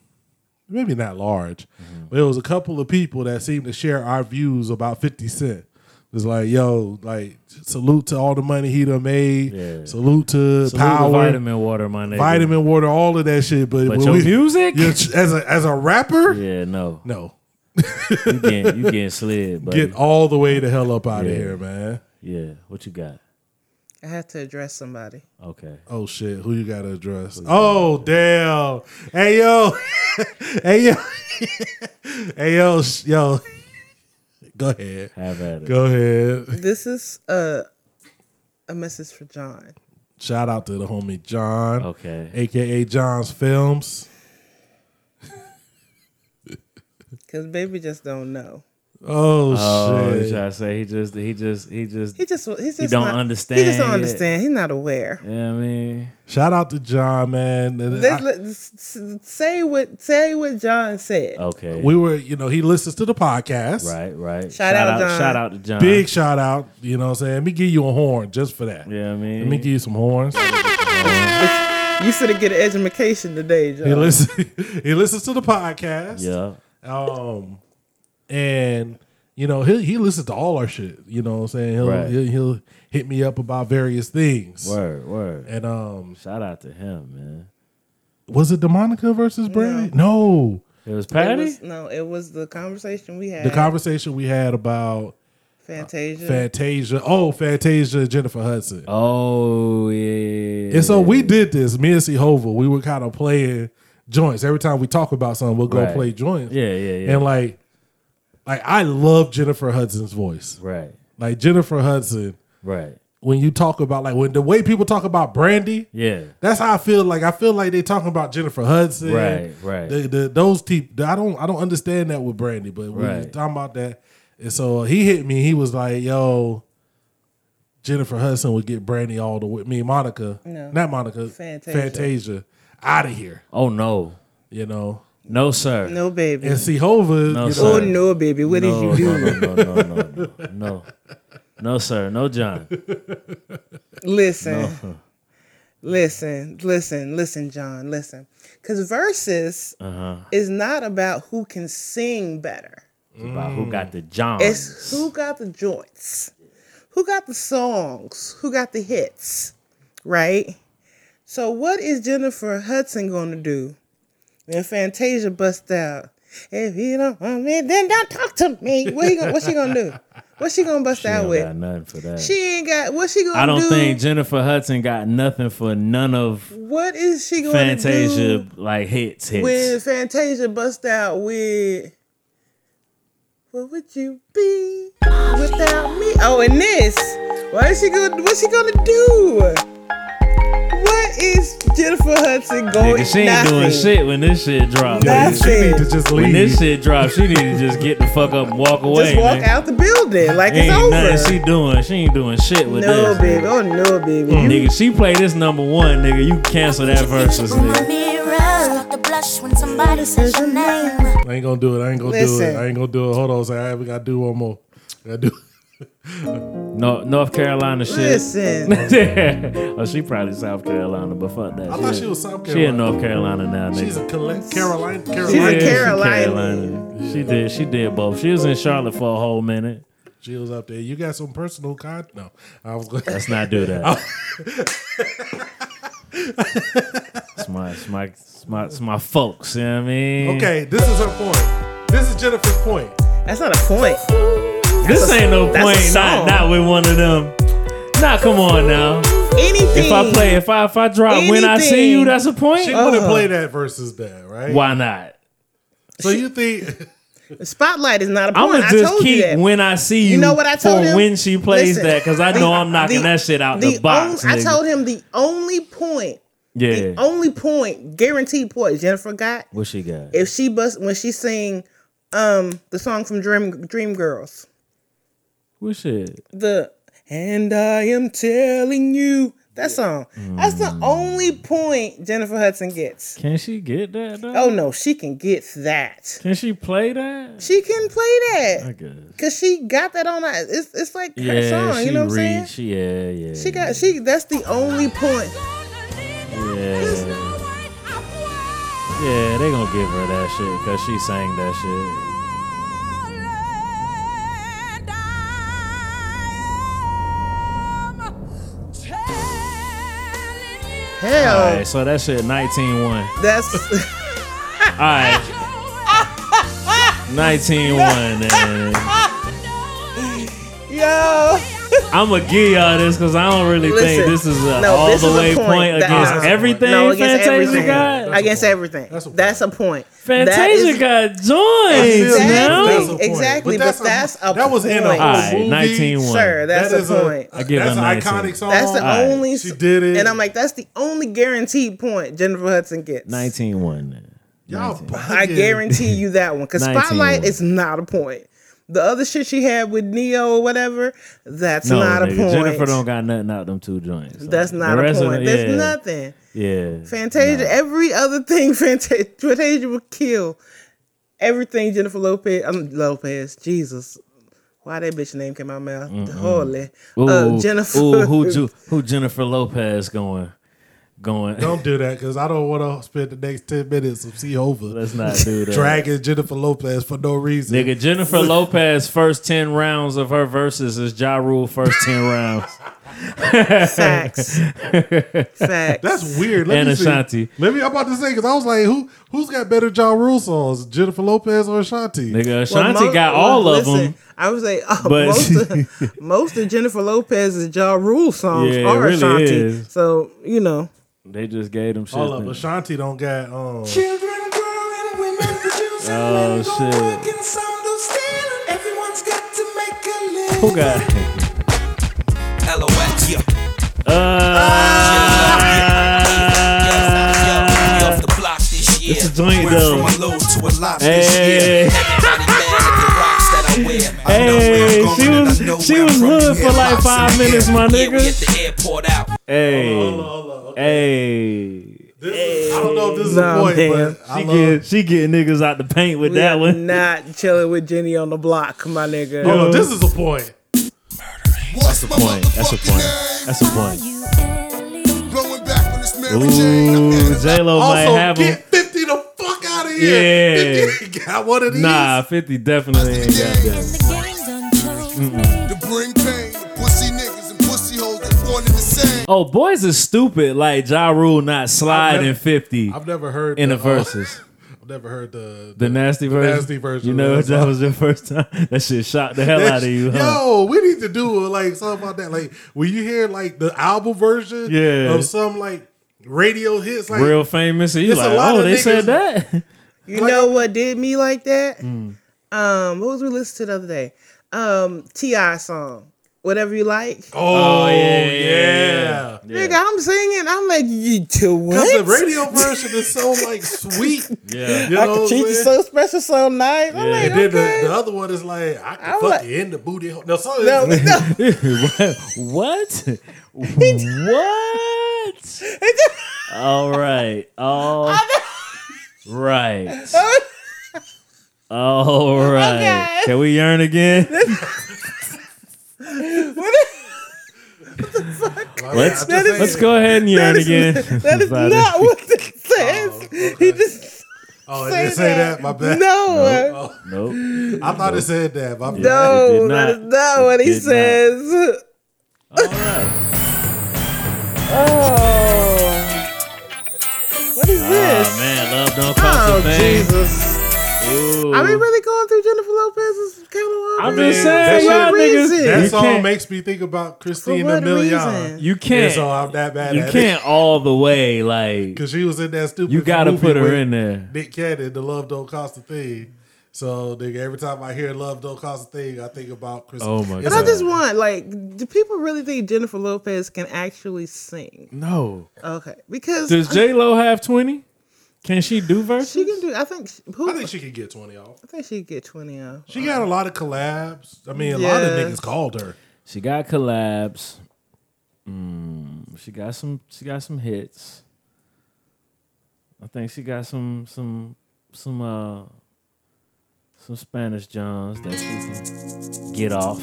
[SPEAKER 2] maybe not large,
[SPEAKER 3] Mm-hmm.
[SPEAKER 2] but there was a couple of people that seemed to share our views about Fifty Cent. It's like, yo, like salute to all the money he done made.
[SPEAKER 3] Yeah.
[SPEAKER 2] Salute to
[SPEAKER 3] Salute to
[SPEAKER 2] power, vitamin,
[SPEAKER 3] vitamin water, my nigga.
[SPEAKER 2] water, all of that shit. But,
[SPEAKER 3] But
[SPEAKER 2] when
[SPEAKER 3] your music?
[SPEAKER 2] your ch- as a as a rapper,
[SPEAKER 3] Yeah, no.
[SPEAKER 2] no,
[SPEAKER 3] You getting you getting slid, buddy.
[SPEAKER 2] <laughs> get all the way the hell up out
[SPEAKER 3] Yeah.
[SPEAKER 2] of here, man.
[SPEAKER 3] yeah. What you got?
[SPEAKER 1] I have to address somebody.
[SPEAKER 3] Okay.
[SPEAKER 2] Oh shit, who you got to address? Oh damn. Hey yo. <laughs> hey yo. hey yo, sh- yo. Go ahead.
[SPEAKER 3] Have at it.
[SPEAKER 2] Go ahead.
[SPEAKER 1] This is a a message for John.
[SPEAKER 2] Shout out to the homie John.
[SPEAKER 3] Okay.
[SPEAKER 2] AKA John's Films.
[SPEAKER 1] Cause baby just don't know.
[SPEAKER 2] Oh,
[SPEAKER 3] Oh,
[SPEAKER 2] shit.
[SPEAKER 3] I say he just he just he just
[SPEAKER 1] He just he's just
[SPEAKER 3] don't
[SPEAKER 1] not-
[SPEAKER 3] understand
[SPEAKER 1] He just don't
[SPEAKER 3] yet.
[SPEAKER 1] understand. He's not aware.
[SPEAKER 3] you know what I mean.
[SPEAKER 2] Shout out to John, man. And
[SPEAKER 1] Let's,
[SPEAKER 2] I-
[SPEAKER 1] let's- s- say what say what John said.
[SPEAKER 3] Okay.
[SPEAKER 2] we were, you know, he listens to the podcast.
[SPEAKER 3] right, right.
[SPEAKER 1] Shout out, John.
[SPEAKER 3] shout out to John.
[SPEAKER 2] Big shout out. You know what I'm saying? Let me give you a horn just for that.
[SPEAKER 3] Yeah, I mean.
[SPEAKER 2] Let me give you some horns.
[SPEAKER 1] You should have get an education today, John.
[SPEAKER 2] He listens <laughs> he listens to the podcast.
[SPEAKER 3] yeah.
[SPEAKER 2] Um and you know, he he listens to all our shit. You know what I'm saying? He'll
[SPEAKER 3] Right.
[SPEAKER 2] he'll, he'll hit me up about various things.
[SPEAKER 3] Word, word.
[SPEAKER 2] And um
[SPEAKER 3] Shout out to him, man.
[SPEAKER 2] was it Demonica versus Brandy? No.
[SPEAKER 3] It was
[SPEAKER 1] It
[SPEAKER 3] Patty.
[SPEAKER 1] was, no, it was the conversation we had.
[SPEAKER 2] The conversation we had about
[SPEAKER 1] Fantasia.
[SPEAKER 2] Fantasia. Oh, Fantasia and Jennifer Hudson.
[SPEAKER 3] oh yeah.
[SPEAKER 2] And so we did this, me and C Hova, we were kind of playing joints. Every time we talk about something, we'll go
[SPEAKER 3] Right.
[SPEAKER 2] play joints.
[SPEAKER 3] Yeah, yeah, yeah.
[SPEAKER 2] And like like I love Jennifer Hudson's voice.
[SPEAKER 3] right,
[SPEAKER 2] Like Jennifer Hudson,
[SPEAKER 3] right.
[SPEAKER 2] when you talk about like when the way people talk about Brandy,
[SPEAKER 3] Yeah.
[SPEAKER 2] that's how I feel. Like I feel like they talking about Jennifer Hudson,
[SPEAKER 3] Right, right.
[SPEAKER 2] The, the, those people, I don't, I don't understand that with Brandy, but we was
[SPEAKER 3] Right.
[SPEAKER 2] talking about that. And so he hit me. He was like, "Yo, Jennifer Hudson would get Brandy all the way. Me, and Monica,
[SPEAKER 1] No.
[SPEAKER 2] not Monica,
[SPEAKER 1] Fantasia.
[SPEAKER 2] out of here."
[SPEAKER 3] Oh no,
[SPEAKER 2] You know.
[SPEAKER 3] no sir.
[SPEAKER 1] no baby.
[SPEAKER 2] And Sehova,
[SPEAKER 3] No,
[SPEAKER 2] you
[SPEAKER 3] sir.
[SPEAKER 2] know,
[SPEAKER 1] oh no, baby. What
[SPEAKER 3] no,
[SPEAKER 1] did you do?
[SPEAKER 3] No, no, no, no, no, no, no, no, sir. No, John.
[SPEAKER 1] Listen, listen, listen, listen, John. Listen, because verses
[SPEAKER 3] Uh-huh.
[SPEAKER 1] is not about who can sing better.
[SPEAKER 3] It's about who got the John.
[SPEAKER 1] It's who got the joints, who got the songs, who got the hits, right? So, what is Jennifer Hudson going to do when Fantasia busts out? If you don't want me, then don't talk to me. What, he gonna, what's she going to do? What's she going to bust
[SPEAKER 3] She
[SPEAKER 1] out
[SPEAKER 3] don't
[SPEAKER 1] with?
[SPEAKER 3] got nothing for that.
[SPEAKER 1] She ain't got. What's she going to do?
[SPEAKER 3] I don't think Jennifer Hudson got nothing for none of
[SPEAKER 1] What is she going to do?
[SPEAKER 3] Fantasia like hits hits.
[SPEAKER 1] when Fantasia bust out with What would you be without me? Oh, and this. What is she gonna what's she gonna do? What is Jennifer Hudson going
[SPEAKER 3] Nigga, she ain't doing
[SPEAKER 1] nothing.
[SPEAKER 3] shit when this shit drops.
[SPEAKER 2] yo,
[SPEAKER 1] That's
[SPEAKER 2] she
[SPEAKER 1] it.
[SPEAKER 2] need to just
[SPEAKER 3] When
[SPEAKER 2] leave.
[SPEAKER 3] this shit drops, she need to just get the fuck up and walk away.
[SPEAKER 1] Just walk
[SPEAKER 3] man.
[SPEAKER 1] out the building like it's
[SPEAKER 3] Ain't
[SPEAKER 1] over.
[SPEAKER 3] nothing she doing. She ain't doing shit with
[SPEAKER 1] no,
[SPEAKER 3] this. Mm,
[SPEAKER 1] baby. Oh no, baby. You-
[SPEAKER 3] Nigga, she play this number one, nigga. You cancel that versus,
[SPEAKER 4] My
[SPEAKER 3] nigga.
[SPEAKER 4] mirror, like the blush when somebody says your name.
[SPEAKER 2] I ain't gonna do it. I ain't gonna do
[SPEAKER 1] Listen.
[SPEAKER 2] it. I ain't gonna do it. Hold on, a second. I we gotta do one more. I gotta do.
[SPEAKER 3] No, North Carolina shit.
[SPEAKER 1] Listen.
[SPEAKER 3] <laughs> oh, she probably South Carolina, but fuck that.
[SPEAKER 2] I
[SPEAKER 3] shit.
[SPEAKER 2] thought she was South
[SPEAKER 3] She
[SPEAKER 2] Carolina.
[SPEAKER 3] in North Carolina now, nigga.
[SPEAKER 2] She's a Cole- Caroline.
[SPEAKER 1] She's
[SPEAKER 2] Caroline.
[SPEAKER 1] a
[SPEAKER 3] Yeah, she
[SPEAKER 1] Carolina.
[SPEAKER 3] Carolina. She did. She did both. She was in Charlotte for a whole minute.
[SPEAKER 2] She was up there. You got some personal con? No, I was going.
[SPEAKER 3] Let's not do that. it's my, it's my, it's my, it's my folks. You know what I
[SPEAKER 2] <laughs>
[SPEAKER 3] mean?
[SPEAKER 2] Okay, this is her point. This is Jennifer's point.
[SPEAKER 1] That's not a point.
[SPEAKER 3] This
[SPEAKER 1] That's a-
[SPEAKER 3] ain't no
[SPEAKER 1] that's a
[SPEAKER 3] point. Not,
[SPEAKER 1] song.
[SPEAKER 3] not with one of them. Nah, come on now.
[SPEAKER 1] Anything
[SPEAKER 3] <laughs> If I play, if I, if I drop when I see you,
[SPEAKER 1] Anything.
[SPEAKER 3] that's a point.
[SPEAKER 2] She
[SPEAKER 1] Oh.
[SPEAKER 2] wouldn't play that versus that, right?
[SPEAKER 3] Why not?
[SPEAKER 2] So you think? <laughs>
[SPEAKER 1] Spotlight is not a
[SPEAKER 3] I'm
[SPEAKER 1] point.
[SPEAKER 3] gonna
[SPEAKER 1] I
[SPEAKER 3] just
[SPEAKER 1] told you
[SPEAKER 3] keep
[SPEAKER 1] that.
[SPEAKER 3] when I see you.
[SPEAKER 1] know what I told
[SPEAKER 3] for
[SPEAKER 1] him?
[SPEAKER 3] when she plays
[SPEAKER 1] Listen,
[SPEAKER 3] that because I know I'm knocking
[SPEAKER 1] the-
[SPEAKER 3] that shit out the, box.
[SPEAKER 1] only- I
[SPEAKER 3] nigga.
[SPEAKER 1] told him the only point
[SPEAKER 3] yeah.
[SPEAKER 1] only point, guaranteed point Jennifer got
[SPEAKER 3] what she got?
[SPEAKER 1] if she bust when she sing um the song from Dream Dream Girls.
[SPEAKER 3] What shit?
[SPEAKER 1] The and I am telling you that song. That's
[SPEAKER 3] Mm.
[SPEAKER 1] the only point Jennifer Hudson gets.
[SPEAKER 3] Can she get that though?
[SPEAKER 1] Oh no, she can get that.
[SPEAKER 3] Can she play that?
[SPEAKER 1] She can play
[SPEAKER 3] I
[SPEAKER 1] that.
[SPEAKER 3] guess.
[SPEAKER 1] Cause she got that on her. It's it's like her
[SPEAKER 3] Yeah,
[SPEAKER 1] song,
[SPEAKER 3] she
[SPEAKER 1] you know what I'm saying?
[SPEAKER 3] reads. She, yeah, yeah.
[SPEAKER 1] She got she that's the only point.
[SPEAKER 3] Yeah. Yeah, they gonna give her that shit because she sang that shit.
[SPEAKER 1] Hell
[SPEAKER 3] All right, so that shit 19 1. All
[SPEAKER 1] that's <laughs>
[SPEAKER 3] right. 19 1.
[SPEAKER 1] yo
[SPEAKER 3] I'm gonna give y'all this because I don't really think
[SPEAKER 1] Listen,
[SPEAKER 3] this is a
[SPEAKER 1] no,
[SPEAKER 3] all
[SPEAKER 1] this
[SPEAKER 3] the
[SPEAKER 1] is a
[SPEAKER 3] way
[SPEAKER 1] point
[SPEAKER 3] point,
[SPEAKER 1] that-
[SPEAKER 3] against
[SPEAKER 1] uh-uh.
[SPEAKER 3] everything
[SPEAKER 1] No, against
[SPEAKER 3] Fantasia
[SPEAKER 1] everything.
[SPEAKER 3] got.
[SPEAKER 1] against everything. That's a point. That's a point. That
[SPEAKER 3] Fantasia
[SPEAKER 1] is-
[SPEAKER 3] got joints,
[SPEAKER 1] Exactly.
[SPEAKER 3] now.
[SPEAKER 1] That's exactly, but that's a
[SPEAKER 2] that was in a
[SPEAKER 1] point.
[SPEAKER 2] whole
[SPEAKER 3] All right,
[SPEAKER 2] movie.
[SPEAKER 3] 19 1.
[SPEAKER 1] Sir, that's
[SPEAKER 2] That is
[SPEAKER 1] the point.
[SPEAKER 2] A,
[SPEAKER 3] I give
[SPEAKER 2] that's
[SPEAKER 3] her
[SPEAKER 2] an
[SPEAKER 3] 19.
[SPEAKER 2] iconic song.
[SPEAKER 1] that's the
[SPEAKER 3] right,
[SPEAKER 1] only.
[SPEAKER 2] she did it.
[SPEAKER 1] And I'm like, that's the only guaranteed point Jennifer Hudson gets.
[SPEAKER 3] 19 1.
[SPEAKER 2] Y'all bugging.
[SPEAKER 1] I guarantee you that one. Because
[SPEAKER 3] 19
[SPEAKER 1] Spotlight
[SPEAKER 3] one.
[SPEAKER 1] is not a point. The other shit she had with Neo or whatever, that's
[SPEAKER 3] No,
[SPEAKER 1] not a
[SPEAKER 3] nigga,
[SPEAKER 1] point.
[SPEAKER 3] Jennifer don't got nothing out them two joints. Like,
[SPEAKER 1] that's
[SPEAKER 3] the
[SPEAKER 1] not a
[SPEAKER 3] rest of
[SPEAKER 1] point.
[SPEAKER 3] the-
[SPEAKER 1] There's
[SPEAKER 3] yeah,
[SPEAKER 1] nothing.
[SPEAKER 3] Yeah,
[SPEAKER 1] Fantasia,
[SPEAKER 3] Nah.
[SPEAKER 1] every other thing <laughs> Fantasia, Fantasia would kill. Everything Jennifer Lopez, um, Lopez, Jesus. Why that bitch name came out my mouth? Holy. uh,
[SPEAKER 3] Ooh,
[SPEAKER 1] Jennifer. <laughs>
[SPEAKER 3] Ooh, who, Ju- who Jennifer Lopez going? Going.
[SPEAKER 2] Don't do that because I don't want to spend the next 10 minutes of see over
[SPEAKER 3] <laughs> Let's not do that.
[SPEAKER 2] dragging Jennifer Lopez for no reason.
[SPEAKER 3] Nigga, Jennifer Lopez first ten rounds of her verses is Ja Rule first ten rounds. <laughs>
[SPEAKER 1] Facts. Facts.
[SPEAKER 2] That's weird. <laughs> Let
[SPEAKER 3] And
[SPEAKER 2] me see.
[SPEAKER 3] Ashanti.
[SPEAKER 2] Let me. I'm about to say because I was like, who who's got better Ja Rule songs, Jennifer Lopez or Ashanti?
[SPEAKER 3] Nigga,
[SPEAKER 1] Well,
[SPEAKER 3] Ashanti
[SPEAKER 1] mo-
[SPEAKER 3] got
[SPEAKER 1] well,
[SPEAKER 3] all of
[SPEAKER 1] listen,
[SPEAKER 3] them.
[SPEAKER 1] I was like, oh,
[SPEAKER 3] but-
[SPEAKER 1] most,
[SPEAKER 3] <laughs>
[SPEAKER 1] of, most of Jennifer Lopez's Ja Rule songs
[SPEAKER 3] Yeah, it
[SPEAKER 1] are
[SPEAKER 3] really
[SPEAKER 1] Ashanti.
[SPEAKER 3] is.
[SPEAKER 1] So, you know,
[SPEAKER 3] They just gave them shit.
[SPEAKER 2] All up.
[SPEAKER 3] nigga.
[SPEAKER 2] Ashanti don't got. Um,
[SPEAKER 6] Children growing, women producing,
[SPEAKER 3] Oh,
[SPEAKER 6] men go
[SPEAKER 3] shit.
[SPEAKER 6] working, some do stealing. Everyone's got to make a living.
[SPEAKER 3] Who got it?
[SPEAKER 7] Alouette, yeah.
[SPEAKER 1] Ah!
[SPEAKER 3] Uh,
[SPEAKER 7] Off the block this year.
[SPEAKER 3] It's a joint,
[SPEAKER 7] Went
[SPEAKER 3] though.
[SPEAKER 7] from a low to a lot this
[SPEAKER 3] Hey.
[SPEAKER 7] year. Everybody mad at the rocks that I wear. I know where I'm
[SPEAKER 3] hey,
[SPEAKER 7] going
[SPEAKER 3] she
[SPEAKER 7] and I
[SPEAKER 3] was
[SPEAKER 7] know
[SPEAKER 3] she
[SPEAKER 7] where I'm
[SPEAKER 3] was
[SPEAKER 7] from.
[SPEAKER 3] hood for like
[SPEAKER 7] Pops in
[SPEAKER 3] five
[SPEAKER 7] the air.
[SPEAKER 3] minutes, my
[SPEAKER 7] Yeah, we at
[SPEAKER 3] nigga.
[SPEAKER 7] the airport out.
[SPEAKER 3] Hey, hey,
[SPEAKER 2] this is- I don't know if this is a
[SPEAKER 1] Nah,
[SPEAKER 2] point,
[SPEAKER 1] damn.
[SPEAKER 2] but
[SPEAKER 3] she
[SPEAKER 2] I love.
[SPEAKER 3] get she get niggas out the paint with
[SPEAKER 1] we
[SPEAKER 3] that
[SPEAKER 1] are
[SPEAKER 3] one.
[SPEAKER 1] not chilling with Jenny on the block, my nigga.
[SPEAKER 2] Oh, no, this is a point.
[SPEAKER 5] That's
[SPEAKER 3] That's a point. That's a point. That's a
[SPEAKER 2] <laughs>
[SPEAKER 3] point.
[SPEAKER 5] Blowing back on this Mary Jane. I'm
[SPEAKER 3] Ooh,
[SPEAKER 5] in
[SPEAKER 3] J Lo might
[SPEAKER 2] Also,
[SPEAKER 3] have
[SPEAKER 2] get
[SPEAKER 3] him.
[SPEAKER 2] 50 the fuck out of here.
[SPEAKER 3] Yeah.
[SPEAKER 2] <laughs> 50 got one of these.
[SPEAKER 3] Nah, Fifty definitely ain't got that.
[SPEAKER 5] To bring pain to pussy niggas and pussy hoes that's one and the same.
[SPEAKER 3] Oh, boys is stupid. Like Ja Rule not sliding
[SPEAKER 2] never-
[SPEAKER 3] Fifty
[SPEAKER 2] I've never heard
[SPEAKER 3] in the
[SPEAKER 2] uh,
[SPEAKER 3] verses.
[SPEAKER 2] I've never heard the.
[SPEAKER 3] The nasty version.
[SPEAKER 2] nasty version
[SPEAKER 3] You
[SPEAKER 2] of
[SPEAKER 3] know
[SPEAKER 2] that
[SPEAKER 3] that,
[SPEAKER 2] song.
[SPEAKER 3] was your first time. <laughs> That shit shocked the hell out of you. Huh?
[SPEAKER 2] Yo, we need to do like something about that. Like when you hear like the album version
[SPEAKER 3] Yeah.
[SPEAKER 2] of some like radio hits, like
[SPEAKER 3] Real famous. And you
[SPEAKER 2] It's a
[SPEAKER 3] like,
[SPEAKER 2] lot
[SPEAKER 3] oh,
[SPEAKER 2] of
[SPEAKER 3] they said
[SPEAKER 2] niggas- Oh,
[SPEAKER 3] that. <laughs>
[SPEAKER 1] You know what did me like that? Um, what was we listening to the other day? Um, Ti song, whatever you like.
[SPEAKER 2] oh, yeah,
[SPEAKER 3] yeah, yeah.
[SPEAKER 1] Nigga, I'm singing. I'm like, you do
[SPEAKER 2] Because
[SPEAKER 1] what?
[SPEAKER 2] the radio version is so like sweet.
[SPEAKER 3] Yeah.
[SPEAKER 2] You
[SPEAKER 1] I
[SPEAKER 2] know
[SPEAKER 1] can
[SPEAKER 2] what I'm
[SPEAKER 1] treat you
[SPEAKER 2] saying?
[SPEAKER 1] so special, so nice. I'm
[SPEAKER 3] Yeah.
[SPEAKER 1] like,
[SPEAKER 2] And then
[SPEAKER 1] okay.
[SPEAKER 2] the, the other one is like, I can
[SPEAKER 1] I'm
[SPEAKER 2] fuck
[SPEAKER 1] like-
[SPEAKER 2] you in the booty hole. No, so
[SPEAKER 1] no,
[SPEAKER 2] <laughs> it's-
[SPEAKER 1] no. <laughs>
[SPEAKER 3] what? what? All right. All
[SPEAKER 1] <laughs>
[SPEAKER 3] right. All right.
[SPEAKER 1] Okay.
[SPEAKER 3] Can we yearn again? Let's
[SPEAKER 2] I'm just saying.
[SPEAKER 3] let's go ahead and yearn again.
[SPEAKER 1] That is
[SPEAKER 3] About it.
[SPEAKER 1] not what it says. He just
[SPEAKER 2] Oh, it
[SPEAKER 1] say
[SPEAKER 2] didn't say
[SPEAKER 1] that.
[SPEAKER 2] that. My bad. <laughs> Oh,
[SPEAKER 1] no. <laughs>
[SPEAKER 3] Nope.
[SPEAKER 2] I thought it said that. My bad.
[SPEAKER 3] it
[SPEAKER 1] No, that
[SPEAKER 3] did not.
[SPEAKER 1] is not what
[SPEAKER 3] It
[SPEAKER 1] he
[SPEAKER 3] did not.
[SPEAKER 1] says.
[SPEAKER 3] All right.
[SPEAKER 1] Oh. What is
[SPEAKER 3] Oh
[SPEAKER 1] this?
[SPEAKER 3] man, love don't cost
[SPEAKER 1] Oh,
[SPEAKER 3] a thing.
[SPEAKER 1] Jesus.
[SPEAKER 3] Ooh.
[SPEAKER 1] Are we really going through Jennifer Lopez's catalog?
[SPEAKER 3] I'm
[SPEAKER 1] right
[SPEAKER 3] just
[SPEAKER 1] now?
[SPEAKER 2] that
[SPEAKER 3] saying,
[SPEAKER 2] shit-
[SPEAKER 3] y'all
[SPEAKER 1] that
[SPEAKER 3] niggas.
[SPEAKER 2] That
[SPEAKER 3] you
[SPEAKER 2] song
[SPEAKER 3] can't-
[SPEAKER 2] makes me think about
[SPEAKER 1] For
[SPEAKER 2] Christina
[SPEAKER 1] what
[SPEAKER 2] Milian.
[SPEAKER 1] reason?
[SPEAKER 3] you
[SPEAKER 2] And
[SPEAKER 3] can't.
[SPEAKER 2] so I'm that bad
[SPEAKER 3] you
[SPEAKER 2] at <laughs>
[SPEAKER 3] can't all the way. Like
[SPEAKER 2] Because she was in that stupid
[SPEAKER 3] you gotta
[SPEAKER 2] movie
[SPEAKER 3] put her
[SPEAKER 2] with
[SPEAKER 3] in there.
[SPEAKER 2] Nick Cannon, The Love Don't Cost a Thing. So, nigga, every time I hear Love Don't Cost a Thing, I think about Christina.
[SPEAKER 3] Oh, my
[SPEAKER 2] It's
[SPEAKER 1] But I
[SPEAKER 3] God.
[SPEAKER 2] a-
[SPEAKER 1] just want, like, do people really think Jennifer Lopez can actually sing?
[SPEAKER 3] No.
[SPEAKER 1] Okay. Because
[SPEAKER 3] Does J Lo have twenty? Can she do verse?
[SPEAKER 1] she can do, I think, who,
[SPEAKER 2] I think she could get 20 off.
[SPEAKER 1] I think she could get 20 off.
[SPEAKER 2] She got a lot of collabs. I mean, a lot of
[SPEAKER 1] Yeah.
[SPEAKER 2] niggas called her.
[SPEAKER 3] She got collabs. Mm, she got some. She got some hits. I think she got some some some uh some Spanish Johns that she can get off.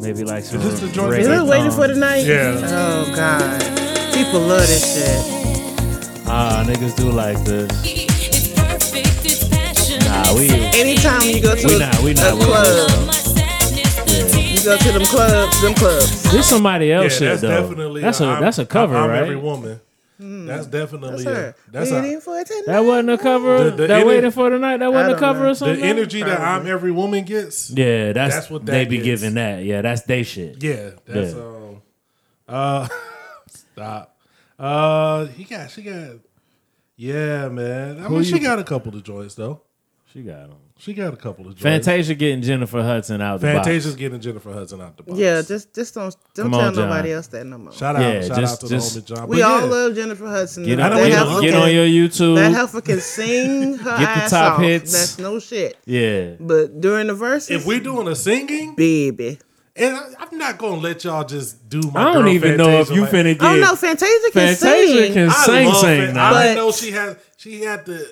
[SPEAKER 3] Maybe like some.
[SPEAKER 2] this the joint
[SPEAKER 1] Is
[SPEAKER 2] that-
[SPEAKER 1] it waiting for the
[SPEAKER 3] reggaeton.
[SPEAKER 1] night?
[SPEAKER 2] Yeah.
[SPEAKER 1] Oh God. People love this shit.
[SPEAKER 3] Ah, niggas do like this.
[SPEAKER 4] It's perfect, it's passion.
[SPEAKER 3] Nah, we-
[SPEAKER 1] Anytime you go to
[SPEAKER 3] We
[SPEAKER 1] a,
[SPEAKER 3] not- we not
[SPEAKER 1] a
[SPEAKER 3] with
[SPEAKER 1] club, you
[SPEAKER 4] You
[SPEAKER 1] go to them clubs, them clubs.
[SPEAKER 3] This somebody else Oh, shit
[SPEAKER 2] that's
[SPEAKER 3] though.
[SPEAKER 2] definitely uh,
[SPEAKER 3] that's a
[SPEAKER 2] I'm-
[SPEAKER 3] that's a cover,
[SPEAKER 2] I'm, I'm
[SPEAKER 3] right?
[SPEAKER 2] Every woman. That's definitely
[SPEAKER 1] Hmm. That's
[SPEAKER 2] a,
[SPEAKER 1] her.
[SPEAKER 2] that's
[SPEAKER 1] Waiting
[SPEAKER 2] a,
[SPEAKER 1] for it to
[SPEAKER 3] That wasn't a cover.
[SPEAKER 2] The- the
[SPEAKER 3] that
[SPEAKER 2] ener-
[SPEAKER 3] waiting for the night. That wasn't a
[SPEAKER 1] don't
[SPEAKER 3] cover
[SPEAKER 1] know.
[SPEAKER 3] or
[SPEAKER 2] the
[SPEAKER 3] something.
[SPEAKER 2] energy that I'm
[SPEAKER 1] Probably.
[SPEAKER 2] every woman gets. Yeah,
[SPEAKER 3] yeah, that's,
[SPEAKER 2] That's what
[SPEAKER 3] they
[SPEAKER 2] that
[SPEAKER 3] be
[SPEAKER 2] is.
[SPEAKER 3] giving that. Yeah, that's they shit.
[SPEAKER 2] that's
[SPEAKER 3] Yeah.
[SPEAKER 2] um uh <laughs> stop. Uh he got she got yeah, man. I mean she got a couple of joints though.
[SPEAKER 3] She got them.
[SPEAKER 2] She got a couple of joints.
[SPEAKER 3] Fantasia getting Jennifer Hudson out the
[SPEAKER 2] Fantasia's
[SPEAKER 3] box.
[SPEAKER 2] getting Jennifer Hudson out the box.
[SPEAKER 1] Yeah, just just don't don't
[SPEAKER 3] Come
[SPEAKER 1] tell
[SPEAKER 3] on, John.
[SPEAKER 1] nobody else that no more.
[SPEAKER 2] shout out,
[SPEAKER 3] Yeah,
[SPEAKER 2] shout
[SPEAKER 3] just-
[SPEAKER 2] out to
[SPEAKER 3] just-
[SPEAKER 2] the homie John.
[SPEAKER 1] we
[SPEAKER 2] But
[SPEAKER 1] all
[SPEAKER 2] yeah,
[SPEAKER 1] love Jennifer Hudson.
[SPEAKER 3] Get
[SPEAKER 1] That
[SPEAKER 3] on,
[SPEAKER 2] don't
[SPEAKER 3] get,
[SPEAKER 2] know.
[SPEAKER 1] heifer
[SPEAKER 2] help
[SPEAKER 3] get
[SPEAKER 1] can-
[SPEAKER 3] on your YouTube.
[SPEAKER 1] That heifer can
[SPEAKER 3] <laughs>
[SPEAKER 1] sing her
[SPEAKER 3] Get the
[SPEAKER 1] ass
[SPEAKER 3] top
[SPEAKER 1] off.
[SPEAKER 3] hits.
[SPEAKER 1] That's no shit.
[SPEAKER 3] yeah.
[SPEAKER 1] But during the verses,
[SPEAKER 2] if we're doing a singing,
[SPEAKER 1] baby.
[SPEAKER 2] and I, I'm not gonna let y'all just do my.
[SPEAKER 3] I don't
[SPEAKER 2] girl
[SPEAKER 3] even know if
[SPEAKER 2] Fantasia
[SPEAKER 3] you
[SPEAKER 2] like-
[SPEAKER 3] finna
[SPEAKER 1] I don't know.
[SPEAKER 3] get
[SPEAKER 1] Oh, Fantasia can
[SPEAKER 3] Fantasia
[SPEAKER 1] sing,
[SPEAKER 3] can
[SPEAKER 2] I
[SPEAKER 3] sing
[SPEAKER 2] love
[SPEAKER 3] sing
[SPEAKER 2] it. I
[SPEAKER 3] now.
[SPEAKER 1] But-
[SPEAKER 2] know she has. She had the.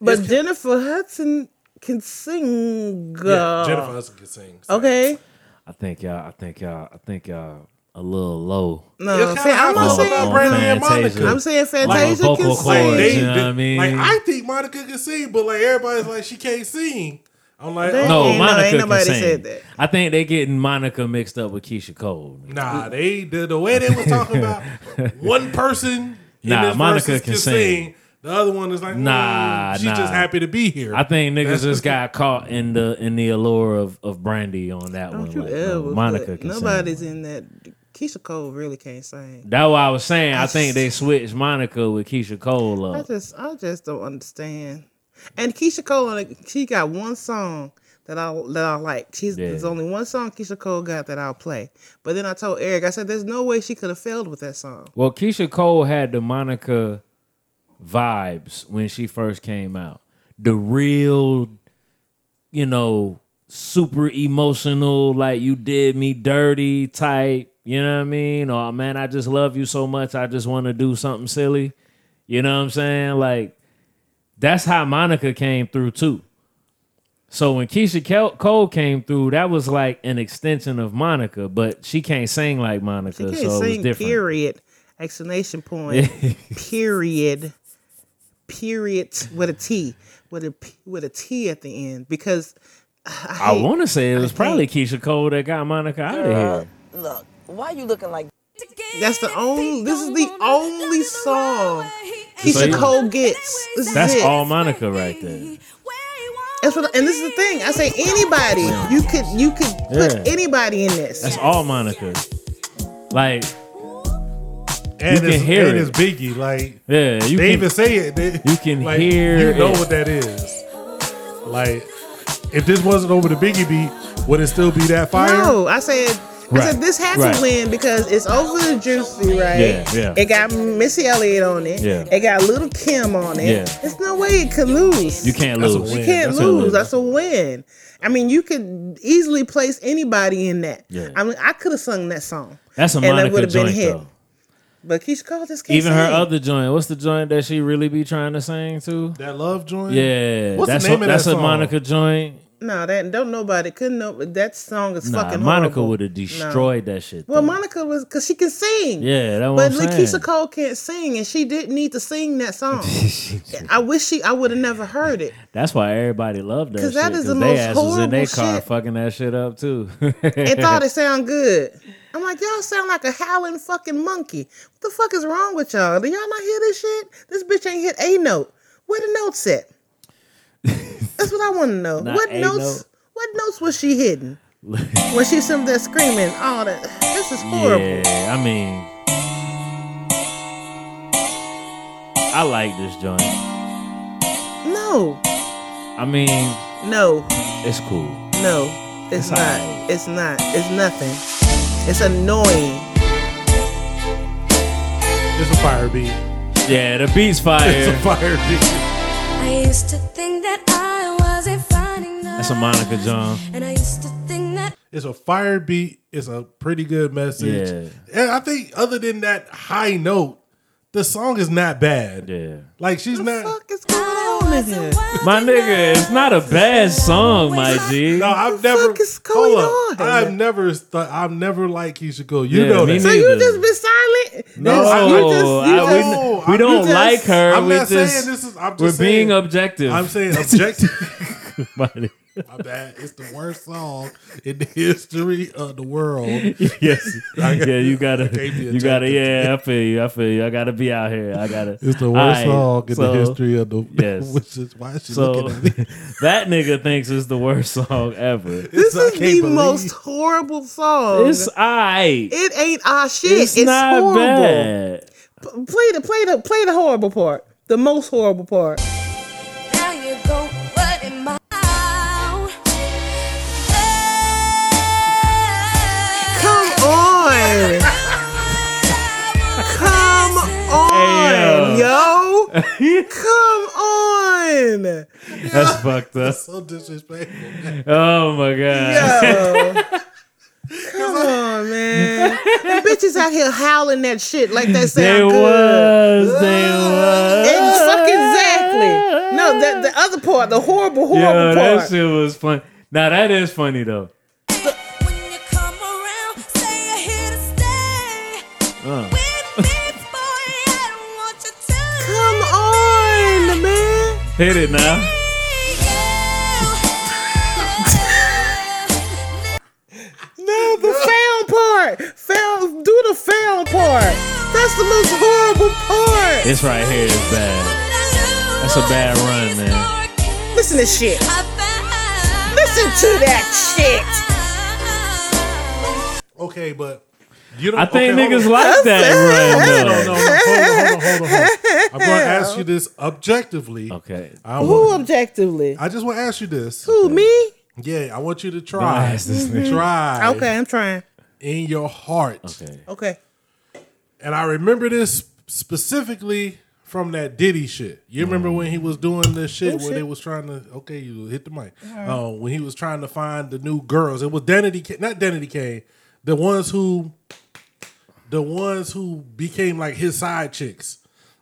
[SPEAKER 1] but Jennifer Hudson can sing.
[SPEAKER 2] Yeah,
[SPEAKER 1] uh,
[SPEAKER 2] Jennifer Hudson can sing. so.
[SPEAKER 1] Okay.
[SPEAKER 3] I think y'all. I think y'all. I think y'all a little low.
[SPEAKER 1] No,
[SPEAKER 2] You're kinda
[SPEAKER 1] Uh, Fan- I'm
[SPEAKER 2] hypo
[SPEAKER 1] not
[SPEAKER 3] on-
[SPEAKER 1] saying.
[SPEAKER 2] about
[SPEAKER 3] on
[SPEAKER 2] Brandy and
[SPEAKER 3] Fantasia.
[SPEAKER 2] Monica.
[SPEAKER 1] I'm saying
[SPEAKER 3] Like
[SPEAKER 1] Fantasia
[SPEAKER 3] vocal
[SPEAKER 1] can
[SPEAKER 3] cords,
[SPEAKER 2] Like,
[SPEAKER 1] sing.
[SPEAKER 2] they,
[SPEAKER 3] You know what I mean?
[SPEAKER 2] like I think Monica can sing, but like everybody's like she can't sing. I'm like,
[SPEAKER 1] They-
[SPEAKER 2] oh,
[SPEAKER 3] No,
[SPEAKER 1] Ain't no-
[SPEAKER 3] Monica
[SPEAKER 1] ain't nobody
[SPEAKER 3] can sing.
[SPEAKER 1] said that.
[SPEAKER 3] I think they getting Monica mixed up with Keisha Cole.
[SPEAKER 2] nah, they the, the way they was talking
[SPEAKER 3] <laughs>
[SPEAKER 2] about one person. in
[SPEAKER 3] Nah,
[SPEAKER 2] this
[SPEAKER 3] Monica
[SPEAKER 2] versus
[SPEAKER 3] can sing.
[SPEAKER 2] The other one is like, nah,
[SPEAKER 3] Nah,
[SPEAKER 2] she's
[SPEAKER 3] nah.
[SPEAKER 2] just happy to be here.
[SPEAKER 3] I think niggas just got caught in the in the allure of, of Brandy on that one.
[SPEAKER 1] Don't you
[SPEAKER 3] Like,
[SPEAKER 1] ever.
[SPEAKER 3] no,
[SPEAKER 1] put-
[SPEAKER 3] Monica can
[SPEAKER 1] Nobody's
[SPEAKER 3] sing.
[SPEAKER 1] in that. Keisha Cole really can't sing.
[SPEAKER 3] That's what I was saying. I think they switched Monica with Keisha Cole
[SPEAKER 1] I
[SPEAKER 3] up.
[SPEAKER 1] just, I just don't understand. And Keisha Cole, like, she got one song that I that I like. She's
[SPEAKER 3] Yeah.
[SPEAKER 1] there's only one song Keisha Cole got that I'll play. But then I told Eric, I said, "There's no way she could have failed with that song."
[SPEAKER 3] Well, Keisha Cole had the Monica vibes when she first came out. The real, you know, super emotional, like you did me dirty type. You know what I mean? Or man, I just love you so much. I just want to do something silly. You know what I'm saying? Like that's how Monica came through too. So when Keisha Kel- Cole came through, that was like an extension of Monica, but she can't sing like
[SPEAKER 1] She
[SPEAKER 3] Monica,
[SPEAKER 1] can't
[SPEAKER 3] so it was
[SPEAKER 1] sing.
[SPEAKER 3] different.
[SPEAKER 1] Period. Exclamation
[SPEAKER 3] <laughs>
[SPEAKER 1] point. period. Period with a T. With a P- with a T at the end because
[SPEAKER 3] I want to say it was
[SPEAKER 1] I
[SPEAKER 3] probably Keisha Cole that got Monica out of here.
[SPEAKER 8] Look, why you looking like
[SPEAKER 1] That's the only- this is the only song
[SPEAKER 3] So
[SPEAKER 1] Keisha
[SPEAKER 3] you-
[SPEAKER 1] Cole gets. This is
[SPEAKER 3] That's
[SPEAKER 1] it.
[SPEAKER 3] all Monica right there.
[SPEAKER 1] That's what, and this is the thing. I say anybody. You could you could
[SPEAKER 3] Yeah.
[SPEAKER 1] put anybody in this.
[SPEAKER 3] That's all Monica. Like,
[SPEAKER 2] and
[SPEAKER 3] you
[SPEAKER 2] it's,
[SPEAKER 3] can hear
[SPEAKER 2] and
[SPEAKER 3] it.
[SPEAKER 2] it's Biggie. Like
[SPEAKER 3] yeah, you
[SPEAKER 2] they
[SPEAKER 3] can,
[SPEAKER 2] even say it. They,
[SPEAKER 3] you can
[SPEAKER 2] like,
[SPEAKER 3] hear
[SPEAKER 2] You know
[SPEAKER 3] it.
[SPEAKER 2] what that is. Like if this wasn't over the Biggie beat, would it still be that fire?
[SPEAKER 1] No, I said. I
[SPEAKER 3] Right,
[SPEAKER 1] said this had
[SPEAKER 3] right.
[SPEAKER 1] to win because it's over the juicy, right?
[SPEAKER 3] Yeah, yeah.
[SPEAKER 1] It got Missy Elliott on it.
[SPEAKER 3] Yeah.
[SPEAKER 1] It got Little Kim on it.
[SPEAKER 3] Yeah.
[SPEAKER 1] There's no way it could lose.
[SPEAKER 3] you can't
[SPEAKER 2] That's a
[SPEAKER 3] lose.
[SPEAKER 2] win.
[SPEAKER 1] You can't
[SPEAKER 3] That's a
[SPEAKER 1] lose.
[SPEAKER 3] win.
[SPEAKER 1] That's a win. I mean, you could easily place anybody in that.
[SPEAKER 3] Yeah.
[SPEAKER 1] I mean, I could have sung that song,
[SPEAKER 3] That's a
[SPEAKER 1] And that
[SPEAKER 3] Monica
[SPEAKER 1] would've been
[SPEAKER 3] joint,
[SPEAKER 1] hit.
[SPEAKER 3] though.
[SPEAKER 1] but Keisha Cole just can't
[SPEAKER 3] Even her
[SPEAKER 1] sing.
[SPEAKER 3] other joint. What's the joint that she really be trying to sing to?
[SPEAKER 2] That love joint.
[SPEAKER 3] Yeah,
[SPEAKER 2] What's the
[SPEAKER 3] that's
[SPEAKER 2] name
[SPEAKER 3] a,
[SPEAKER 2] of that
[SPEAKER 3] that's a
[SPEAKER 2] song?
[SPEAKER 3] Monica joint.
[SPEAKER 1] No, that don't nobody couldn't know. That song is
[SPEAKER 3] Nah,
[SPEAKER 1] fucking
[SPEAKER 3] Monica
[SPEAKER 1] horrible.
[SPEAKER 3] would have destroyed that shit.
[SPEAKER 1] No. Well,
[SPEAKER 3] though.
[SPEAKER 1] Monica was because she can sing.
[SPEAKER 3] Yeah, that's
[SPEAKER 1] But
[SPEAKER 3] what I'm saying.
[SPEAKER 1] Lakeisha Cole can't sing, and she didn't need to sing that
[SPEAKER 3] <laughs>
[SPEAKER 1] song. I wish she, I would have never heard it.
[SPEAKER 3] That's why everybody loved that.
[SPEAKER 1] 'Cause
[SPEAKER 3] Because
[SPEAKER 1] that is the
[SPEAKER 3] they
[SPEAKER 1] most
[SPEAKER 3] ass was in
[SPEAKER 1] horrible
[SPEAKER 3] their car
[SPEAKER 1] shit.
[SPEAKER 3] fucking that shit up too.
[SPEAKER 1] And thought it sounded good. I'm like, y'all sound like a howling fucking monkey. What the fuck is wrong with y'all? Do y'all not hear this shit? This bitch ain't hit a note. Where the notes at? That's what I want to know.
[SPEAKER 3] Not
[SPEAKER 1] what
[SPEAKER 3] a
[SPEAKER 1] notes?
[SPEAKER 3] note.
[SPEAKER 1] What notes was she hitting?
[SPEAKER 3] <laughs>
[SPEAKER 1] when she some there screaming, all that. This is horrible.
[SPEAKER 3] Yeah, I mean, I like this joint.
[SPEAKER 1] No,
[SPEAKER 3] I mean,
[SPEAKER 1] no,
[SPEAKER 3] it's cool.
[SPEAKER 1] no. It's,
[SPEAKER 3] It's
[SPEAKER 1] not.
[SPEAKER 3] alright.
[SPEAKER 1] It's not. It's nothing. It's annoying.
[SPEAKER 2] it's a fire beat.
[SPEAKER 3] Yeah, the beat's
[SPEAKER 2] It's a
[SPEAKER 3] fire.
[SPEAKER 2] fire beat.
[SPEAKER 4] I used to think that I wasn't finding
[SPEAKER 3] That's a Monica joint.
[SPEAKER 4] And I used to think that
[SPEAKER 2] It's a fire beat. It's a pretty good message.
[SPEAKER 3] Yeah.
[SPEAKER 2] And I think other than that high note, the song is not bad.
[SPEAKER 3] <laughs> Yeah.
[SPEAKER 2] Like she's
[SPEAKER 1] What
[SPEAKER 2] not.
[SPEAKER 1] the fuck is going on in here?
[SPEAKER 3] My nigga, it's not a bad song, my G.
[SPEAKER 2] No, I've
[SPEAKER 1] the
[SPEAKER 2] never.
[SPEAKER 1] fuck is going
[SPEAKER 2] hold up.
[SPEAKER 1] on?
[SPEAKER 2] I've never. Th- I've never liked Keisha Cole. You
[SPEAKER 3] Yeah,
[SPEAKER 2] know
[SPEAKER 3] me
[SPEAKER 2] that.
[SPEAKER 1] So
[SPEAKER 3] neither.
[SPEAKER 1] you just been silent?
[SPEAKER 2] No,
[SPEAKER 1] This-
[SPEAKER 2] I-
[SPEAKER 1] you
[SPEAKER 2] I-
[SPEAKER 1] just, you
[SPEAKER 3] I
[SPEAKER 1] just,
[SPEAKER 3] wouldn't-
[SPEAKER 2] No,
[SPEAKER 3] we
[SPEAKER 2] I'm
[SPEAKER 3] don't
[SPEAKER 2] just-
[SPEAKER 3] like her.
[SPEAKER 2] I'm
[SPEAKER 3] we
[SPEAKER 2] not
[SPEAKER 3] just,
[SPEAKER 2] saying this is- I'm just
[SPEAKER 3] we're being
[SPEAKER 2] saying-
[SPEAKER 3] objective.
[SPEAKER 2] I'm <laughs> saying objective.
[SPEAKER 3] <laughs> buddy.
[SPEAKER 2] My bad. It's the worst song in the history of the world.
[SPEAKER 3] yes. Yeah, you gotta,
[SPEAKER 2] Can't be
[SPEAKER 3] you gotta.
[SPEAKER 2] objective.
[SPEAKER 3] Yeah, I feel you. I feel you. I gotta be out here. I gotta.
[SPEAKER 2] It's the
[SPEAKER 3] All
[SPEAKER 2] worst
[SPEAKER 3] right,
[SPEAKER 2] song in
[SPEAKER 3] so-
[SPEAKER 2] the history <laughs> of the.
[SPEAKER 3] yes.
[SPEAKER 2] Which is why she's
[SPEAKER 3] So
[SPEAKER 2] looking at me.
[SPEAKER 3] <laughs> that nigga thinks it's the worst song
[SPEAKER 1] <laughs>
[SPEAKER 3] ever.
[SPEAKER 1] this
[SPEAKER 2] <laughs> I
[SPEAKER 1] is the
[SPEAKER 2] can't believe-
[SPEAKER 1] most horrible song.
[SPEAKER 3] It's alright.
[SPEAKER 1] it ain't our shit.
[SPEAKER 3] It's,
[SPEAKER 1] It's,
[SPEAKER 3] not
[SPEAKER 1] horrible.
[SPEAKER 3] bad. <laughs>
[SPEAKER 1] P- Play the play the play the horrible part. The most horrible part.
[SPEAKER 4] now you go. What am
[SPEAKER 1] Come on.
[SPEAKER 3] That's fucked up.
[SPEAKER 2] so disrespectful.
[SPEAKER 3] Oh my god. <laughs>
[SPEAKER 1] Yo. Come on, man. The bitches out here howling that shit like that
[SPEAKER 3] They
[SPEAKER 1] sound good.
[SPEAKER 3] was. They was.
[SPEAKER 1] Ex- fucking Exactly. No, that the other part, the horrible,
[SPEAKER 3] Yo,
[SPEAKER 1] horrible
[SPEAKER 3] that
[SPEAKER 1] part.
[SPEAKER 3] shit was fun. Now that is funny though.
[SPEAKER 4] When you come around, say you're here to stay.
[SPEAKER 3] Uh.
[SPEAKER 4] With me, boy, I don't want you
[SPEAKER 1] Come on,
[SPEAKER 4] to
[SPEAKER 1] man.
[SPEAKER 3] Hit it now.
[SPEAKER 1] No, the fail part. Fail. Do the fail part. That's the most horrible part.
[SPEAKER 3] This right here is bad. That's a bad run, man.
[SPEAKER 1] Listen to shit. Listen to that shit.
[SPEAKER 2] Okay, but you don't.
[SPEAKER 3] I think
[SPEAKER 2] okay, hold
[SPEAKER 3] niggas
[SPEAKER 2] on.
[SPEAKER 3] like that
[SPEAKER 2] No,
[SPEAKER 3] run
[SPEAKER 2] no,
[SPEAKER 3] though.
[SPEAKER 2] no. Hold on, hold on, hold on, hold on. <laughs> I'm going to ask you this objectively.
[SPEAKER 3] Okay.
[SPEAKER 2] I,
[SPEAKER 1] Who
[SPEAKER 2] want,
[SPEAKER 1] objectively?
[SPEAKER 2] I just want to ask you this.
[SPEAKER 1] Who me?
[SPEAKER 2] Yeah, I want you to
[SPEAKER 3] Don't
[SPEAKER 2] try.
[SPEAKER 3] ask this nigga.
[SPEAKER 2] Try
[SPEAKER 1] Okay, I'm trying.
[SPEAKER 2] in your heart.
[SPEAKER 3] Okay.
[SPEAKER 1] Okay.
[SPEAKER 2] And I remember this specifically from that Diddy shit. You remember when he was doing this shit where they was trying to okay, you hit the mic. Uh, when he was trying to find the new girls, it was Danity, K- not Danity Kane, the ones who, the ones who became like his side chicks.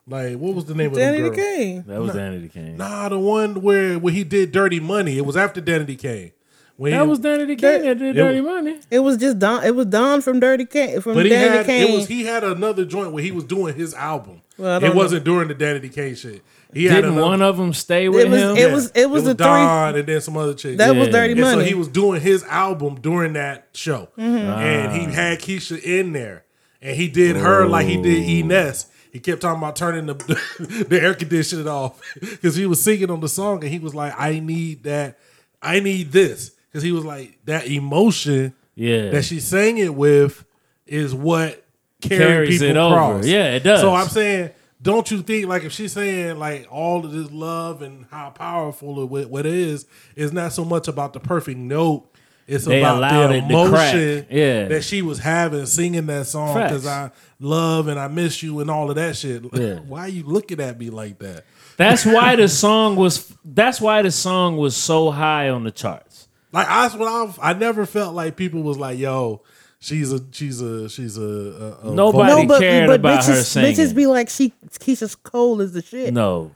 [SPEAKER 2] Like what was the name of
[SPEAKER 1] Danny
[SPEAKER 2] the
[SPEAKER 1] the
[SPEAKER 2] girl?
[SPEAKER 1] King.
[SPEAKER 3] That was Danity Kane.
[SPEAKER 2] Nah, the one where where he did Dirty Money. It was after Danity Kane. When
[SPEAKER 3] That
[SPEAKER 2] he-
[SPEAKER 3] was Danity Kane that did
[SPEAKER 2] It-
[SPEAKER 3] Dirty Money.
[SPEAKER 1] It was just Don. It was Don from Dirty King. From
[SPEAKER 2] But he
[SPEAKER 1] Danny
[SPEAKER 2] had
[SPEAKER 1] Kane.
[SPEAKER 2] it was he had another joint where he was doing his album.
[SPEAKER 1] Well, I
[SPEAKER 2] it
[SPEAKER 1] don't know.
[SPEAKER 2] wasn't during the Danny Kane shit. He had
[SPEAKER 3] Didn't
[SPEAKER 2] another,
[SPEAKER 3] one of them stay with
[SPEAKER 1] it was.
[SPEAKER 3] him?
[SPEAKER 1] It was. It was a three.
[SPEAKER 2] Don and then some other chick.
[SPEAKER 1] That was
[SPEAKER 3] Yeah.
[SPEAKER 1] Dirty
[SPEAKER 2] and so
[SPEAKER 1] Money. Mm-hmm.
[SPEAKER 2] he was doing his album during that show, and he had Keisha in there, and he did her like he did Ines. He kept talking about turning the <laughs> the air conditioning off <laughs> because he was singing on the song, and he was like, "I need that, I need this," because he was like that emotion
[SPEAKER 3] Yeah.
[SPEAKER 2] that she sang it with is what carry
[SPEAKER 3] Carries
[SPEAKER 2] people
[SPEAKER 3] it over.
[SPEAKER 2] across.
[SPEAKER 3] Yeah, it does.
[SPEAKER 2] So I'm saying, don't you think like if she's saying like all of this love and how powerful it what- what it is, it's not so much about the perfect note. It's
[SPEAKER 3] They
[SPEAKER 2] about
[SPEAKER 3] allowed
[SPEAKER 2] the
[SPEAKER 3] it to crack.
[SPEAKER 2] emotion
[SPEAKER 3] Yeah.
[SPEAKER 2] that she was having singing that song
[SPEAKER 3] Facts.
[SPEAKER 2] because I love and I miss you and all of that shit.
[SPEAKER 3] Yeah.
[SPEAKER 2] Why are you looking at me like that?
[SPEAKER 3] That's why the song was. That's why the song was so high on the charts.
[SPEAKER 2] Like I, when I, I never felt like people was like, "Yo, she's a, she's a, she's a." a, a
[SPEAKER 3] Nobody
[SPEAKER 2] vocal-
[SPEAKER 1] no, but,
[SPEAKER 3] cared
[SPEAKER 1] but
[SPEAKER 3] about
[SPEAKER 1] bitches,
[SPEAKER 3] her singing.
[SPEAKER 1] bitches be like, she Keisha's cold as the shit.
[SPEAKER 3] No,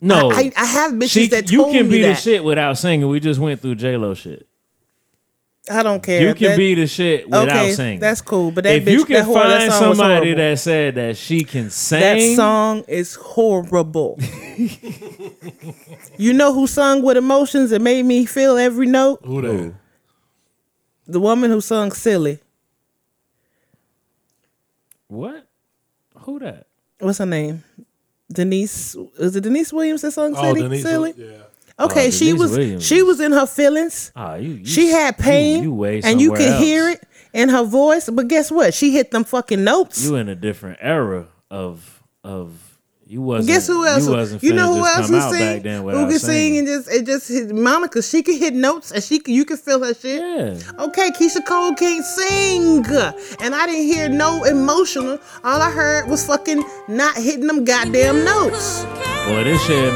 [SPEAKER 3] no.
[SPEAKER 1] I, I have bitches
[SPEAKER 3] she,
[SPEAKER 1] that
[SPEAKER 3] you
[SPEAKER 1] told
[SPEAKER 3] can
[SPEAKER 1] me
[SPEAKER 3] be the
[SPEAKER 1] that.
[SPEAKER 3] shit without singing. We just went through J Lo shit.
[SPEAKER 1] I don't care.
[SPEAKER 3] You can
[SPEAKER 1] That-
[SPEAKER 3] be the shit without
[SPEAKER 1] okay,
[SPEAKER 3] singing.
[SPEAKER 1] that's cool, but that
[SPEAKER 3] if
[SPEAKER 1] bitch-
[SPEAKER 3] you can
[SPEAKER 1] that whore- that
[SPEAKER 3] find
[SPEAKER 1] song was
[SPEAKER 3] somebody
[SPEAKER 1] horrible.
[SPEAKER 3] that said that she can sing,
[SPEAKER 1] That song is horrible. you know who sung with emotions and made me feel every note?
[SPEAKER 2] Who that?
[SPEAKER 1] The woman who sung "Silly."
[SPEAKER 3] what? Who that?
[SPEAKER 1] What's her name? Denise. Is it Denise Williams that sung
[SPEAKER 2] Oh,
[SPEAKER 1] "Silly"?
[SPEAKER 2] Denise.
[SPEAKER 1] Silly?
[SPEAKER 2] Yeah.
[SPEAKER 1] Okay,
[SPEAKER 3] Oh,
[SPEAKER 1] she
[SPEAKER 3] Denise
[SPEAKER 1] was
[SPEAKER 3] Williams.
[SPEAKER 1] she was in her feelings.
[SPEAKER 3] Ah, you, you-
[SPEAKER 1] She had pain,
[SPEAKER 3] you way
[SPEAKER 1] and you
[SPEAKER 3] somewhere
[SPEAKER 1] could hear
[SPEAKER 3] else.
[SPEAKER 1] it in her voice. But guess what? She hit them fucking notes.
[SPEAKER 3] You in a different era of of you wasn't.
[SPEAKER 1] Guess who else?
[SPEAKER 3] You, wasn't
[SPEAKER 1] you
[SPEAKER 3] finna
[SPEAKER 1] know who
[SPEAKER 3] just
[SPEAKER 1] else
[SPEAKER 3] come
[SPEAKER 1] who
[SPEAKER 3] out
[SPEAKER 1] sing?
[SPEAKER 3] back then
[SPEAKER 1] Who
[SPEAKER 3] without
[SPEAKER 1] could sing
[SPEAKER 3] singing.
[SPEAKER 1] and just it just hit Monica? She could hit notes and she could, you could feel her shit.
[SPEAKER 3] Yeah.
[SPEAKER 1] Okay, Keisha Cole can't sing, and I didn't hear no emotional. All I heard was fucking not hitting them goddamn notes.
[SPEAKER 3] Boy, this shit,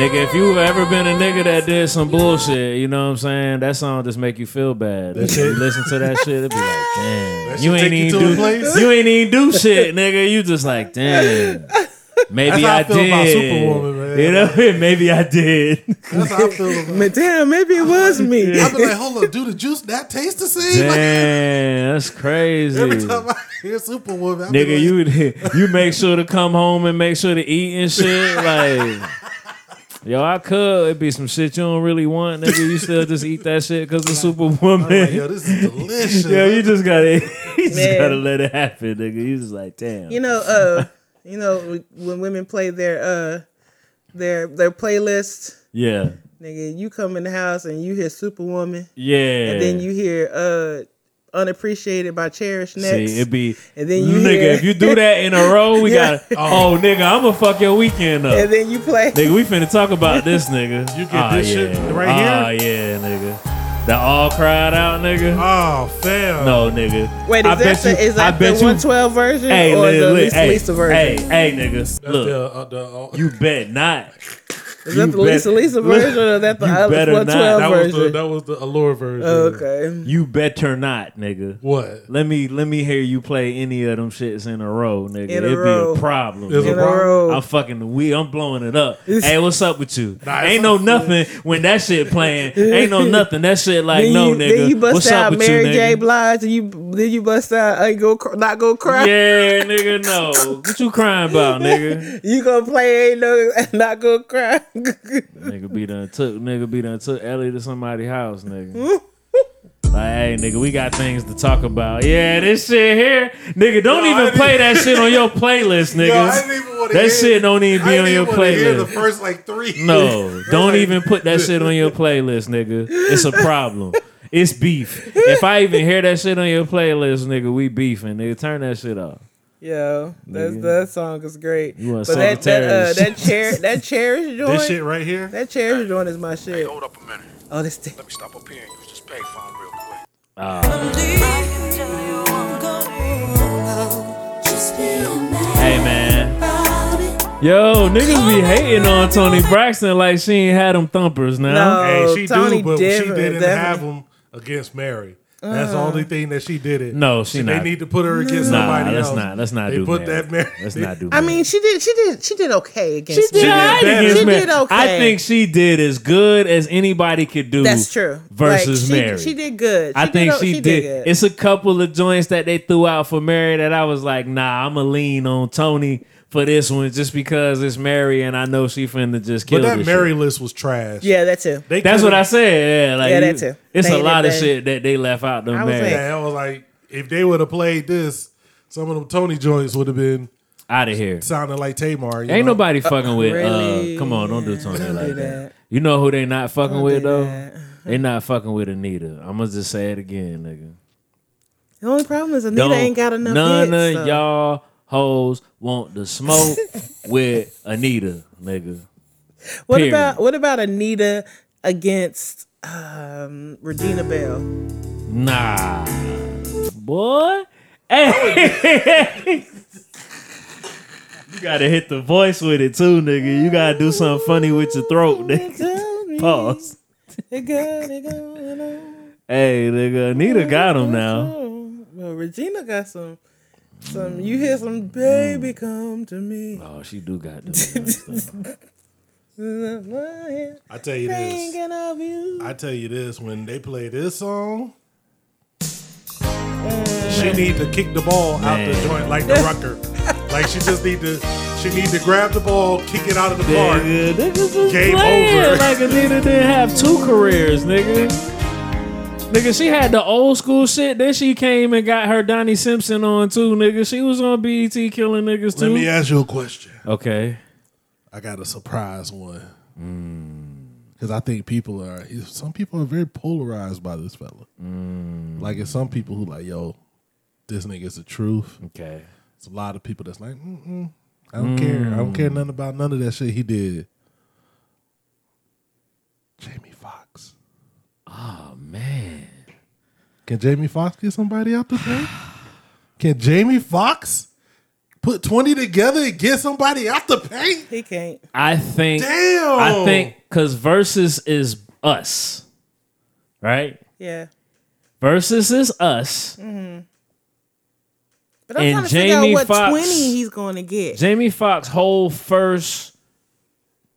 [SPEAKER 3] nigga, if you ever been a nigga that did some bullshit, you know what I'm saying? That song just make you feel bad. If you listen to that shit,
[SPEAKER 2] <laughs>
[SPEAKER 3] it be like, damn. You
[SPEAKER 2] shit
[SPEAKER 3] ain't
[SPEAKER 2] take you
[SPEAKER 3] even
[SPEAKER 2] to a
[SPEAKER 3] do
[SPEAKER 2] place?
[SPEAKER 3] You ain't even do shit, nigga. You just like, damn. Maybe
[SPEAKER 2] That's how I
[SPEAKER 3] I,
[SPEAKER 2] feel
[SPEAKER 3] did.
[SPEAKER 2] about Superwoman, man.
[SPEAKER 3] You know, maybe I did.
[SPEAKER 2] <laughs> That's how I feel about
[SPEAKER 1] But damn, maybe it was
[SPEAKER 3] <laughs>
[SPEAKER 1] me.
[SPEAKER 2] I'd be like, hold up, do the juice that taste the same? Like,
[SPEAKER 3] Damn, that's crazy.
[SPEAKER 2] every time I hear Superwoman, I be
[SPEAKER 3] Nigga,
[SPEAKER 2] like,
[SPEAKER 3] you you <laughs> make sure to come home and make sure to eat and shit.
[SPEAKER 1] <laughs>
[SPEAKER 3] Like, yo, I could. It'd be some shit you don't really want, nigga. You still just eat that shit because of Superwoman.
[SPEAKER 2] I'm like, yo, this is delicious.
[SPEAKER 3] <laughs> yo, you just gotta, <laughs> you just
[SPEAKER 1] Man.
[SPEAKER 3] gotta let it happen, nigga. You just like, damn.
[SPEAKER 1] You know, uh, you know when women play their uh their their playlist,
[SPEAKER 3] yeah,
[SPEAKER 1] nigga, you come in the house and you hear Superwoman,
[SPEAKER 3] yeah.
[SPEAKER 1] and then you hear uh Unappreciated by Cherish next.
[SPEAKER 3] See, it be
[SPEAKER 1] And then you
[SPEAKER 3] nigga.
[SPEAKER 1] hear-
[SPEAKER 3] If you do that in a row, we
[SPEAKER 1] Yeah.
[SPEAKER 3] got. Oh, nigga, I'm gonna fuck your weekend up.
[SPEAKER 1] and then you play.
[SPEAKER 3] Nigga, we finna talk about this, nigga.
[SPEAKER 2] You get this shit right
[SPEAKER 3] Ah,
[SPEAKER 2] here?
[SPEAKER 3] yeah, nigga. The all cried out nigga.
[SPEAKER 2] Oh, fam.
[SPEAKER 3] No
[SPEAKER 1] <laughs>
[SPEAKER 3] nigga.
[SPEAKER 1] Wait, is
[SPEAKER 3] I
[SPEAKER 1] that,
[SPEAKER 3] bet
[SPEAKER 1] the,
[SPEAKER 3] you-
[SPEAKER 1] is
[SPEAKER 3] I
[SPEAKER 1] that the
[SPEAKER 3] bet you-
[SPEAKER 1] 112 version or
[SPEAKER 3] look,
[SPEAKER 1] the
[SPEAKER 3] look,
[SPEAKER 1] least
[SPEAKER 3] hey,
[SPEAKER 1] Lisa version?
[SPEAKER 3] Hey, hey, niggas,
[SPEAKER 2] That's
[SPEAKER 3] look,
[SPEAKER 2] the, uh, the, uh,
[SPEAKER 3] you bet not.
[SPEAKER 1] is that
[SPEAKER 3] you
[SPEAKER 1] the Lisa
[SPEAKER 3] bet-
[SPEAKER 1] Lisa version or that the
[SPEAKER 3] you
[SPEAKER 1] other
[SPEAKER 3] better not.
[SPEAKER 1] 112
[SPEAKER 2] that was the
[SPEAKER 1] version?
[SPEAKER 2] that was the allure version.
[SPEAKER 1] Okay.
[SPEAKER 3] You better not, nigga.
[SPEAKER 2] What?
[SPEAKER 3] Let me let me hear you play any of them shits in a row, nigga.
[SPEAKER 1] In a
[SPEAKER 3] It'd
[SPEAKER 1] row.
[SPEAKER 3] be a problem.
[SPEAKER 2] It's a
[SPEAKER 3] nigga.
[SPEAKER 1] In a row.
[SPEAKER 3] I'm fucking the wheel. I'm blowing it up. hey, what's up with you? Ain't no nothing when that shit playing.
[SPEAKER 1] <laughs>
[SPEAKER 3] Ain't no nothing. That shit like
[SPEAKER 1] Then you,
[SPEAKER 3] no nigga.
[SPEAKER 1] then you bust
[SPEAKER 3] what's up
[SPEAKER 1] out
[SPEAKER 3] with
[SPEAKER 1] Mary
[SPEAKER 3] you, nigga?
[SPEAKER 1] J. Blige, and you then you bust out "Ain't Go Cr- Not Go Cry."
[SPEAKER 3] Yeah, nigga, no. What you crying
[SPEAKER 1] <laughs>
[SPEAKER 3] about, nigga?
[SPEAKER 1] You gonna play "Ain't No <laughs> Not Go Cry"? <laughs>
[SPEAKER 3] nigga be done took nigga be done took Ellie to somebody's house, nigga. <laughs> Like, hey, nigga, we got things to talk about. Yeah, this shit here, nigga, don't
[SPEAKER 2] Yo, I
[SPEAKER 3] even
[SPEAKER 2] didn't-
[SPEAKER 3] play that shit on your
[SPEAKER 2] <laughs>
[SPEAKER 3] playlist, nigga.
[SPEAKER 2] even want
[SPEAKER 3] That shit don't even be on your playlist.
[SPEAKER 2] first like three.
[SPEAKER 3] No, don't
[SPEAKER 2] like-
[SPEAKER 3] even put that shit on your playlist, nigga. It's a problem. It's beef. If I even hear that shit on your playlist, nigga, we beefing. Nigga, turn that shit off.
[SPEAKER 1] Yo, that's,
[SPEAKER 3] Nigga.
[SPEAKER 1] that song is great.
[SPEAKER 3] You want
[SPEAKER 1] But that that uh,
[SPEAKER 3] Sagittarius.
[SPEAKER 1] that chair
[SPEAKER 3] <laughs>
[SPEAKER 1] that cherish joint
[SPEAKER 2] This shit right here.
[SPEAKER 1] that cherish joint is my shit.
[SPEAKER 9] Hold up a minute.
[SPEAKER 1] Oh, this thing.
[SPEAKER 9] Let me stop up here and use this payphone real quick.
[SPEAKER 3] Hey man. Yo, niggas be hating on Tony Braxton like she ain't had them thumpers now.
[SPEAKER 2] Hey,
[SPEAKER 1] Oh,
[SPEAKER 2] she
[SPEAKER 1] Tony
[SPEAKER 2] do, but she
[SPEAKER 1] Denver,
[SPEAKER 2] didn't
[SPEAKER 1] definitely.
[SPEAKER 2] have them against Mary. That's the only thing that she did it.
[SPEAKER 3] Uh. No, she
[SPEAKER 2] They
[SPEAKER 3] not.
[SPEAKER 2] need to put her against
[SPEAKER 3] Nah,
[SPEAKER 2] somebody
[SPEAKER 3] let's
[SPEAKER 2] else.
[SPEAKER 3] not- let's not
[SPEAKER 2] they
[SPEAKER 3] do
[SPEAKER 2] put
[SPEAKER 3] Mary.
[SPEAKER 2] that Mary. <laughs>
[SPEAKER 3] Let's not do
[SPEAKER 1] I mean, she did she did she did okay against.
[SPEAKER 3] she
[SPEAKER 1] me.
[SPEAKER 3] did, alright
[SPEAKER 2] better.
[SPEAKER 3] against
[SPEAKER 2] She
[SPEAKER 3] Mary.
[SPEAKER 1] did okay.
[SPEAKER 3] I think she did as good as anybody could do.
[SPEAKER 1] That's true.
[SPEAKER 3] Versus
[SPEAKER 1] like, she,
[SPEAKER 3] Mary.
[SPEAKER 1] she did good.
[SPEAKER 3] I
[SPEAKER 1] did
[SPEAKER 3] think
[SPEAKER 1] o-
[SPEAKER 3] she, did.
[SPEAKER 1] did. good.
[SPEAKER 3] It's a couple of joints that they threw out for Mary that I was like, nah, I'ma lean on Tony for this one just because it's Mary and I know she finna just kill
[SPEAKER 2] But that
[SPEAKER 3] this
[SPEAKER 2] Mary
[SPEAKER 3] shit.
[SPEAKER 2] list was trash.
[SPEAKER 1] yeah, that too.
[SPEAKER 2] They
[SPEAKER 3] That's what I
[SPEAKER 2] could've-
[SPEAKER 3] said. Yeah, like
[SPEAKER 1] Yeah, that
[SPEAKER 3] you-
[SPEAKER 1] too.
[SPEAKER 3] It's
[SPEAKER 1] They
[SPEAKER 3] a
[SPEAKER 1] did
[SPEAKER 3] lot of
[SPEAKER 1] that.
[SPEAKER 3] shit that they left out. Them
[SPEAKER 1] I was
[SPEAKER 3] Mary.
[SPEAKER 1] like-
[SPEAKER 2] Yeah, I was like, if they would have played this, some of them Tony joints would have been
[SPEAKER 3] out of here.
[SPEAKER 2] sounding like Tamar. you
[SPEAKER 3] Ain't
[SPEAKER 2] know?
[SPEAKER 3] nobody fucking with.
[SPEAKER 1] really?
[SPEAKER 3] Uh, come on, don't do Tony like
[SPEAKER 1] do
[SPEAKER 3] that.
[SPEAKER 1] that.
[SPEAKER 3] You know who they not fucking with
[SPEAKER 1] do
[SPEAKER 3] though?
[SPEAKER 1] that.
[SPEAKER 3] They not fucking with Anita. I'ma just say it again, nigga.
[SPEAKER 1] The only problem is Anita
[SPEAKER 3] Don't-
[SPEAKER 1] ain't got enough.
[SPEAKER 3] None
[SPEAKER 1] hits,
[SPEAKER 3] of
[SPEAKER 1] so.
[SPEAKER 3] y'all hoes want
[SPEAKER 1] <laughs>
[SPEAKER 3] to smoke with Anita, nigga.
[SPEAKER 1] What
[SPEAKER 3] period.
[SPEAKER 1] about what about Anita against um, Regina Bell?
[SPEAKER 3] Nah, boy. Hey. <laughs> You gotta hit the voice with it too, nigga. You gotta do something funny with your throat,
[SPEAKER 1] <laughs>
[SPEAKER 3] nigga.
[SPEAKER 1] Tell me,
[SPEAKER 3] Pause.
[SPEAKER 1] it got it going on.
[SPEAKER 3] Hey, nigga, Anita got him now.
[SPEAKER 1] Well, Regina got some. Some you hear some baby come to me.
[SPEAKER 3] Oh, she do got <laughs> this.
[SPEAKER 2] I tell you this.
[SPEAKER 1] Thinking of you.
[SPEAKER 2] I tell you this, when they play this song, she need to kick the ball out the
[SPEAKER 3] Man.
[SPEAKER 2] joint like the rucker. like she just need to, she need to grab the ball, kick it out of the park.
[SPEAKER 3] nigga, niggas is
[SPEAKER 2] Game
[SPEAKER 3] playing
[SPEAKER 2] over.
[SPEAKER 3] Like Anita didn't have two careers, nigga. Nigga, she had the old school shit. Then she came and got her Donnie Simpson on too, nigga. She was on BET killing niggas
[SPEAKER 2] Let
[SPEAKER 3] too.
[SPEAKER 2] me ask you a question.
[SPEAKER 3] okay.
[SPEAKER 2] I got a surprise one. Because I think people are, some people are very polarized by this fella. Like it's some people who like, yo, this nigga's the truth.
[SPEAKER 3] Okay.
[SPEAKER 2] It's a lot of people that's like, Mm-mm, I don't care. I don't care nothing about none of that shit he did. Jamie Foxx.
[SPEAKER 3] Man.
[SPEAKER 2] Can Jamie Foxx get somebody out the thing? Can Jamie Foxx put 20 together and get somebody out the paint?
[SPEAKER 1] He can't.
[SPEAKER 3] I think
[SPEAKER 2] Damn.
[SPEAKER 3] I think cause versus is us. Right?
[SPEAKER 1] Yeah.
[SPEAKER 3] Versus is us.
[SPEAKER 2] Mm.
[SPEAKER 1] But I'm
[SPEAKER 3] And
[SPEAKER 1] trying to figure out
[SPEAKER 3] Jamie
[SPEAKER 1] what
[SPEAKER 3] Foxx-
[SPEAKER 1] twenty he's going to get.
[SPEAKER 3] Jamie Foxx whole first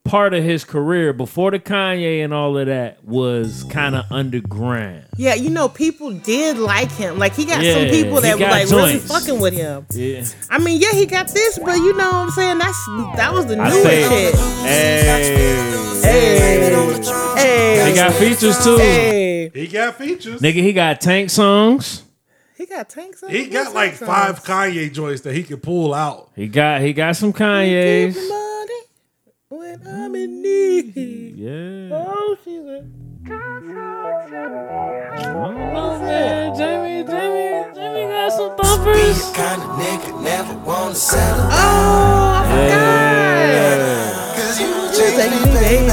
[SPEAKER 3] part of his career before the Kanye and all of that was kind of underground.
[SPEAKER 1] Yeah, you know, people did like him. Like he got some
[SPEAKER 3] Yeah,
[SPEAKER 1] people
[SPEAKER 3] he
[SPEAKER 1] that were
[SPEAKER 3] got
[SPEAKER 1] like really
[SPEAKER 3] joints.
[SPEAKER 1] fucking with him.
[SPEAKER 3] Yeah.
[SPEAKER 1] I mean, yeah, he got this, but you know what I'm saying? That's that was the
[SPEAKER 3] I
[SPEAKER 1] newest
[SPEAKER 3] say-
[SPEAKER 1] shit.
[SPEAKER 3] Hey.
[SPEAKER 1] Hey,
[SPEAKER 3] He
[SPEAKER 1] hey,
[SPEAKER 3] got features too.
[SPEAKER 1] hey.
[SPEAKER 2] He got features.
[SPEAKER 3] Nigga, he got tank songs.
[SPEAKER 1] He got tanks. on
[SPEAKER 2] He
[SPEAKER 1] his
[SPEAKER 2] got like
[SPEAKER 1] tanks on.
[SPEAKER 2] five Kanye joints that he could pull out.
[SPEAKER 3] He got he got some
[SPEAKER 1] Give
[SPEAKER 3] Kanye's.
[SPEAKER 1] me money when I'm in need.
[SPEAKER 3] Yeah.
[SPEAKER 1] Oh, she's a
[SPEAKER 3] I don't know, man. Jamie, Jamie, Jamie got some thumpers.
[SPEAKER 6] Kind of nigga never wanna settle.
[SPEAKER 1] oh, I
[SPEAKER 6] Cause you
[SPEAKER 1] forgot. Take me,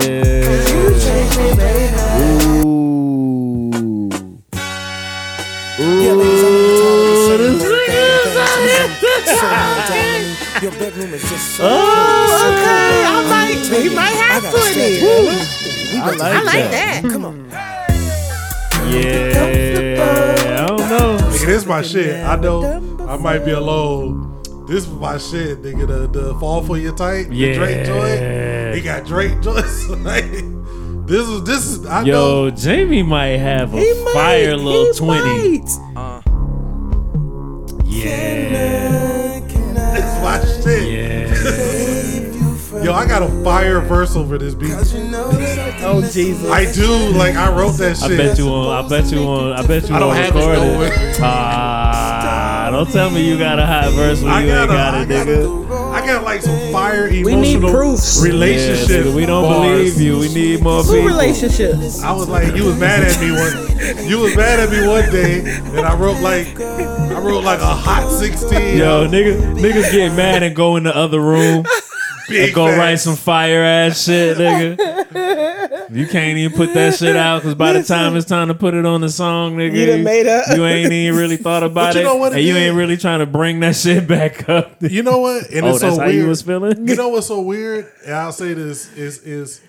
[SPEAKER 1] baby.
[SPEAKER 3] Yeah.
[SPEAKER 1] Take me, baby. Oh, okay. I might. He might have footage.
[SPEAKER 3] I like,
[SPEAKER 1] I like that.
[SPEAKER 6] Come on.
[SPEAKER 3] Yeah, I don't know.
[SPEAKER 2] Nigga, this my shit. I know I might be alone. This is my shit, nigga. The, the fall for your tight, the Drake
[SPEAKER 3] Yeah.
[SPEAKER 2] joint. He got Drake joints. <laughs> like, this is this is. I know.
[SPEAKER 3] Yo, Jamie might have a
[SPEAKER 1] He might.
[SPEAKER 3] fire little
[SPEAKER 1] he
[SPEAKER 3] twenty.
[SPEAKER 1] Might.
[SPEAKER 3] Yeah,
[SPEAKER 2] This is my shit.
[SPEAKER 3] yeah.
[SPEAKER 2] Yo, I got a fire verse over this beat.
[SPEAKER 1] Oh Jesus.
[SPEAKER 2] I do. Like I wrote that
[SPEAKER 3] I
[SPEAKER 2] shit.
[SPEAKER 3] bet you on. I bet you on. I bet you
[SPEAKER 2] I don't
[SPEAKER 3] on
[SPEAKER 2] have it
[SPEAKER 3] recorded.
[SPEAKER 2] nowhere.
[SPEAKER 3] Ah, don't tell me you got a hot verse when
[SPEAKER 2] I
[SPEAKER 3] you
[SPEAKER 2] got,
[SPEAKER 3] ain't got
[SPEAKER 2] a,
[SPEAKER 3] it,
[SPEAKER 2] I got
[SPEAKER 3] nigga.
[SPEAKER 2] a- I got like some fire emotional
[SPEAKER 1] need proofs.
[SPEAKER 2] relationship.
[SPEAKER 3] Yeah, nigga, we don't
[SPEAKER 2] bars.
[SPEAKER 3] believe you. We need more
[SPEAKER 1] Who
[SPEAKER 3] people.
[SPEAKER 1] relationships?
[SPEAKER 2] I was like, you was mad at me one. You was mad at me one day, and I wrote like, I wrote like a hot sixteen.
[SPEAKER 3] Yo, nigga, niggas get mad and go in the
[SPEAKER 2] <laughs>
[SPEAKER 3] other room
[SPEAKER 2] big
[SPEAKER 3] and go
[SPEAKER 2] facts.
[SPEAKER 3] write some fire ass shit, nigga. You can't even put that shit out because by the time it's time to put it on the song, nigga,
[SPEAKER 1] You done made up.
[SPEAKER 3] you ain't even
[SPEAKER 2] <laughs>
[SPEAKER 3] really thought about
[SPEAKER 2] you
[SPEAKER 3] it,
[SPEAKER 2] know what it
[SPEAKER 3] and you
[SPEAKER 2] is?
[SPEAKER 3] ain't really trying to bring that <laughs> shit back up.
[SPEAKER 2] You know what? And
[SPEAKER 3] oh,
[SPEAKER 2] it's so
[SPEAKER 3] that's how
[SPEAKER 2] weird.
[SPEAKER 3] you was feeling.
[SPEAKER 2] You know what's so weird? And I'll say this is is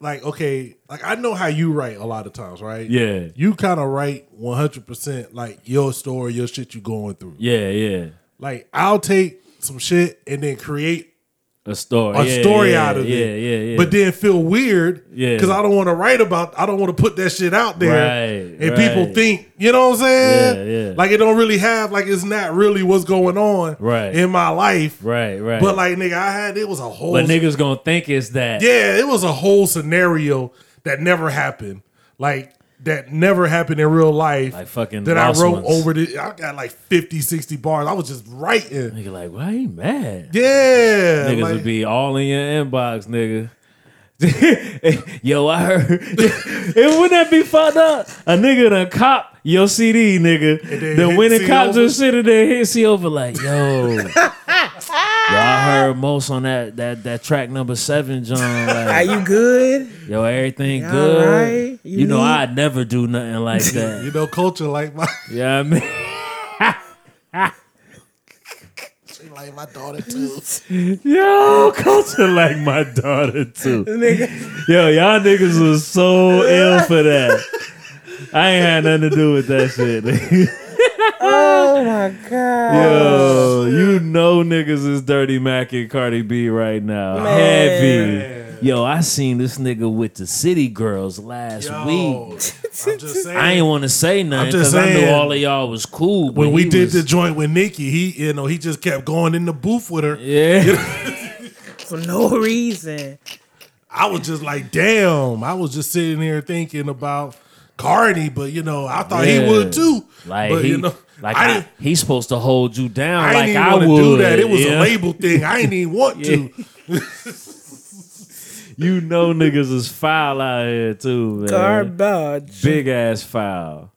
[SPEAKER 2] like okay, like I know how you write a lot of times, right?
[SPEAKER 3] Yeah.
[SPEAKER 2] You kind of write one hundred percent like your story, your shit you going through.
[SPEAKER 3] yeah, yeah.
[SPEAKER 2] Like I'll take some shit and then create
[SPEAKER 3] A story.
[SPEAKER 2] a
[SPEAKER 3] yeah,
[SPEAKER 2] story
[SPEAKER 3] yeah,
[SPEAKER 2] out of
[SPEAKER 3] yeah,
[SPEAKER 2] it.
[SPEAKER 3] Yeah, yeah, yeah.
[SPEAKER 2] But then feel weird
[SPEAKER 3] Yeah.
[SPEAKER 2] because I don't want to write about. I don't want to put that shit out there,
[SPEAKER 3] Right,
[SPEAKER 2] and
[SPEAKER 3] right.
[SPEAKER 2] people think you know what I'm saying.
[SPEAKER 3] Yeah, yeah.
[SPEAKER 2] Like it don't really have. Like it's not really what's going on
[SPEAKER 3] Right.
[SPEAKER 2] in my life.
[SPEAKER 3] right, right.
[SPEAKER 2] But like nigga, I had it was a whole.
[SPEAKER 3] but niggas gonna think it's that.
[SPEAKER 2] yeah, it was a whole scenario that never happened. Like that never happened in real life.
[SPEAKER 3] Like fucking
[SPEAKER 2] that I
[SPEAKER 3] lost
[SPEAKER 2] wrote
[SPEAKER 3] ones.
[SPEAKER 2] over the. I got like 50, 60 bars. I was just
[SPEAKER 3] <laughs>
[SPEAKER 2] writing.
[SPEAKER 3] Nigga, like, why you mad?
[SPEAKER 2] Yeah,
[SPEAKER 3] Niggas
[SPEAKER 2] like-
[SPEAKER 3] would be all in your inbox, nigga. <laughs> Yo, I heard. <laughs> and wouldn't that be fucked up? A nigga done cop your CD, nigga.
[SPEAKER 2] then
[SPEAKER 3] Then
[SPEAKER 2] hit
[SPEAKER 3] when the
[SPEAKER 2] C
[SPEAKER 3] cops
[SPEAKER 2] over.
[SPEAKER 3] and shit, and then hit C over like, yo.
[SPEAKER 2] <laughs>
[SPEAKER 3] yo, I heard most on that that that track number seven, John.
[SPEAKER 1] Are
[SPEAKER 2] <laughs>
[SPEAKER 3] Like,
[SPEAKER 1] you good?
[SPEAKER 3] yo, everything
[SPEAKER 1] You
[SPEAKER 3] good.
[SPEAKER 1] alright?
[SPEAKER 3] You,
[SPEAKER 1] You
[SPEAKER 3] know,
[SPEAKER 1] need-
[SPEAKER 3] I'd never do nothing like
[SPEAKER 2] you
[SPEAKER 3] that.
[SPEAKER 2] know, culture like my.
[SPEAKER 3] yeah, I mean.
[SPEAKER 2] like my daughter too.
[SPEAKER 3] Yo, culture like my daughter too.
[SPEAKER 1] Nigga,
[SPEAKER 3] Yo, y'all niggas was so ill for that. I ain't had nothing to do with that shit. nigga.
[SPEAKER 1] oh my god.
[SPEAKER 3] Yo, you know niggas is Dirty Mac and Cardi B right now. Heavy. Yo, I seen this nigga with the City Girls last
[SPEAKER 2] Yo, I'm
[SPEAKER 3] week.
[SPEAKER 2] just saying.
[SPEAKER 3] <laughs> I ain't want to say nothing
[SPEAKER 2] just
[SPEAKER 3] because I knew
[SPEAKER 2] saying,
[SPEAKER 3] all of y'all was cool. but
[SPEAKER 2] when we
[SPEAKER 3] he
[SPEAKER 2] did
[SPEAKER 3] was-
[SPEAKER 2] the joint with Nikki, he you know he just kept going in the booth with her.
[SPEAKER 3] <laughs> yeah,
[SPEAKER 1] For no <laughs> reason.
[SPEAKER 2] I was just like, damn. I was just sitting there thinking about Cardi, but you know, I thought
[SPEAKER 3] Yeah.
[SPEAKER 2] he would too.
[SPEAKER 3] like
[SPEAKER 2] but
[SPEAKER 3] he,
[SPEAKER 2] you know,
[SPEAKER 3] like
[SPEAKER 2] I
[SPEAKER 3] I-
[SPEAKER 2] didn't.
[SPEAKER 3] he's supposed to hold you down.
[SPEAKER 2] I
[SPEAKER 3] like
[SPEAKER 2] didn't
[SPEAKER 3] I
[SPEAKER 2] even
[SPEAKER 3] would
[SPEAKER 2] want to do that. It was a
[SPEAKER 3] yeah.
[SPEAKER 2] label thing. I didn't even want to.
[SPEAKER 3] <laughs> You know niggas is foul out here too, man.
[SPEAKER 1] Garbage.
[SPEAKER 3] Big ass foul.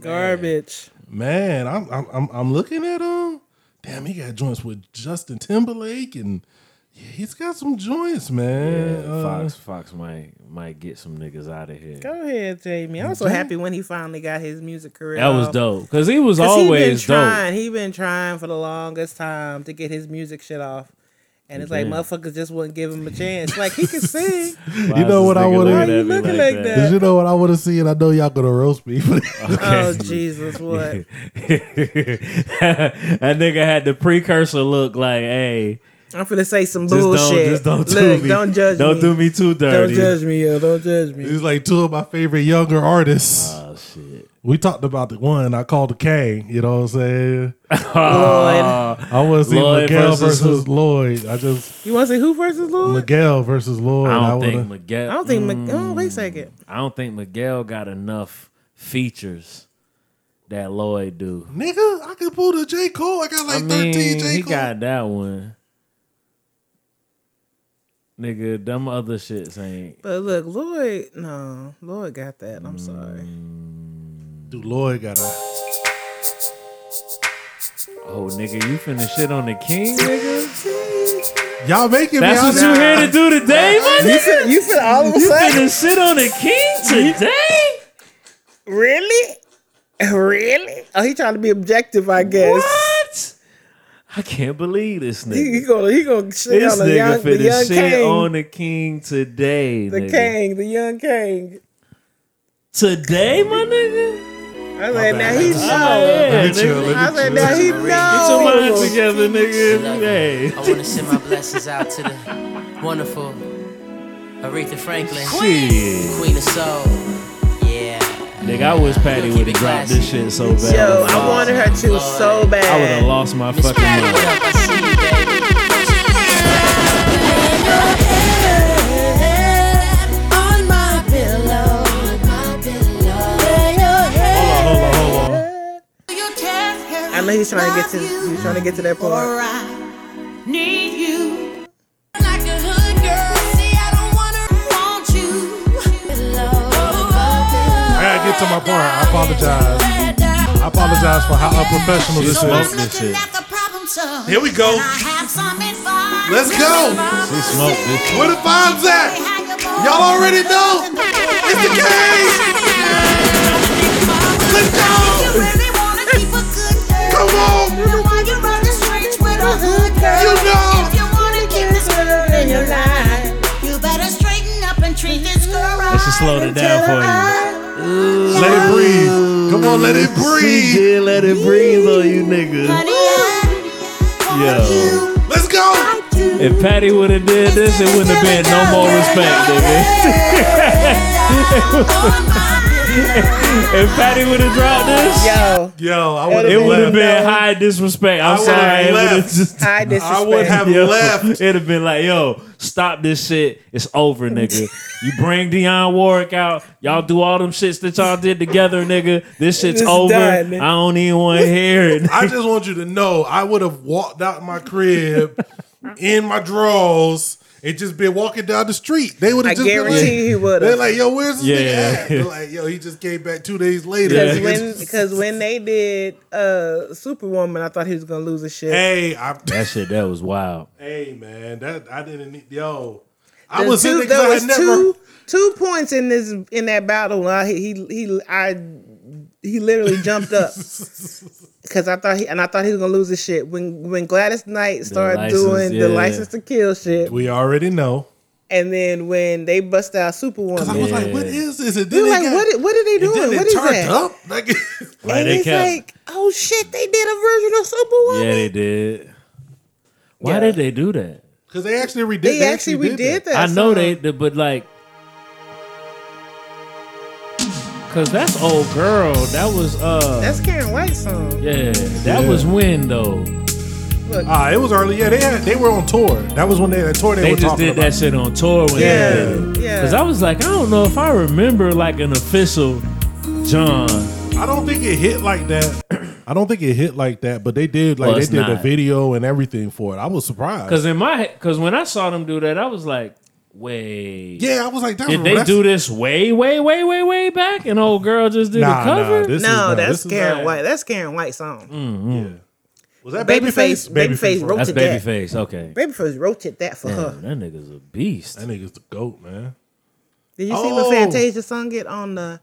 [SPEAKER 1] Garbage.
[SPEAKER 2] Man, I'm I'm I'm, I'm looking at him. Damn, he got joints with Justin Timberlake, and he's got some joints, man. Uh,
[SPEAKER 3] Fox Fox might might get some niggas out of here.
[SPEAKER 1] Go ahead, Jamie. I'm so happy when he finally got his music career.
[SPEAKER 3] That was
[SPEAKER 1] off.
[SPEAKER 3] dope because he was
[SPEAKER 1] 'Cause
[SPEAKER 3] always
[SPEAKER 1] he been
[SPEAKER 3] dope.
[SPEAKER 1] trying. He been trying for the longest time to get his music shit off. And it's like
[SPEAKER 3] Yeah.
[SPEAKER 1] motherfuckers just wouldn't give him a chance. Like he can
[SPEAKER 3] <laughs>
[SPEAKER 1] sing.
[SPEAKER 3] Why
[SPEAKER 2] You
[SPEAKER 3] is
[SPEAKER 2] know
[SPEAKER 3] this
[SPEAKER 2] what I
[SPEAKER 3] nigga
[SPEAKER 2] wanna-
[SPEAKER 3] looking
[SPEAKER 2] Why
[SPEAKER 3] at
[SPEAKER 1] you
[SPEAKER 3] me
[SPEAKER 1] looking like that?
[SPEAKER 2] Cause you know what I want to see, and I know y'all gonna roast me. for this.
[SPEAKER 3] <laughs>
[SPEAKER 1] Oh Jesus, what?
[SPEAKER 3] that nigga had the precursor look like, hey,
[SPEAKER 1] I'm finna say some
[SPEAKER 3] just
[SPEAKER 1] bullshit.
[SPEAKER 3] don't, just don't do
[SPEAKER 1] Look,
[SPEAKER 3] me,
[SPEAKER 1] don't judge
[SPEAKER 3] don't
[SPEAKER 1] me.
[SPEAKER 3] do me too dirty.
[SPEAKER 1] Don't judge me, yo. Don't judge me.
[SPEAKER 2] He's like two of my favorite younger artists.
[SPEAKER 3] Oh shit!
[SPEAKER 2] We talked about the one I called the K. You know what I'm saying?
[SPEAKER 3] Oh,
[SPEAKER 2] I want to see
[SPEAKER 3] Lloyd
[SPEAKER 2] Miguel
[SPEAKER 3] versus
[SPEAKER 2] versus,
[SPEAKER 3] who?
[SPEAKER 2] Lloyd. I just
[SPEAKER 1] You want to say who versus Lord?
[SPEAKER 2] Miguel versus Lloyd.
[SPEAKER 3] I
[SPEAKER 2] I
[SPEAKER 3] don't
[SPEAKER 2] wanna,
[SPEAKER 3] think Miguel. mm,
[SPEAKER 1] I don't think. Mc- oh, wait a second.
[SPEAKER 3] I don't think Miguel got enough features that Lloyd do.
[SPEAKER 2] nigga, I can pull the J Cole. I got like
[SPEAKER 3] I mean,
[SPEAKER 2] 13 J
[SPEAKER 3] he
[SPEAKER 2] Cole.
[SPEAKER 3] got that one. Nigga, them other shits ain't.
[SPEAKER 1] But look, Lloyd. No, Lloyd got that. I'm sorry.
[SPEAKER 2] Dude, Lloyd got a.
[SPEAKER 3] Oh, nigga, you finna shit on the king, nigga?
[SPEAKER 2] Y'all making
[SPEAKER 3] That's
[SPEAKER 2] me.
[SPEAKER 3] what
[SPEAKER 2] out
[SPEAKER 3] you
[SPEAKER 2] here.
[SPEAKER 3] here to do today, my
[SPEAKER 1] You
[SPEAKER 3] nigga?
[SPEAKER 1] said you said all of a <laughs>
[SPEAKER 3] You
[SPEAKER 1] sudden.
[SPEAKER 3] finna shit on the
[SPEAKER 1] <laughs>
[SPEAKER 3] king today?
[SPEAKER 1] Really? Really? Oh, he trying to be objective, I guess.
[SPEAKER 3] What? I can't believe this
[SPEAKER 1] He, he
[SPEAKER 3] nigga.
[SPEAKER 1] gonna he gonna shit
[SPEAKER 3] This
[SPEAKER 1] on the
[SPEAKER 3] nigga
[SPEAKER 1] young, the young
[SPEAKER 3] finna shit
[SPEAKER 1] king,
[SPEAKER 3] on the king today.
[SPEAKER 1] the
[SPEAKER 3] nigga.
[SPEAKER 1] king, the young king.
[SPEAKER 3] Today, my nigga?
[SPEAKER 1] I said, now he know.
[SPEAKER 3] Yeah,
[SPEAKER 2] Let me chill,
[SPEAKER 3] nigga.
[SPEAKER 2] let
[SPEAKER 1] I said,
[SPEAKER 2] me chill.
[SPEAKER 1] now he
[SPEAKER 3] Get your mind
[SPEAKER 1] know.
[SPEAKER 3] together, nigga. Hey.
[SPEAKER 4] I want to send my blessings out to the wonderful Aretha Franklin,
[SPEAKER 3] Shit.
[SPEAKER 4] Queen of Soul. Yeah.
[SPEAKER 3] Nigga, I wish Patty would have dropped this shit so bad.
[SPEAKER 1] Yo, I wanted her to so
[SPEAKER 3] I would have
[SPEAKER 1] bad.
[SPEAKER 3] lost my fucking mind.
[SPEAKER 4] What up, I see you, baby.
[SPEAKER 3] Hold on, hold on.
[SPEAKER 1] I know he's trying to get to he's trying to get to that part.
[SPEAKER 2] I gotta get to my part. I apologize. I apologize for how unprofessional this
[SPEAKER 3] Smoke
[SPEAKER 2] is.
[SPEAKER 3] this shit.
[SPEAKER 2] Here we go. Let's go.
[SPEAKER 3] She smoked this shit.
[SPEAKER 2] Where the vibes at? Y'all already know. It's the game. Let's go. Come on. You know.
[SPEAKER 3] Let's just slow it down for you.
[SPEAKER 2] Let it breathe. Come on, let it
[SPEAKER 3] She
[SPEAKER 2] breathe.
[SPEAKER 3] did let it breathe on you, nigga. Yo.
[SPEAKER 2] Let's go.
[SPEAKER 3] If Patty would have did this, it wouldn't have been no more respect, nigga. <laughs> If Patty would have dropped this,
[SPEAKER 1] Yo,
[SPEAKER 2] Yo, I would
[SPEAKER 3] it
[SPEAKER 2] have
[SPEAKER 1] would've
[SPEAKER 3] would have
[SPEAKER 2] left.
[SPEAKER 3] been high disrespect. I'm
[SPEAKER 2] I would've
[SPEAKER 3] sorry. It
[SPEAKER 2] left.
[SPEAKER 3] would've just-
[SPEAKER 1] I disrespect.
[SPEAKER 2] I would have
[SPEAKER 3] Yo,
[SPEAKER 2] left.
[SPEAKER 3] It'd have been like, yo, stop this shit. It's over, nigga. you bring Deion Warwick out. Y'all do all them shits that y'all did together, nigga. This shit's
[SPEAKER 1] It's
[SPEAKER 3] over.
[SPEAKER 1] done.
[SPEAKER 3] I don't even
[SPEAKER 2] <laughs>
[SPEAKER 3] want to hear it.
[SPEAKER 2] I just want you to know I would have walked out my crib in my drawers and just been walking down the street. They would
[SPEAKER 1] I
[SPEAKER 2] have just been
[SPEAKER 1] guarantee
[SPEAKER 2] like,
[SPEAKER 1] he would
[SPEAKER 2] they're
[SPEAKER 1] have.
[SPEAKER 2] like, yo, where's this
[SPEAKER 3] Yeah.
[SPEAKER 2] nigga at? They're like, yo, he just came back two days later.
[SPEAKER 1] Because
[SPEAKER 3] Yeah.
[SPEAKER 1] when because when they did uh Superwoman, I thought he was gonna lose his shit.
[SPEAKER 2] hey, I,
[SPEAKER 3] That shit, that was wild.
[SPEAKER 2] hey, man, that I didn't need, yo. I
[SPEAKER 1] There
[SPEAKER 2] was in
[SPEAKER 1] two-
[SPEAKER 2] there
[SPEAKER 1] there
[SPEAKER 2] because
[SPEAKER 1] was
[SPEAKER 2] I never.
[SPEAKER 1] two two points in this in that battle. where I, he he I he literally jumped
[SPEAKER 2] <laughs>
[SPEAKER 1] up because I thought he and I thought he was gonna lose his shit when when Gladys Knight started
[SPEAKER 3] license,
[SPEAKER 1] doing the
[SPEAKER 3] yeah.
[SPEAKER 1] license to kill shit,
[SPEAKER 2] We already know.
[SPEAKER 1] and then when they bust out Superwoman,
[SPEAKER 2] I
[SPEAKER 1] we
[SPEAKER 2] was like, what is this? And then
[SPEAKER 1] were
[SPEAKER 2] it
[SPEAKER 1] like,
[SPEAKER 2] got-
[SPEAKER 1] what what are they
[SPEAKER 2] and then
[SPEAKER 1] doing?
[SPEAKER 2] it
[SPEAKER 1] What is
[SPEAKER 2] turned
[SPEAKER 1] that?
[SPEAKER 2] up. Like, <laughs>
[SPEAKER 3] Like
[SPEAKER 1] and
[SPEAKER 3] they
[SPEAKER 1] it's
[SPEAKER 3] kept.
[SPEAKER 1] like, oh shit, they did a version of Superwoman.
[SPEAKER 3] yeah, they did. Why did they do that?
[SPEAKER 2] Because they actually redid
[SPEAKER 1] They, actually, we did that.
[SPEAKER 3] I know
[SPEAKER 1] song.
[SPEAKER 3] they, did, but like, cause that's old girl. That was uh,
[SPEAKER 1] That's Karen White's song.
[SPEAKER 3] yeah, that was when though.
[SPEAKER 2] Ah, it was early. Yeah, they had, they were on tour. That was when they had a tour. They,
[SPEAKER 3] They
[SPEAKER 2] were
[SPEAKER 3] just
[SPEAKER 2] talking
[SPEAKER 3] did
[SPEAKER 2] about.
[SPEAKER 3] that shit on tour when
[SPEAKER 1] Yeah,
[SPEAKER 3] they did it.
[SPEAKER 1] yeah.
[SPEAKER 3] Cause I was like, I don't know if I remember like an official John.
[SPEAKER 2] I don't think it hit like that. <clears throat> I don't think it hit like that, but they did like
[SPEAKER 3] Well,
[SPEAKER 2] they
[SPEAKER 3] it's
[SPEAKER 2] did a
[SPEAKER 3] not.
[SPEAKER 2] video and everything for it. I was surprised.
[SPEAKER 3] Cause in my head, cause when I saw them do that, I was like, wait.
[SPEAKER 2] yeah, I was like, that
[SPEAKER 3] Did
[SPEAKER 2] was-
[SPEAKER 3] they
[SPEAKER 2] that's-
[SPEAKER 3] do this way, way, way, way, way back? And old girl just did
[SPEAKER 2] Nah,
[SPEAKER 3] a cover?
[SPEAKER 2] nah, this is,
[SPEAKER 1] No,
[SPEAKER 2] nah,
[SPEAKER 1] that's
[SPEAKER 2] this is Mm.
[SPEAKER 1] Karen
[SPEAKER 2] not-
[SPEAKER 1] White. That's Karen White's song.
[SPEAKER 2] Yeah. Was that
[SPEAKER 1] Babyface-
[SPEAKER 2] Babyface?
[SPEAKER 1] Babyface
[SPEAKER 2] right?
[SPEAKER 1] wrote
[SPEAKER 3] That's
[SPEAKER 1] to that.
[SPEAKER 3] Babyface. Okay.
[SPEAKER 1] Babyface rotated that for
[SPEAKER 3] Damn,
[SPEAKER 1] her.
[SPEAKER 3] that nigga's a beast.
[SPEAKER 2] That nigga's the goat, man.
[SPEAKER 1] Did you see what
[SPEAKER 2] Oh.
[SPEAKER 1] Fantasia sung it on the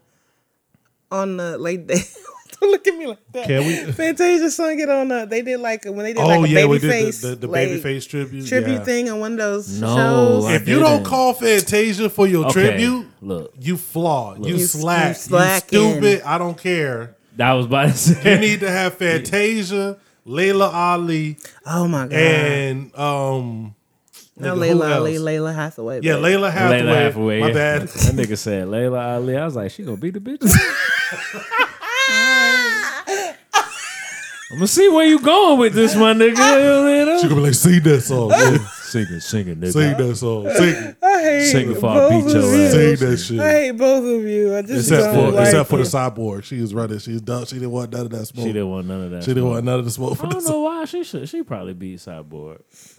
[SPEAKER 1] on the like they <laughs> don't look at me like that. <laughs>
[SPEAKER 2] Can we?
[SPEAKER 1] Fantasia sung it on the they did like when they did
[SPEAKER 2] oh
[SPEAKER 1] like a
[SPEAKER 2] yeah,
[SPEAKER 1] baby
[SPEAKER 2] we did
[SPEAKER 1] face
[SPEAKER 2] the, the, the
[SPEAKER 1] like,
[SPEAKER 2] Babyface tribute.
[SPEAKER 1] tribute
[SPEAKER 2] yeah.
[SPEAKER 1] thing on one of those
[SPEAKER 3] No,
[SPEAKER 1] shows.
[SPEAKER 3] I-
[SPEAKER 2] If you don't
[SPEAKER 3] didn't.
[SPEAKER 2] call Fantasia for your
[SPEAKER 3] Okay,
[SPEAKER 2] tribute,
[SPEAKER 3] Look,
[SPEAKER 2] you flawed. You,
[SPEAKER 1] You- you
[SPEAKER 2] slack.
[SPEAKER 1] slacking.
[SPEAKER 2] you stupid. I don't care.
[SPEAKER 3] that was about to
[SPEAKER 2] You
[SPEAKER 3] say.
[SPEAKER 2] need to
[SPEAKER 3] <laughs>
[SPEAKER 2] have Fantasia, Layla Ali,
[SPEAKER 1] oh my god!
[SPEAKER 2] and um
[SPEAKER 1] no,
[SPEAKER 2] nigga, who
[SPEAKER 1] Layla, Ali,
[SPEAKER 2] else?
[SPEAKER 1] Layla Hathaway.
[SPEAKER 2] Yeah,
[SPEAKER 1] babe.
[SPEAKER 2] Layla Hathaway.
[SPEAKER 3] Layla Hathaway.
[SPEAKER 2] My
[SPEAKER 3] yeah.
[SPEAKER 2] bad.
[SPEAKER 3] <laughs> that nigga said Layla Ali. I was like, she gonna beat the bitches. I'm gonna see where you going with this, my nigga. You know what I mean?
[SPEAKER 2] She gonna be like, sing that
[SPEAKER 3] <laughs>
[SPEAKER 2] song, man.
[SPEAKER 3] Singing, singing, nigga.
[SPEAKER 2] sing that song, sing, it.
[SPEAKER 1] I hate
[SPEAKER 3] Sing
[SPEAKER 1] both
[SPEAKER 3] before I beat
[SPEAKER 1] of
[SPEAKER 3] your
[SPEAKER 1] you.
[SPEAKER 3] ass.
[SPEAKER 2] uh, sing that shit.
[SPEAKER 1] I hate both of you. I just
[SPEAKER 2] Except
[SPEAKER 1] don't
[SPEAKER 2] for
[SPEAKER 1] like
[SPEAKER 2] except for the
[SPEAKER 1] it.
[SPEAKER 2] cyborg, she was running. She's dumb. She didn't want none of that smoke.
[SPEAKER 3] She
[SPEAKER 2] She didn't,
[SPEAKER 3] didn't want none of that.
[SPEAKER 2] want none of the smoke. For
[SPEAKER 3] I
[SPEAKER 2] the
[SPEAKER 3] don't know why she should. She probably beat Cyborg.
[SPEAKER 2] <laughs>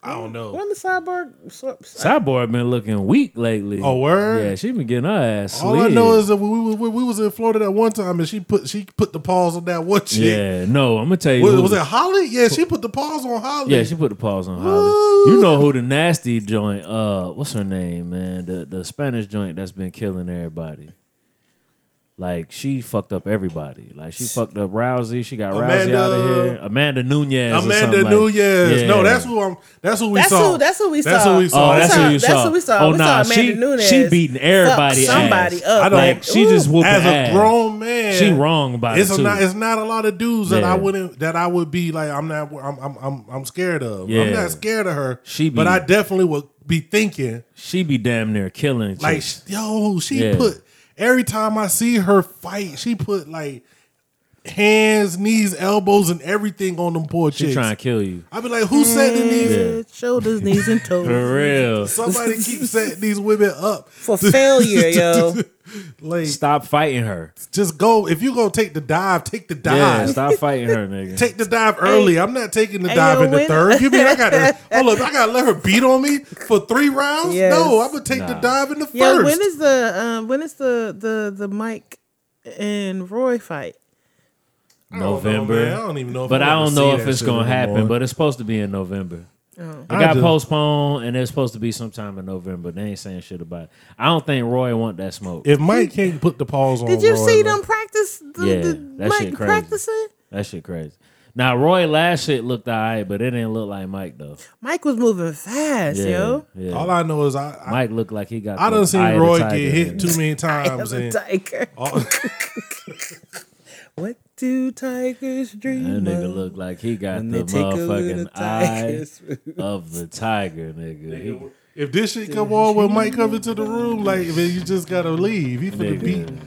[SPEAKER 2] I don't know.
[SPEAKER 1] When the cyborg, so-
[SPEAKER 3] Cyborg been looking weak lately.
[SPEAKER 2] Oh, word?
[SPEAKER 3] Yeah, she been getting her ass.
[SPEAKER 2] All I
[SPEAKER 3] slid.
[SPEAKER 2] know is that when we, was- when we was in Florida that one time, and she put she put the paws on that one chick.
[SPEAKER 3] yeah. No, I'm gonna tell you.
[SPEAKER 2] Was,
[SPEAKER 3] who-
[SPEAKER 2] was it Holly? Yeah, she put the paws on Holly.
[SPEAKER 3] Yeah, she put the pause on Holly. You know who the nasty joint? Uh, what's her name, man? The the Spanish joint that's been killing everybody. Like she fucked up everybody. Like she fucked up Rousey. She got Rousey
[SPEAKER 2] Amanda-
[SPEAKER 3] out of here. Amanda Nunez. or
[SPEAKER 2] Amanda
[SPEAKER 3] something like-
[SPEAKER 2] Nunez.
[SPEAKER 3] Yeah.
[SPEAKER 2] No, that's who I'm. That's who we
[SPEAKER 1] That's
[SPEAKER 2] saw.
[SPEAKER 1] who- that's who we
[SPEAKER 2] That's
[SPEAKER 1] saw.
[SPEAKER 2] who we saw.
[SPEAKER 3] Oh, that's
[SPEAKER 1] That's
[SPEAKER 3] who
[SPEAKER 1] how-
[SPEAKER 3] you
[SPEAKER 1] that's
[SPEAKER 3] saw.
[SPEAKER 1] what we saw.
[SPEAKER 3] Oh,
[SPEAKER 1] We
[SPEAKER 3] nah,
[SPEAKER 1] saw
[SPEAKER 3] she,
[SPEAKER 1] Amanda Nunes
[SPEAKER 3] She beating everybody
[SPEAKER 1] fuck somebody
[SPEAKER 3] ass.
[SPEAKER 1] up.
[SPEAKER 2] I don't-
[SPEAKER 3] like she just whooping
[SPEAKER 2] as
[SPEAKER 3] ass.
[SPEAKER 2] a grown man.
[SPEAKER 3] She wrong about
[SPEAKER 2] it's
[SPEAKER 3] it,
[SPEAKER 2] a
[SPEAKER 3] too.
[SPEAKER 2] Not, it's not a lot of dudes that
[SPEAKER 3] Yeah.
[SPEAKER 2] I wouldn't that I would be like I'm not I'm I'm I'm, I'm scared of. I'm
[SPEAKER 3] Yeah.
[SPEAKER 2] not scared of her.
[SPEAKER 3] She be-
[SPEAKER 2] but I definitely would be thinking
[SPEAKER 3] she be damn near killing.
[SPEAKER 2] like
[SPEAKER 3] chicks.
[SPEAKER 2] yo she
[SPEAKER 3] Yeah.
[SPEAKER 2] put every time I see her fight she put like hands knees elbows and everything on them poor
[SPEAKER 3] she
[SPEAKER 2] chicks.
[SPEAKER 3] trying to Mm. kill you.
[SPEAKER 2] I'd be like who setting these
[SPEAKER 1] Shoulders, knees, and toes
[SPEAKER 3] For
[SPEAKER 2] <laughs>
[SPEAKER 3] real.
[SPEAKER 2] somebody keep setting these women up
[SPEAKER 1] for
[SPEAKER 2] <laughs>
[SPEAKER 1] failure, yo.
[SPEAKER 2] like
[SPEAKER 3] Stop fighting her.
[SPEAKER 2] just go if you gonna take the dive take the dive.
[SPEAKER 3] Yeah, stop fighting her,
[SPEAKER 2] <laughs>
[SPEAKER 3] nigga.
[SPEAKER 2] take the dive early. I'm not taking the
[SPEAKER 1] hey,
[SPEAKER 2] dive
[SPEAKER 1] yo,
[SPEAKER 2] in the
[SPEAKER 1] when-
[SPEAKER 2] third. You mean I
[SPEAKER 1] <laughs>
[SPEAKER 2] got to hold up? I got to let her beat on me for three rounds?
[SPEAKER 1] Yes.
[SPEAKER 2] No, I'm gonna take the
[SPEAKER 3] Nah.
[SPEAKER 2] dive in the
[SPEAKER 1] Yo,
[SPEAKER 2] first.
[SPEAKER 1] when is the um, when is the the the Mike and Roy fight?
[SPEAKER 3] November.
[SPEAKER 2] Oh, man. I don't even know if
[SPEAKER 3] but
[SPEAKER 2] I'm
[SPEAKER 3] I
[SPEAKER 2] gonna
[SPEAKER 3] don't know
[SPEAKER 2] see
[SPEAKER 3] if
[SPEAKER 2] that
[SPEAKER 3] it's
[SPEAKER 2] shit
[SPEAKER 3] gonna
[SPEAKER 2] no more.
[SPEAKER 3] happen. But it's supposed to be in November.
[SPEAKER 1] Oh.
[SPEAKER 3] It
[SPEAKER 2] I
[SPEAKER 3] got
[SPEAKER 2] just-
[SPEAKER 3] postponed, and it's supposed to be sometime in November. They ain't saying shit about it. I don't think Roy want that smoke.
[SPEAKER 2] if Mike can't put the pause
[SPEAKER 3] Oh,
[SPEAKER 2] on,
[SPEAKER 1] Did you
[SPEAKER 2] Roy,
[SPEAKER 1] see
[SPEAKER 2] though-
[SPEAKER 1] them practice? The,
[SPEAKER 3] Yeah,
[SPEAKER 1] the
[SPEAKER 3] that
[SPEAKER 1] Mike
[SPEAKER 3] shit crazy.
[SPEAKER 1] practicing.
[SPEAKER 3] that shit crazy. Now Roy last shit looked alright, but it didn't look like Mike though.
[SPEAKER 1] Mike was moving fast,
[SPEAKER 3] Yeah,
[SPEAKER 1] yo.
[SPEAKER 3] yeah.
[SPEAKER 2] All I know is I
[SPEAKER 3] Mike looked like he got.
[SPEAKER 2] I, I
[SPEAKER 3] the
[SPEAKER 2] done seen
[SPEAKER 3] eye of the
[SPEAKER 2] Roy
[SPEAKER 3] tiger.
[SPEAKER 2] get hit too many
[SPEAKER 1] As
[SPEAKER 2] times,
[SPEAKER 1] a
[SPEAKER 2] and
[SPEAKER 1] tiger.
[SPEAKER 2] all-
[SPEAKER 1] <laughs> What do tigers
[SPEAKER 3] That
[SPEAKER 1] dream
[SPEAKER 3] nigga
[SPEAKER 1] of?
[SPEAKER 3] look like he got
[SPEAKER 1] when
[SPEAKER 3] the
[SPEAKER 1] they take a little
[SPEAKER 3] motherfucking eye
[SPEAKER 1] tiger's
[SPEAKER 3] of the tiger, nigga. He-
[SPEAKER 2] if this shit come on when Mike comes into the room, like man, you just gotta leave. He finna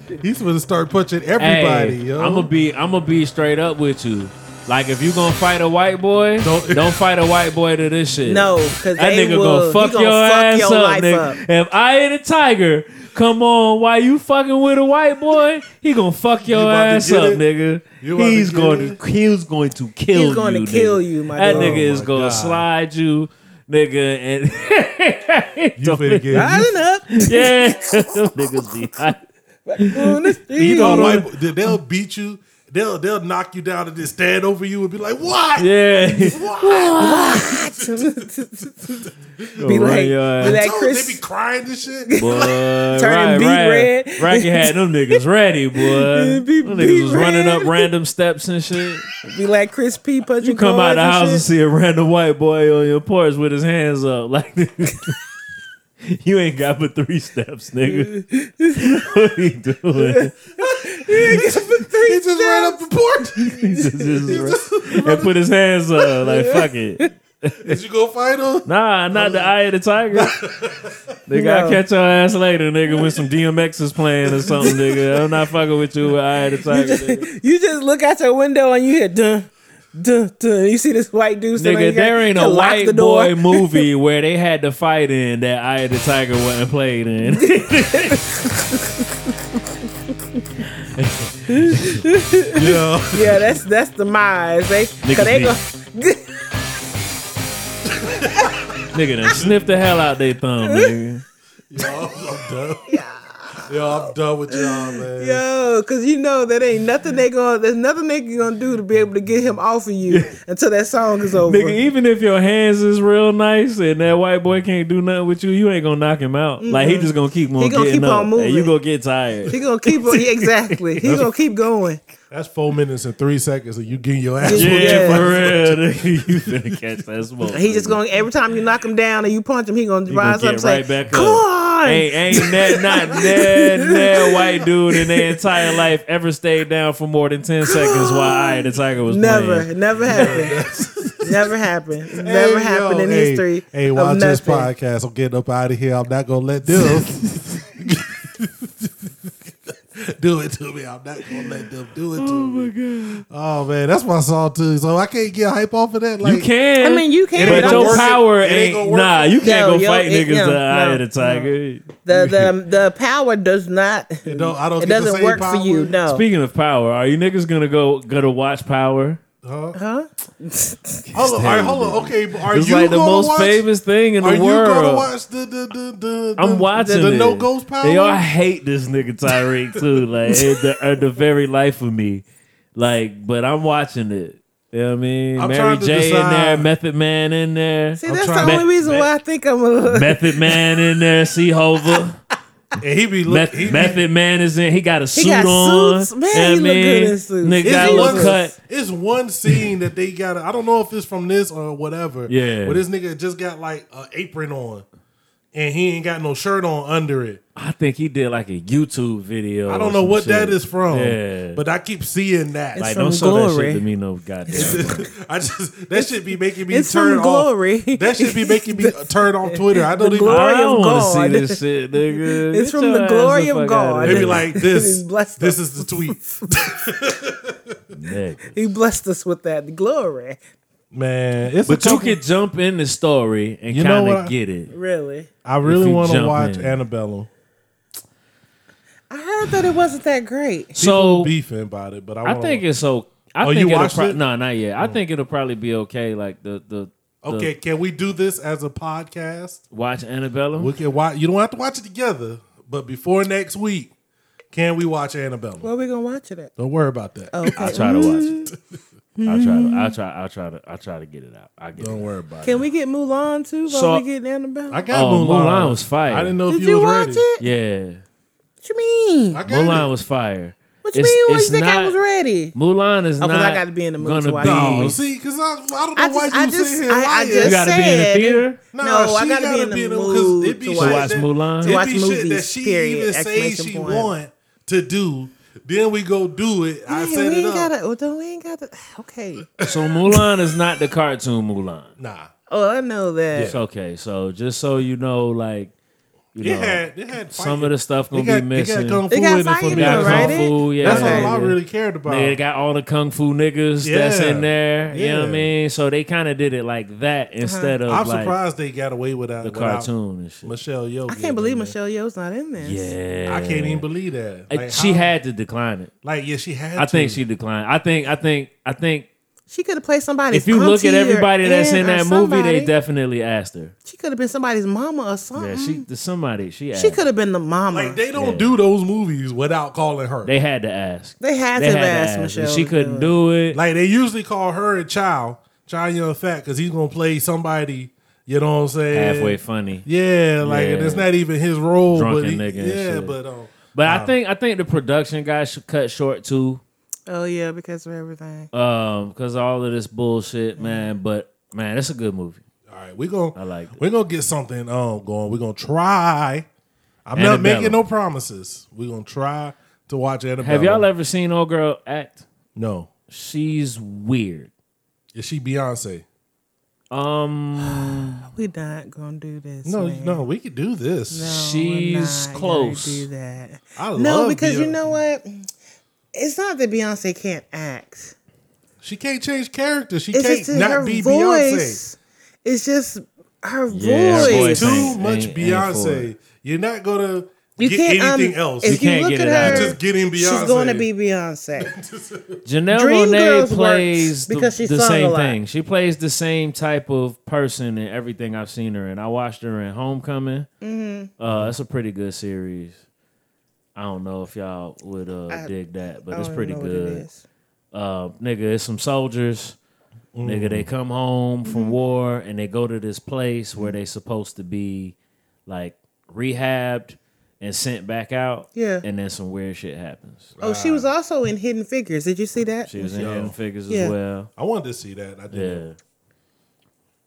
[SPEAKER 2] beat. He's finna start punching everybody. yo,
[SPEAKER 3] I'm gonna be I'm gonna be straight up with you. Like if you gonna fight a white boy, don't <laughs> don't fight a white boy to this shit.
[SPEAKER 1] No, because
[SPEAKER 3] That
[SPEAKER 1] they
[SPEAKER 3] nigga
[SPEAKER 1] will.
[SPEAKER 3] gonna fuck
[SPEAKER 1] he gonna
[SPEAKER 3] your
[SPEAKER 1] fuck
[SPEAKER 3] ass
[SPEAKER 1] your
[SPEAKER 3] up,
[SPEAKER 1] life
[SPEAKER 3] nigga.
[SPEAKER 1] up.
[SPEAKER 3] If I ain't a tiger, come on, why you fucking with a white boy? He gonna fuck your
[SPEAKER 2] about to
[SPEAKER 3] ass
[SPEAKER 2] get
[SPEAKER 3] up,
[SPEAKER 2] it?
[SPEAKER 3] nigga.
[SPEAKER 2] You about to
[SPEAKER 3] He's
[SPEAKER 2] get
[SPEAKER 3] going to he's going to kill you.
[SPEAKER 1] He's gonna
[SPEAKER 3] nigga.
[SPEAKER 1] kill you, my
[SPEAKER 3] That
[SPEAKER 1] dude.
[SPEAKER 3] nigga
[SPEAKER 2] Oh
[SPEAKER 3] is
[SPEAKER 2] my
[SPEAKER 3] gonna
[SPEAKER 2] God.
[SPEAKER 3] slide you, nigga, and
[SPEAKER 2] <laughs>
[SPEAKER 3] <laughs>
[SPEAKER 2] you finna get. you
[SPEAKER 1] Rising up
[SPEAKER 3] yeah, them niggas be hot.
[SPEAKER 1] on the street.
[SPEAKER 2] You know, white, they- they'll beat you. They'll they'll knock you down and just stand over you and be like, "Why?
[SPEAKER 3] Yeah.
[SPEAKER 2] Why?"
[SPEAKER 1] <laughs> be
[SPEAKER 3] Run
[SPEAKER 1] like, be
[SPEAKER 3] your ass.
[SPEAKER 1] like
[SPEAKER 2] Told you they be
[SPEAKER 1] Chris.
[SPEAKER 2] crying
[SPEAKER 1] <laughs>
[SPEAKER 2] and shit.
[SPEAKER 3] Boy,
[SPEAKER 1] Turning
[SPEAKER 3] right,
[SPEAKER 1] beat
[SPEAKER 3] right.
[SPEAKER 1] red.
[SPEAKER 3] Racky
[SPEAKER 1] <laughs>
[SPEAKER 3] had them niggas ready, boy. them
[SPEAKER 1] beat-
[SPEAKER 3] niggas
[SPEAKER 1] beat
[SPEAKER 3] was running up
[SPEAKER 1] red.
[SPEAKER 3] random steps
[SPEAKER 1] <laughs>
[SPEAKER 3] and shit.
[SPEAKER 1] Be like Chris P. Punching
[SPEAKER 3] You come out of the house and
[SPEAKER 1] cards
[SPEAKER 3] see a random white boy on your porch with his hands up, <laughs> like you ain't got but three steps, nigga. <laughs> what are you
[SPEAKER 1] <laughs>
[SPEAKER 3] doing? <laughs>
[SPEAKER 2] He just ran up the porch.
[SPEAKER 3] He just- just- and put his hands up, like fuck it.
[SPEAKER 2] Did you go fight him?
[SPEAKER 3] Nah, not the eye of
[SPEAKER 1] <laughs>
[SPEAKER 3] the tiger. nigga, I'll
[SPEAKER 1] No.
[SPEAKER 3] catch your ass later, nigga, when some DMX is playing or something, nigga. I'm not fucking with you with eye of the tiger, nigga.
[SPEAKER 1] and you just look out your window and you hear dun dun dun. You see this white dude standing
[SPEAKER 3] Nigga, there ain't a
[SPEAKER 1] lock
[SPEAKER 3] white
[SPEAKER 1] the door.
[SPEAKER 3] boy movie <laughs> where they had to fight in that Eye of the Tiger wasn't played in. <laughs>
[SPEAKER 2] Yeah.
[SPEAKER 1] Yeah, that's that's demise. They,
[SPEAKER 3] Niggas
[SPEAKER 1] cause they
[SPEAKER 3] be-
[SPEAKER 1] go, <laughs>
[SPEAKER 3] nigga done sniffed the hell out they thumb, nigga.
[SPEAKER 2] Yo, I'm <laughs> done. Yo, I'm done with y'all, man.
[SPEAKER 1] yo, cause you know that ain't nothing they gonna there's nothing they gonna do to be able to get him off of
[SPEAKER 3] <laughs>
[SPEAKER 1] you until that song is over.
[SPEAKER 3] Nigga, even if your hands is real nice and that white boy can't do nothing with you, you ain't gonna knock him out. Like he just gonna keep on
[SPEAKER 1] He gonna
[SPEAKER 3] getting
[SPEAKER 1] keep
[SPEAKER 3] up,
[SPEAKER 1] on moving.
[SPEAKER 3] and you gonna get tired.
[SPEAKER 1] he gonna keep
[SPEAKER 3] <laughs>
[SPEAKER 1] on yeah, exactly. He gonna keep going.
[SPEAKER 2] That's four minutes and three seconds, and you getting your ass.
[SPEAKER 1] Yeah.
[SPEAKER 3] Yeah,
[SPEAKER 2] whooped.
[SPEAKER 3] for real, nigga. <laughs> You finna catch that smoke.
[SPEAKER 1] He just
[SPEAKER 3] nigga.
[SPEAKER 1] gonna every time you knock him down and you punch him, he gonna
[SPEAKER 3] You
[SPEAKER 1] rise
[SPEAKER 3] gonna
[SPEAKER 1] up and
[SPEAKER 3] get right
[SPEAKER 1] say,
[SPEAKER 3] back up.
[SPEAKER 1] "Come on,
[SPEAKER 3] Ain't ain't that not that that white dude in their entire life ever stayed down for more than ten seconds while I the tiger was
[SPEAKER 1] never,
[SPEAKER 2] <laughs>
[SPEAKER 3] playing.
[SPEAKER 1] never happened, never happened,
[SPEAKER 2] Hey,
[SPEAKER 1] never
[SPEAKER 2] yo,
[SPEAKER 1] happened in
[SPEAKER 2] hey,
[SPEAKER 1] history
[SPEAKER 2] Hey,
[SPEAKER 1] of
[SPEAKER 2] watch this
[SPEAKER 1] nothing."
[SPEAKER 2] podcast. I'm getting up out of here. I'm not gonna let them <laughs> do it to me. I'm not gonna let them do it to me. Oh my god. Oh man, that's my song too. So I can't get hype off of that. Like,
[SPEAKER 3] You can.
[SPEAKER 1] I mean, you can.
[SPEAKER 3] But
[SPEAKER 1] but
[SPEAKER 2] gonna
[SPEAKER 3] your
[SPEAKER 1] I'm-
[SPEAKER 2] work.
[SPEAKER 3] power
[SPEAKER 2] It ain't
[SPEAKER 3] ain't,
[SPEAKER 2] gonna work.
[SPEAKER 3] nah. You can't
[SPEAKER 1] No,
[SPEAKER 3] go
[SPEAKER 1] yo,
[SPEAKER 3] fight
[SPEAKER 1] it-
[SPEAKER 3] niggas
[SPEAKER 1] no,
[SPEAKER 3] the eye
[SPEAKER 1] no,
[SPEAKER 3] of the tiger.
[SPEAKER 1] the the
[SPEAKER 2] <laughs>
[SPEAKER 1] the power does not.
[SPEAKER 2] It don't- I don't
[SPEAKER 1] it
[SPEAKER 2] get the
[SPEAKER 1] doesn't
[SPEAKER 2] same
[SPEAKER 1] work
[SPEAKER 2] power.
[SPEAKER 1] for you. No.
[SPEAKER 3] Speaking of power, are you niggas gonna go go to watch Power?
[SPEAKER 1] Huh?
[SPEAKER 2] hold on, all right, hold on. Okay, but are
[SPEAKER 3] It's
[SPEAKER 2] you
[SPEAKER 3] like the
[SPEAKER 2] gonna
[SPEAKER 3] most
[SPEAKER 2] watch,
[SPEAKER 3] famous thing in
[SPEAKER 2] Are
[SPEAKER 3] the
[SPEAKER 2] you gonna
[SPEAKER 3] world.
[SPEAKER 2] watch the the the the? the
[SPEAKER 3] I'm watching
[SPEAKER 2] the,
[SPEAKER 3] it.
[SPEAKER 2] no ghost power.
[SPEAKER 3] Yo, I hate this nigga Tyreek too. Like it- the, uh, the very life of me. Like, but I'm watching it. You know what I mean?
[SPEAKER 2] I'm
[SPEAKER 3] Mary
[SPEAKER 2] trying to
[SPEAKER 3] J in there,
[SPEAKER 2] decide.
[SPEAKER 3] Method Man in there,
[SPEAKER 1] See, that's the
[SPEAKER 2] trying-
[SPEAKER 1] only reason why I think I'm a.
[SPEAKER 3] Method Man in there, Seehova.
[SPEAKER 2] And he be
[SPEAKER 3] Meth-
[SPEAKER 2] looking. he be-
[SPEAKER 3] Method Man is in. He got a suit
[SPEAKER 1] got
[SPEAKER 3] on.
[SPEAKER 1] suits. Man,
[SPEAKER 3] You know
[SPEAKER 1] he
[SPEAKER 3] what
[SPEAKER 1] look
[SPEAKER 3] I mean?
[SPEAKER 1] good in suits.
[SPEAKER 3] Nigga
[SPEAKER 1] Is
[SPEAKER 3] got a
[SPEAKER 1] he
[SPEAKER 3] little
[SPEAKER 1] one-
[SPEAKER 3] cut.
[SPEAKER 2] It's one scene that they got. I don't know if it's from this or whatever.
[SPEAKER 3] Yeah.
[SPEAKER 2] But this nigga just got like an apron on, and he ain't got no shirt on under it.
[SPEAKER 3] I think he did like a YouTube video.
[SPEAKER 2] I
[SPEAKER 3] or
[SPEAKER 2] don't know
[SPEAKER 3] some
[SPEAKER 2] what
[SPEAKER 3] shit.
[SPEAKER 2] that is from.
[SPEAKER 3] Yeah.
[SPEAKER 2] But I keep seeing
[SPEAKER 1] <laughs>
[SPEAKER 2] that.
[SPEAKER 3] Like,
[SPEAKER 1] from
[SPEAKER 3] don't show that
[SPEAKER 1] Glory.
[SPEAKER 3] shit to me, no goddamn.
[SPEAKER 2] <laughs> I just that should be making
[SPEAKER 1] <laughs>
[SPEAKER 2] me
[SPEAKER 1] it's
[SPEAKER 2] turn
[SPEAKER 1] from Glory.
[SPEAKER 2] off. <laughs> That should be
[SPEAKER 1] <laughs>
[SPEAKER 2] making me turn off Twitter. I don't
[SPEAKER 1] The
[SPEAKER 2] even.
[SPEAKER 1] Glory
[SPEAKER 3] I don't
[SPEAKER 1] of
[SPEAKER 3] wanna
[SPEAKER 1] God.
[SPEAKER 3] see this shit,
[SPEAKER 1] <laughs>
[SPEAKER 3] nigga.
[SPEAKER 1] It's
[SPEAKER 3] Get
[SPEAKER 1] from
[SPEAKER 3] your
[SPEAKER 1] the
[SPEAKER 3] ass
[SPEAKER 1] glory of
[SPEAKER 3] fuck
[SPEAKER 1] God.
[SPEAKER 3] outta
[SPEAKER 2] They be
[SPEAKER 1] <laughs>
[SPEAKER 3] here,
[SPEAKER 2] like this.
[SPEAKER 1] Bless
[SPEAKER 2] this is the tweet,
[SPEAKER 3] nigga.
[SPEAKER 1] <laughs> He blessed us with that glory.
[SPEAKER 2] man. It's
[SPEAKER 3] But
[SPEAKER 2] a
[SPEAKER 3] you
[SPEAKER 2] couple-
[SPEAKER 3] could jump in the story and
[SPEAKER 2] You
[SPEAKER 3] kind
[SPEAKER 2] know
[SPEAKER 3] of
[SPEAKER 2] what I-
[SPEAKER 3] get it.
[SPEAKER 1] Really.
[SPEAKER 2] I really
[SPEAKER 3] you
[SPEAKER 2] want to
[SPEAKER 3] jump
[SPEAKER 2] watch
[SPEAKER 3] in.
[SPEAKER 2] Annabella.
[SPEAKER 1] I heard that it wasn't that great.
[SPEAKER 3] So
[SPEAKER 2] beefing about it, but I,
[SPEAKER 3] I
[SPEAKER 2] wanna-
[SPEAKER 3] think it's okay. I
[SPEAKER 2] Oh,
[SPEAKER 3] think
[SPEAKER 2] you
[SPEAKER 3] it'll
[SPEAKER 2] watched
[SPEAKER 3] pro-
[SPEAKER 2] it? Oh.
[SPEAKER 3] No, not yet. I think it'll probably be okay. Like the the
[SPEAKER 2] okay. Can we do this as a podcast?
[SPEAKER 3] the watch Annabella.
[SPEAKER 2] We can watch. You don't have to watch it together, but before next week, can we watch Annabella?
[SPEAKER 1] Where we gonna watch it at?
[SPEAKER 2] don't worry about that.
[SPEAKER 1] Oh.
[SPEAKER 3] I'll try to watch it. <laughs> I'll try to. I'll try. I'll try to. I'll try to get it out. I get
[SPEAKER 2] Don't
[SPEAKER 3] it.
[SPEAKER 2] worry about it.
[SPEAKER 1] Can we get Mulan too? While
[SPEAKER 3] So-
[SPEAKER 1] we get Annabelle.
[SPEAKER 2] I got
[SPEAKER 3] Oh,
[SPEAKER 2] Mulan.
[SPEAKER 3] Mulan, was fire.
[SPEAKER 2] I didn't know
[SPEAKER 1] Did
[SPEAKER 2] if
[SPEAKER 1] you
[SPEAKER 2] was
[SPEAKER 1] watch
[SPEAKER 2] ready.
[SPEAKER 1] it?
[SPEAKER 3] Yeah,
[SPEAKER 1] What you mean?
[SPEAKER 2] I got
[SPEAKER 3] Mulan
[SPEAKER 2] it.
[SPEAKER 3] was fire.
[SPEAKER 1] What you
[SPEAKER 3] It's-
[SPEAKER 1] mean? What
[SPEAKER 3] it's
[SPEAKER 1] you think I
[SPEAKER 3] not-
[SPEAKER 1] was ready?
[SPEAKER 3] Mulan is
[SPEAKER 1] Oh, 'cause
[SPEAKER 3] not.
[SPEAKER 1] I gotta be in the mood
[SPEAKER 3] gonna
[SPEAKER 1] to watch
[SPEAKER 3] be-
[SPEAKER 2] No,
[SPEAKER 1] it.
[SPEAKER 2] Oh, see, because I, I don't know
[SPEAKER 1] I
[SPEAKER 2] why
[SPEAKER 1] just,
[SPEAKER 2] you
[SPEAKER 1] I
[SPEAKER 2] sit
[SPEAKER 1] just,
[SPEAKER 2] here
[SPEAKER 1] I, I
[SPEAKER 2] lying.
[SPEAKER 1] just
[SPEAKER 3] You gotta
[SPEAKER 1] said
[SPEAKER 3] be in the theater?
[SPEAKER 2] Nah,
[SPEAKER 1] no, I
[SPEAKER 2] she
[SPEAKER 1] gotta be in the
[SPEAKER 2] mood,
[SPEAKER 1] mood
[SPEAKER 2] 'cause it be
[SPEAKER 1] to
[SPEAKER 2] shit
[SPEAKER 1] watch.
[SPEAKER 3] watch
[SPEAKER 2] that-
[SPEAKER 3] Mulan?
[SPEAKER 2] it
[SPEAKER 3] To
[SPEAKER 2] be
[SPEAKER 1] watch
[SPEAKER 2] shit that
[SPEAKER 1] movies,
[SPEAKER 2] she
[SPEAKER 1] period,
[SPEAKER 2] even say
[SPEAKER 1] exclamation
[SPEAKER 2] she
[SPEAKER 1] point.
[SPEAKER 2] want to do. Then we go do it. I
[SPEAKER 1] Hey,
[SPEAKER 2] set
[SPEAKER 1] we
[SPEAKER 2] it
[SPEAKER 1] ain't
[SPEAKER 2] up.
[SPEAKER 1] gotta. oh, don't- We ain't gotta. Okay.
[SPEAKER 2] <laughs>
[SPEAKER 3] So Mulan is not the cartoon Mulan.
[SPEAKER 2] Nah,
[SPEAKER 1] Oh, I know that.
[SPEAKER 3] It's okay. So just so you know, like you
[SPEAKER 2] it
[SPEAKER 3] know,
[SPEAKER 2] had it had
[SPEAKER 3] some
[SPEAKER 2] fighting.
[SPEAKER 3] of the stuff
[SPEAKER 2] It
[SPEAKER 3] gonna
[SPEAKER 2] got-
[SPEAKER 3] be missing.
[SPEAKER 2] It got kung
[SPEAKER 1] They
[SPEAKER 2] fu
[SPEAKER 1] got
[SPEAKER 2] in it
[SPEAKER 1] fighting
[SPEAKER 2] for
[SPEAKER 1] though,
[SPEAKER 2] me.
[SPEAKER 3] Got
[SPEAKER 1] right?
[SPEAKER 3] kung fu, yeah.
[SPEAKER 2] That's all I
[SPEAKER 3] yeah.
[SPEAKER 2] really cared about.
[SPEAKER 3] They got all the kung fu niggas that's
[SPEAKER 2] Yeah.
[SPEAKER 3] in there. You know what I
[SPEAKER 2] Yeah. Uh-huh.
[SPEAKER 3] mean? So they kind of did it like that instead of
[SPEAKER 2] I'm
[SPEAKER 3] like
[SPEAKER 2] surprised they got away without
[SPEAKER 3] the
[SPEAKER 2] without
[SPEAKER 3] cartoon and shit.
[SPEAKER 2] Michelle Yeoh.
[SPEAKER 1] I
[SPEAKER 2] being
[SPEAKER 1] can't believe
[SPEAKER 2] in
[SPEAKER 1] Michelle Yeoh's not in this.
[SPEAKER 3] Yeah,
[SPEAKER 2] there. I can't even believe that.
[SPEAKER 3] Uh,
[SPEAKER 2] Like,
[SPEAKER 3] she
[SPEAKER 2] how-
[SPEAKER 3] had to decline it.
[SPEAKER 2] like yeah, she had.
[SPEAKER 3] I think
[SPEAKER 2] to.
[SPEAKER 3] she declined. I think. I think. I think.
[SPEAKER 1] She could have played somebody.
[SPEAKER 3] If you look at everybody that's in that movie, they definitely asked her.
[SPEAKER 1] she could have been somebody's mama or
[SPEAKER 3] Yeah,
[SPEAKER 1] something.
[SPEAKER 3] she
[SPEAKER 1] Uh-huh. she
[SPEAKER 3] to somebody. She asked.
[SPEAKER 1] could have been the mama.
[SPEAKER 2] like they don't do those movies without calling her.
[SPEAKER 3] They had to ask.
[SPEAKER 1] They had
[SPEAKER 3] They
[SPEAKER 1] to have
[SPEAKER 3] had to
[SPEAKER 1] asked
[SPEAKER 3] ask.
[SPEAKER 1] Michelle.
[SPEAKER 3] If she
[SPEAKER 1] to
[SPEAKER 3] couldn't
[SPEAKER 1] it.
[SPEAKER 3] do it.
[SPEAKER 2] Like they usually call her a child, child young fat, because he's gonna play somebody. You know what I'm saying?
[SPEAKER 3] halfway funny.
[SPEAKER 2] Yeah, like and
[SPEAKER 3] Yeah.
[SPEAKER 2] it's not even his role.
[SPEAKER 3] Drunken
[SPEAKER 2] but he-
[SPEAKER 3] nigga and
[SPEAKER 2] yeah,
[SPEAKER 3] shit.
[SPEAKER 2] but um,
[SPEAKER 3] But I think I think the production guys should cut short too,
[SPEAKER 1] Oh yeah, because of everything.
[SPEAKER 3] um, cause all of this bullshit, man. But man, it's a good movie.
[SPEAKER 2] all right, we gonna
[SPEAKER 3] I liked it.
[SPEAKER 2] we're gonna get something um going. We're gonna try. I'm not
[SPEAKER 3] Annabella.
[SPEAKER 2] making no promises. We're gonna try to watch Annabelle.
[SPEAKER 3] Have y'all ever seen old girl act?
[SPEAKER 2] No,
[SPEAKER 3] She's weird.
[SPEAKER 2] is she Beyonce?
[SPEAKER 3] Um,
[SPEAKER 1] we not gonna do this.
[SPEAKER 2] No,
[SPEAKER 1] man.
[SPEAKER 2] no, we could do this.
[SPEAKER 1] No, we're
[SPEAKER 3] She's
[SPEAKER 1] not gonna
[SPEAKER 3] close.
[SPEAKER 1] Do that.
[SPEAKER 2] I love
[SPEAKER 1] no, because you
[SPEAKER 2] Beyonce.
[SPEAKER 1] know what? It's not that Beyonce can't act.
[SPEAKER 2] She can't change character. She
[SPEAKER 1] It's
[SPEAKER 2] can't
[SPEAKER 1] just that her
[SPEAKER 2] not be Beyonce.
[SPEAKER 1] voice. It's just her
[SPEAKER 3] Yeah, her
[SPEAKER 1] voice.
[SPEAKER 3] voice
[SPEAKER 2] too
[SPEAKER 3] Ain't-
[SPEAKER 2] much
[SPEAKER 3] ain't- ain't for
[SPEAKER 2] Beyonce. You're not gonna
[SPEAKER 1] You
[SPEAKER 2] get
[SPEAKER 1] can't um,
[SPEAKER 2] anything else.
[SPEAKER 1] If
[SPEAKER 3] You
[SPEAKER 1] you,
[SPEAKER 3] can't
[SPEAKER 1] look
[SPEAKER 3] get
[SPEAKER 1] at
[SPEAKER 3] it out.
[SPEAKER 1] her,
[SPEAKER 3] You're
[SPEAKER 2] just getting
[SPEAKER 1] She's
[SPEAKER 2] Beyonce.
[SPEAKER 1] going to be
[SPEAKER 3] <laughs>
[SPEAKER 1] Beyonce.
[SPEAKER 3] Janelle
[SPEAKER 1] Dreamgirls
[SPEAKER 3] Monae
[SPEAKER 1] works
[SPEAKER 3] plays the,
[SPEAKER 1] because she
[SPEAKER 3] the
[SPEAKER 1] sung a
[SPEAKER 3] same
[SPEAKER 1] lot.
[SPEAKER 3] thing. She plays the same type of person in everything I've seen her in. I watched her in Homecoming.
[SPEAKER 1] Mm-hmm.
[SPEAKER 3] Uh, it's a pretty good series. I don't know if y'all would uh, dig that, but
[SPEAKER 1] I
[SPEAKER 3] it's
[SPEAKER 1] don't
[SPEAKER 3] pretty
[SPEAKER 1] know what it
[SPEAKER 3] good.
[SPEAKER 1] is.
[SPEAKER 3] uh, nigga, it's some soldiers. Nigga, they come home from war and they go to this place where they supposed to be like rehabbed and sent back out.
[SPEAKER 1] Yeah.
[SPEAKER 3] And then some weird shit happens.
[SPEAKER 1] Oh, she was also in Hidden Figures. Did you see that?
[SPEAKER 3] She was in
[SPEAKER 2] Yo.
[SPEAKER 3] Hidden Figures
[SPEAKER 1] Yeah.
[SPEAKER 3] as well.
[SPEAKER 2] I wanted to see that. I did.
[SPEAKER 3] Yeah.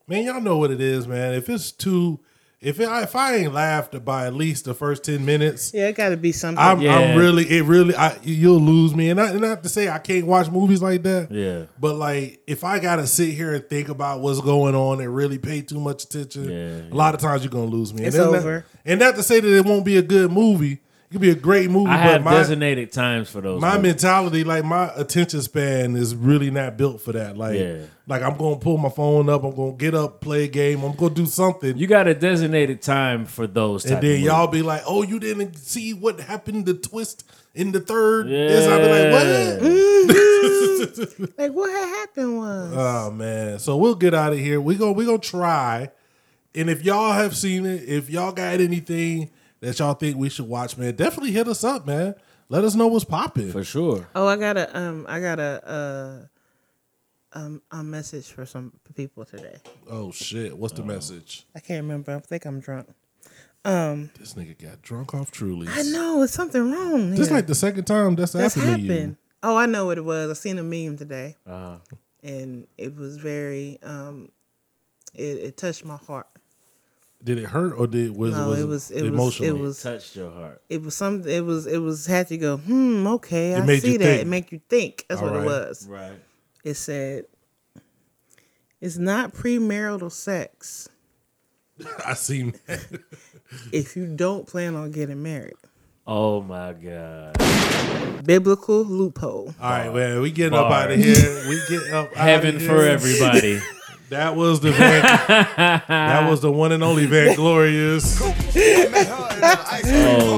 [SPEAKER 2] Man, y'all know what it is, man. If it's too, if it, if I ain't laughed by at least the first ten minutes,
[SPEAKER 1] yeah, it got to be something.
[SPEAKER 2] I'm,
[SPEAKER 3] Yeah.
[SPEAKER 2] I'm really, it really, I you'll lose me. And not, not to say I can't watch movies like that.
[SPEAKER 3] Yeah.
[SPEAKER 2] But like, if I gotta sit here and think about what's going on and really pay too much attention,
[SPEAKER 3] Yeah,
[SPEAKER 2] a lot of times you're gonna lose me.
[SPEAKER 1] It's
[SPEAKER 2] and not-
[SPEAKER 1] over.
[SPEAKER 2] and not to say that it won't be a good movie. It could be a great movie.
[SPEAKER 3] I
[SPEAKER 2] but
[SPEAKER 3] have
[SPEAKER 2] my,
[SPEAKER 3] designated times for those.
[SPEAKER 2] my
[SPEAKER 3] movies.
[SPEAKER 2] mentality, like my attention span, is really not built for that. Like,
[SPEAKER 3] Yeah.
[SPEAKER 2] like I'm gonna pull my phone up. I'm gonna get up, play a game. I'm gonna do something.
[SPEAKER 3] you got a designated time for those. Type
[SPEAKER 2] and then
[SPEAKER 3] of
[SPEAKER 2] y'all
[SPEAKER 3] movies.
[SPEAKER 2] be like, "Oh, you didn't see what happened? The twist in the third. This I be like, "What?"
[SPEAKER 1] like, what had happened was.
[SPEAKER 2] Oh man. So we'll get out of here. We go. We gonna try. And if y'all have seen it, if y'all got anything that y'all think we should watch, man, definitely hit us up, man. Let us know what's popping.
[SPEAKER 3] for sure.
[SPEAKER 1] oh, I got a um, I got a uh, um, a message for some people today.
[SPEAKER 3] Uh,
[SPEAKER 2] Oh shit! What's the message?
[SPEAKER 1] I can't remember. I think I'm drunk. Um,
[SPEAKER 2] This nigga got drunk off Truly's.
[SPEAKER 1] I know it's something wrong.
[SPEAKER 2] This
[SPEAKER 1] here.
[SPEAKER 2] like the second time that's,
[SPEAKER 1] that's
[SPEAKER 2] happened,
[SPEAKER 1] happened.
[SPEAKER 2] to you.
[SPEAKER 1] Oh, I know what it was. I seen a meme today,
[SPEAKER 2] Uh-huh.
[SPEAKER 1] and it was very. Um, it, it touched my heart.
[SPEAKER 2] Did it hurt or did was
[SPEAKER 1] No,
[SPEAKER 2] was
[SPEAKER 1] it was. It was.
[SPEAKER 2] emotional?
[SPEAKER 1] It was.
[SPEAKER 3] touched your heart.
[SPEAKER 1] It was something. It was. It was. Had to go. Hmm. Okay. I
[SPEAKER 2] made you
[SPEAKER 1] see that.
[SPEAKER 2] think.
[SPEAKER 1] It make you think. That's
[SPEAKER 2] All
[SPEAKER 1] what
[SPEAKER 2] right.
[SPEAKER 1] it was.
[SPEAKER 3] Right.
[SPEAKER 1] It said, "It's not premarital sex
[SPEAKER 2] <laughs> I seen that.
[SPEAKER 1] if you don't plan on getting married."
[SPEAKER 3] Oh my god.
[SPEAKER 1] Biblical loophole.
[SPEAKER 2] All right, man, we getting up out
[SPEAKER 3] Bars.
[SPEAKER 2] of here. We get up outta
[SPEAKER 3] <laughs> Heaven
[SPEAKER 2] here.
[SPEAKER 3] for everybody.
[SPEAKER 2] That was the Van,
[SPEAKER 3] <laughs>
[SPEAKER 2] that was the one and only Van Glorious.
[SPEAKER 3] oh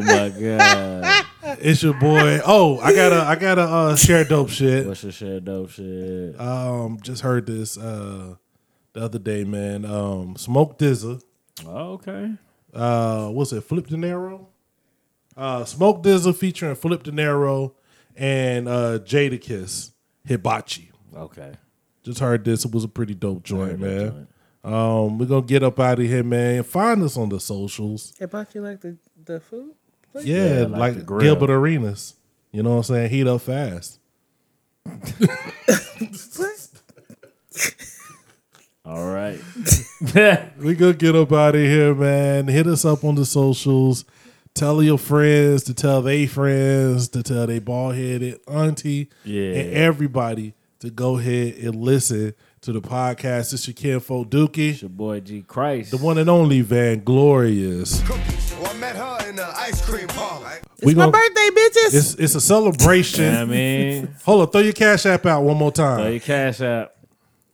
[SPEAKER 3] my god.
[SPEAKER 2] It's your boy. Oh, I gotta I gotta uh, share dope shit.
[SPEAKER 3] What's your shit dope shit?
[SPEAKER 2] Um, just heard this uh the other day, man. Um, Smoke Dizza.
[SPEAKER 3] oh, okay.
[SPEAKER 2] uh what's it Flip De Niro? Uh Smoke Dizzle featuring Flip De Niro and uh Jadakiss Hibachi.
[SPEAKER 3] Okay.
[SPEAKER 2] Just heard this. It was a pretty dope joint,
[SPEAKER 3] Very
[SPEAKER 2] man.
[SPEAKER 3] dope joint.
[SPEAKER 2] Um we're gonna get up out of here, man. Find us on the socials.
[SPEAKER 1] It bought you like the the food.
[SPEAKER 2] Yeah,
[SPEAKER 3] like
[SPEAKER 2] like,
[SPEAKER 3] the grill.
[SPEAKER 2] Gilbert Arenas. You know what I'm saying? Heat up fast.
[SPEAKER 1] What?
[SPEAKER 2] <laughs>
[SPEAKER 3] All right.
[SPEAKER 2] We gonna get up out of here, man. Hit us up on the socials. Tell your friends to tell they friends to tell they bald headed auntie
[SPEAKER 3] Yeah.
[SPEAKER 2] and everybody to go ahead and listen to the podcast. It's your kinfolk Dookie,
[SPEAKER 3] It's your boy G Christ.
[SPEAKER 2] the one and only Van Glorious.
[SPEAKER 5] Well, I met her in the ice cream parlor.
[SPEAKER 1] It's my
[SPEAKER 2] gonna-
[SPEAKER 1] birthday, bitches.
[SPEAKER 2] It's it's a celebration.
[SPEAKER 3] You know what I
[SPEAKER 2] <laughs>
[SPEAKER 3] mean,
[SPEAKER 2] Hold up, throw your cash app out one more
[SPEAKER 3] throw
[SPEAKER 2] time.
[SPEAKER 3] your cash out.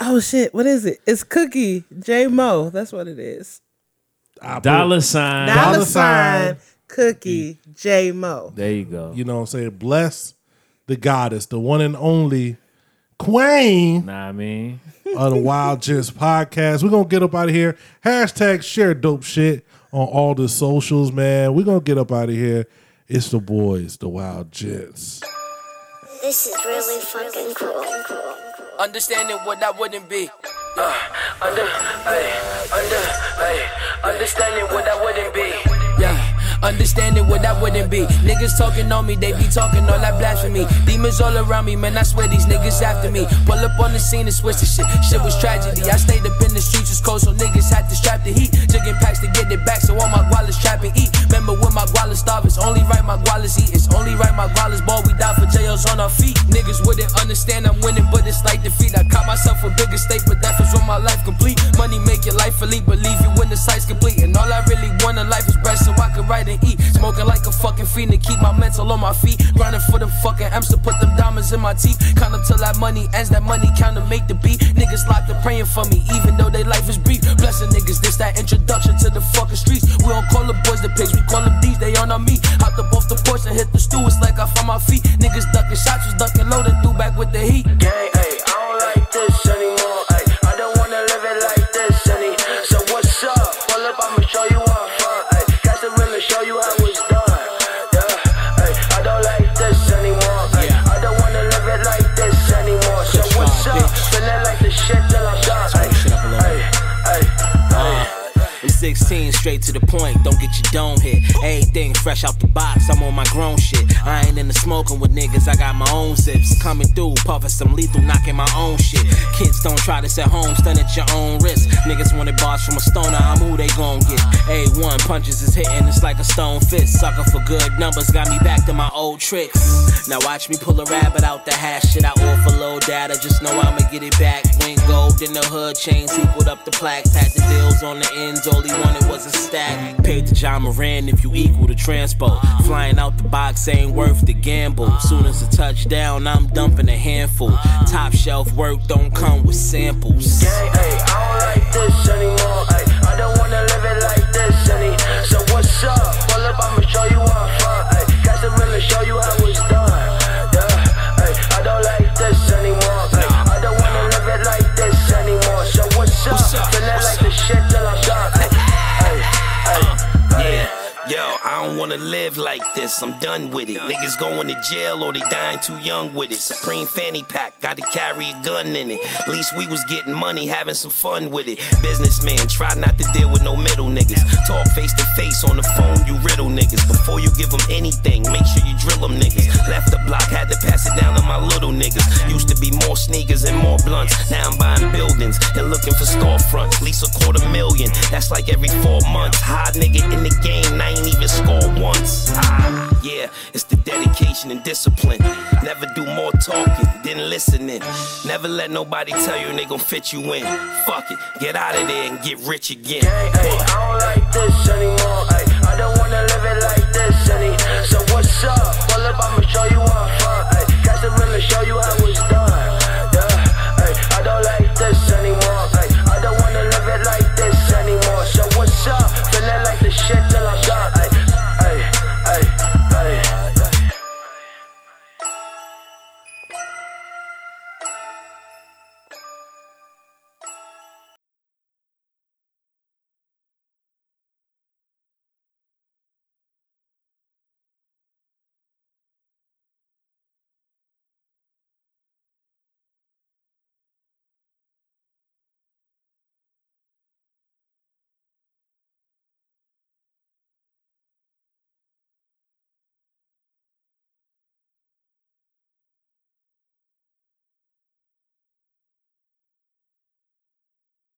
[SPEAKER 1] Oh shit! What is it? It's Cookie J Mo. That's what it is.
[SPEAKER 2] I put-
[SPEAKER 3] Dollar sign.
[SPEAKER 1] Dollar,
[SPEAKER 2] Dollar sign.
[SPEAKER 1] sign Cookie J Mo.
[SPEAKER 3] There you go.
[SPEAKER 2] You know what I'm saying? Bless the goddess, the one and only queen.
[SPEAKER 3] Nah, I mean,
[SPEAKER 2] of the Wild Gents podcast. We're gonna get up out of here. Hashtag share dope shit on all the socials, man. We're gonna get up out of here. It's the boys, the Wild Gents.
[SPEAKER 10] This is really fucking cool.
[SPEAKER 7] Understanding what I wouldn't be. Uh, under, ay, under, ay, understanding what I wouldn't be. Yeah, understanding what I wouldn't be. Niggas talking on me, they be talking all that blasphemy. Demons all around me, man. I swear these niggas after me. Pull up on the scene and switch the shit. Shit was tragedy. I stayed up in the streets, it's cold, so niggas had to strap the heat. Chicken packs to get it back, so all my gualas trap and eat. Remember when my gualas starve, it's only right my gualas eat. It's only right my gualas ball, we die for JLs on our feet. Niggas wouldn't understand I'm winning, but it's like defeat. I caught myself a bigger stake, but that was when my life complete. Money make your life elite, but leave you when the site's complete. And all I really want in life is bread so I can write and eat. Smoking like a fucking fiend to keep my mental on my feet. Grinding for the fucking M's to put them diamonds in my teeth. Count up till that money ends, that money count to make the beat. Niggas locked up praying for me, even though they life is brief. Blessing niggas, this that introduction to the fucking streets. We don't call the boys the pigs, we call them D's, they on our meat. Hopped up off the porch and hit the stool, it's like I found my feet. Niggas ducking shots, was ducking low, then threw back with the heat. Gang, ayy, I don't like this anymore, ayy. I don't wanna live it like this any. So what's up? Pull up, I'ma show you what I'm from, ayy. Got some real show you how it's done. Yeah, ayy, I don't like this anymore, ayy. I don't wanna live it like this anymore. So what's up? Feeling like the shit till I'm done, ayy. Ayy, ayy, ayy.
[SPEAKER 6] I'm 16, straight to the point, don't get your dome hit. Everything fresh out the box, I'm on my grown shit. I ain't in the smoking with niggas, I got my own zips. Coming through, puffing some lethal, knocking my own shit. Kids don't try this at home, stun at your own risk. Niggas wanted bars from a stoner, I'm who they gon' get. A1 punches is hitting, it's like a stone fist. Sucker for good numbers, got me back to my old tricks. Now watch me pull a rabbit out the hash shit. I offer low data, just know I'ma get it back. Win gold in the hood, chains equaled up the plaques. Had the deals on the ends, all he wanted was a stack. Paid to John Moran if you equal the transpo. Flying out the box ain't worth the gamble. Soon as a touchdown, I'm dumping a handful. Top shelf work don't come with samples.
[SPEAKER 7] Ay, ay, I don't like this anymore. Ay, I don't wanna live it like this any. So what's up? Pull up, I'ma show you what I'm from. Ay, got some real to show you how it's done. Yeah, ay, I don't like this anymore. Ay, I don't wanna live it like this anymore. So what's up? Feeling like the shit till I'm done. Ay, ay, ay, ay.
[SPEAKER 6] Yo, I don't don't wanna live like this, I'm done with it. Niggas going to jail or they dying too young with it. Supreme fanny pack, gotta carry a gun in it. At least we was getting money, having some fun with it. Businessman, try not to deal with no middle niggas. Talk face to face on the phone, you riddle niggas. Before you give them anything, make sure you drill them niggas. Left the block, had to pass it down to my little niggas. Used to be more sneakers and more blunts. Now I'm buying buildings and looking for storefronts. At least a quarter million, that's like every four months. High nigga in the game, I ain't even scored once. Ah, yeah, it's the dedication and discipline. Never do more talking than listening. Never let nobody tell you they gon' fit you in. Fuck it, get out of there and get rich again.
[SPEAKER 7] Ay, I don't like this anymore. Ay, I don't wanna live it.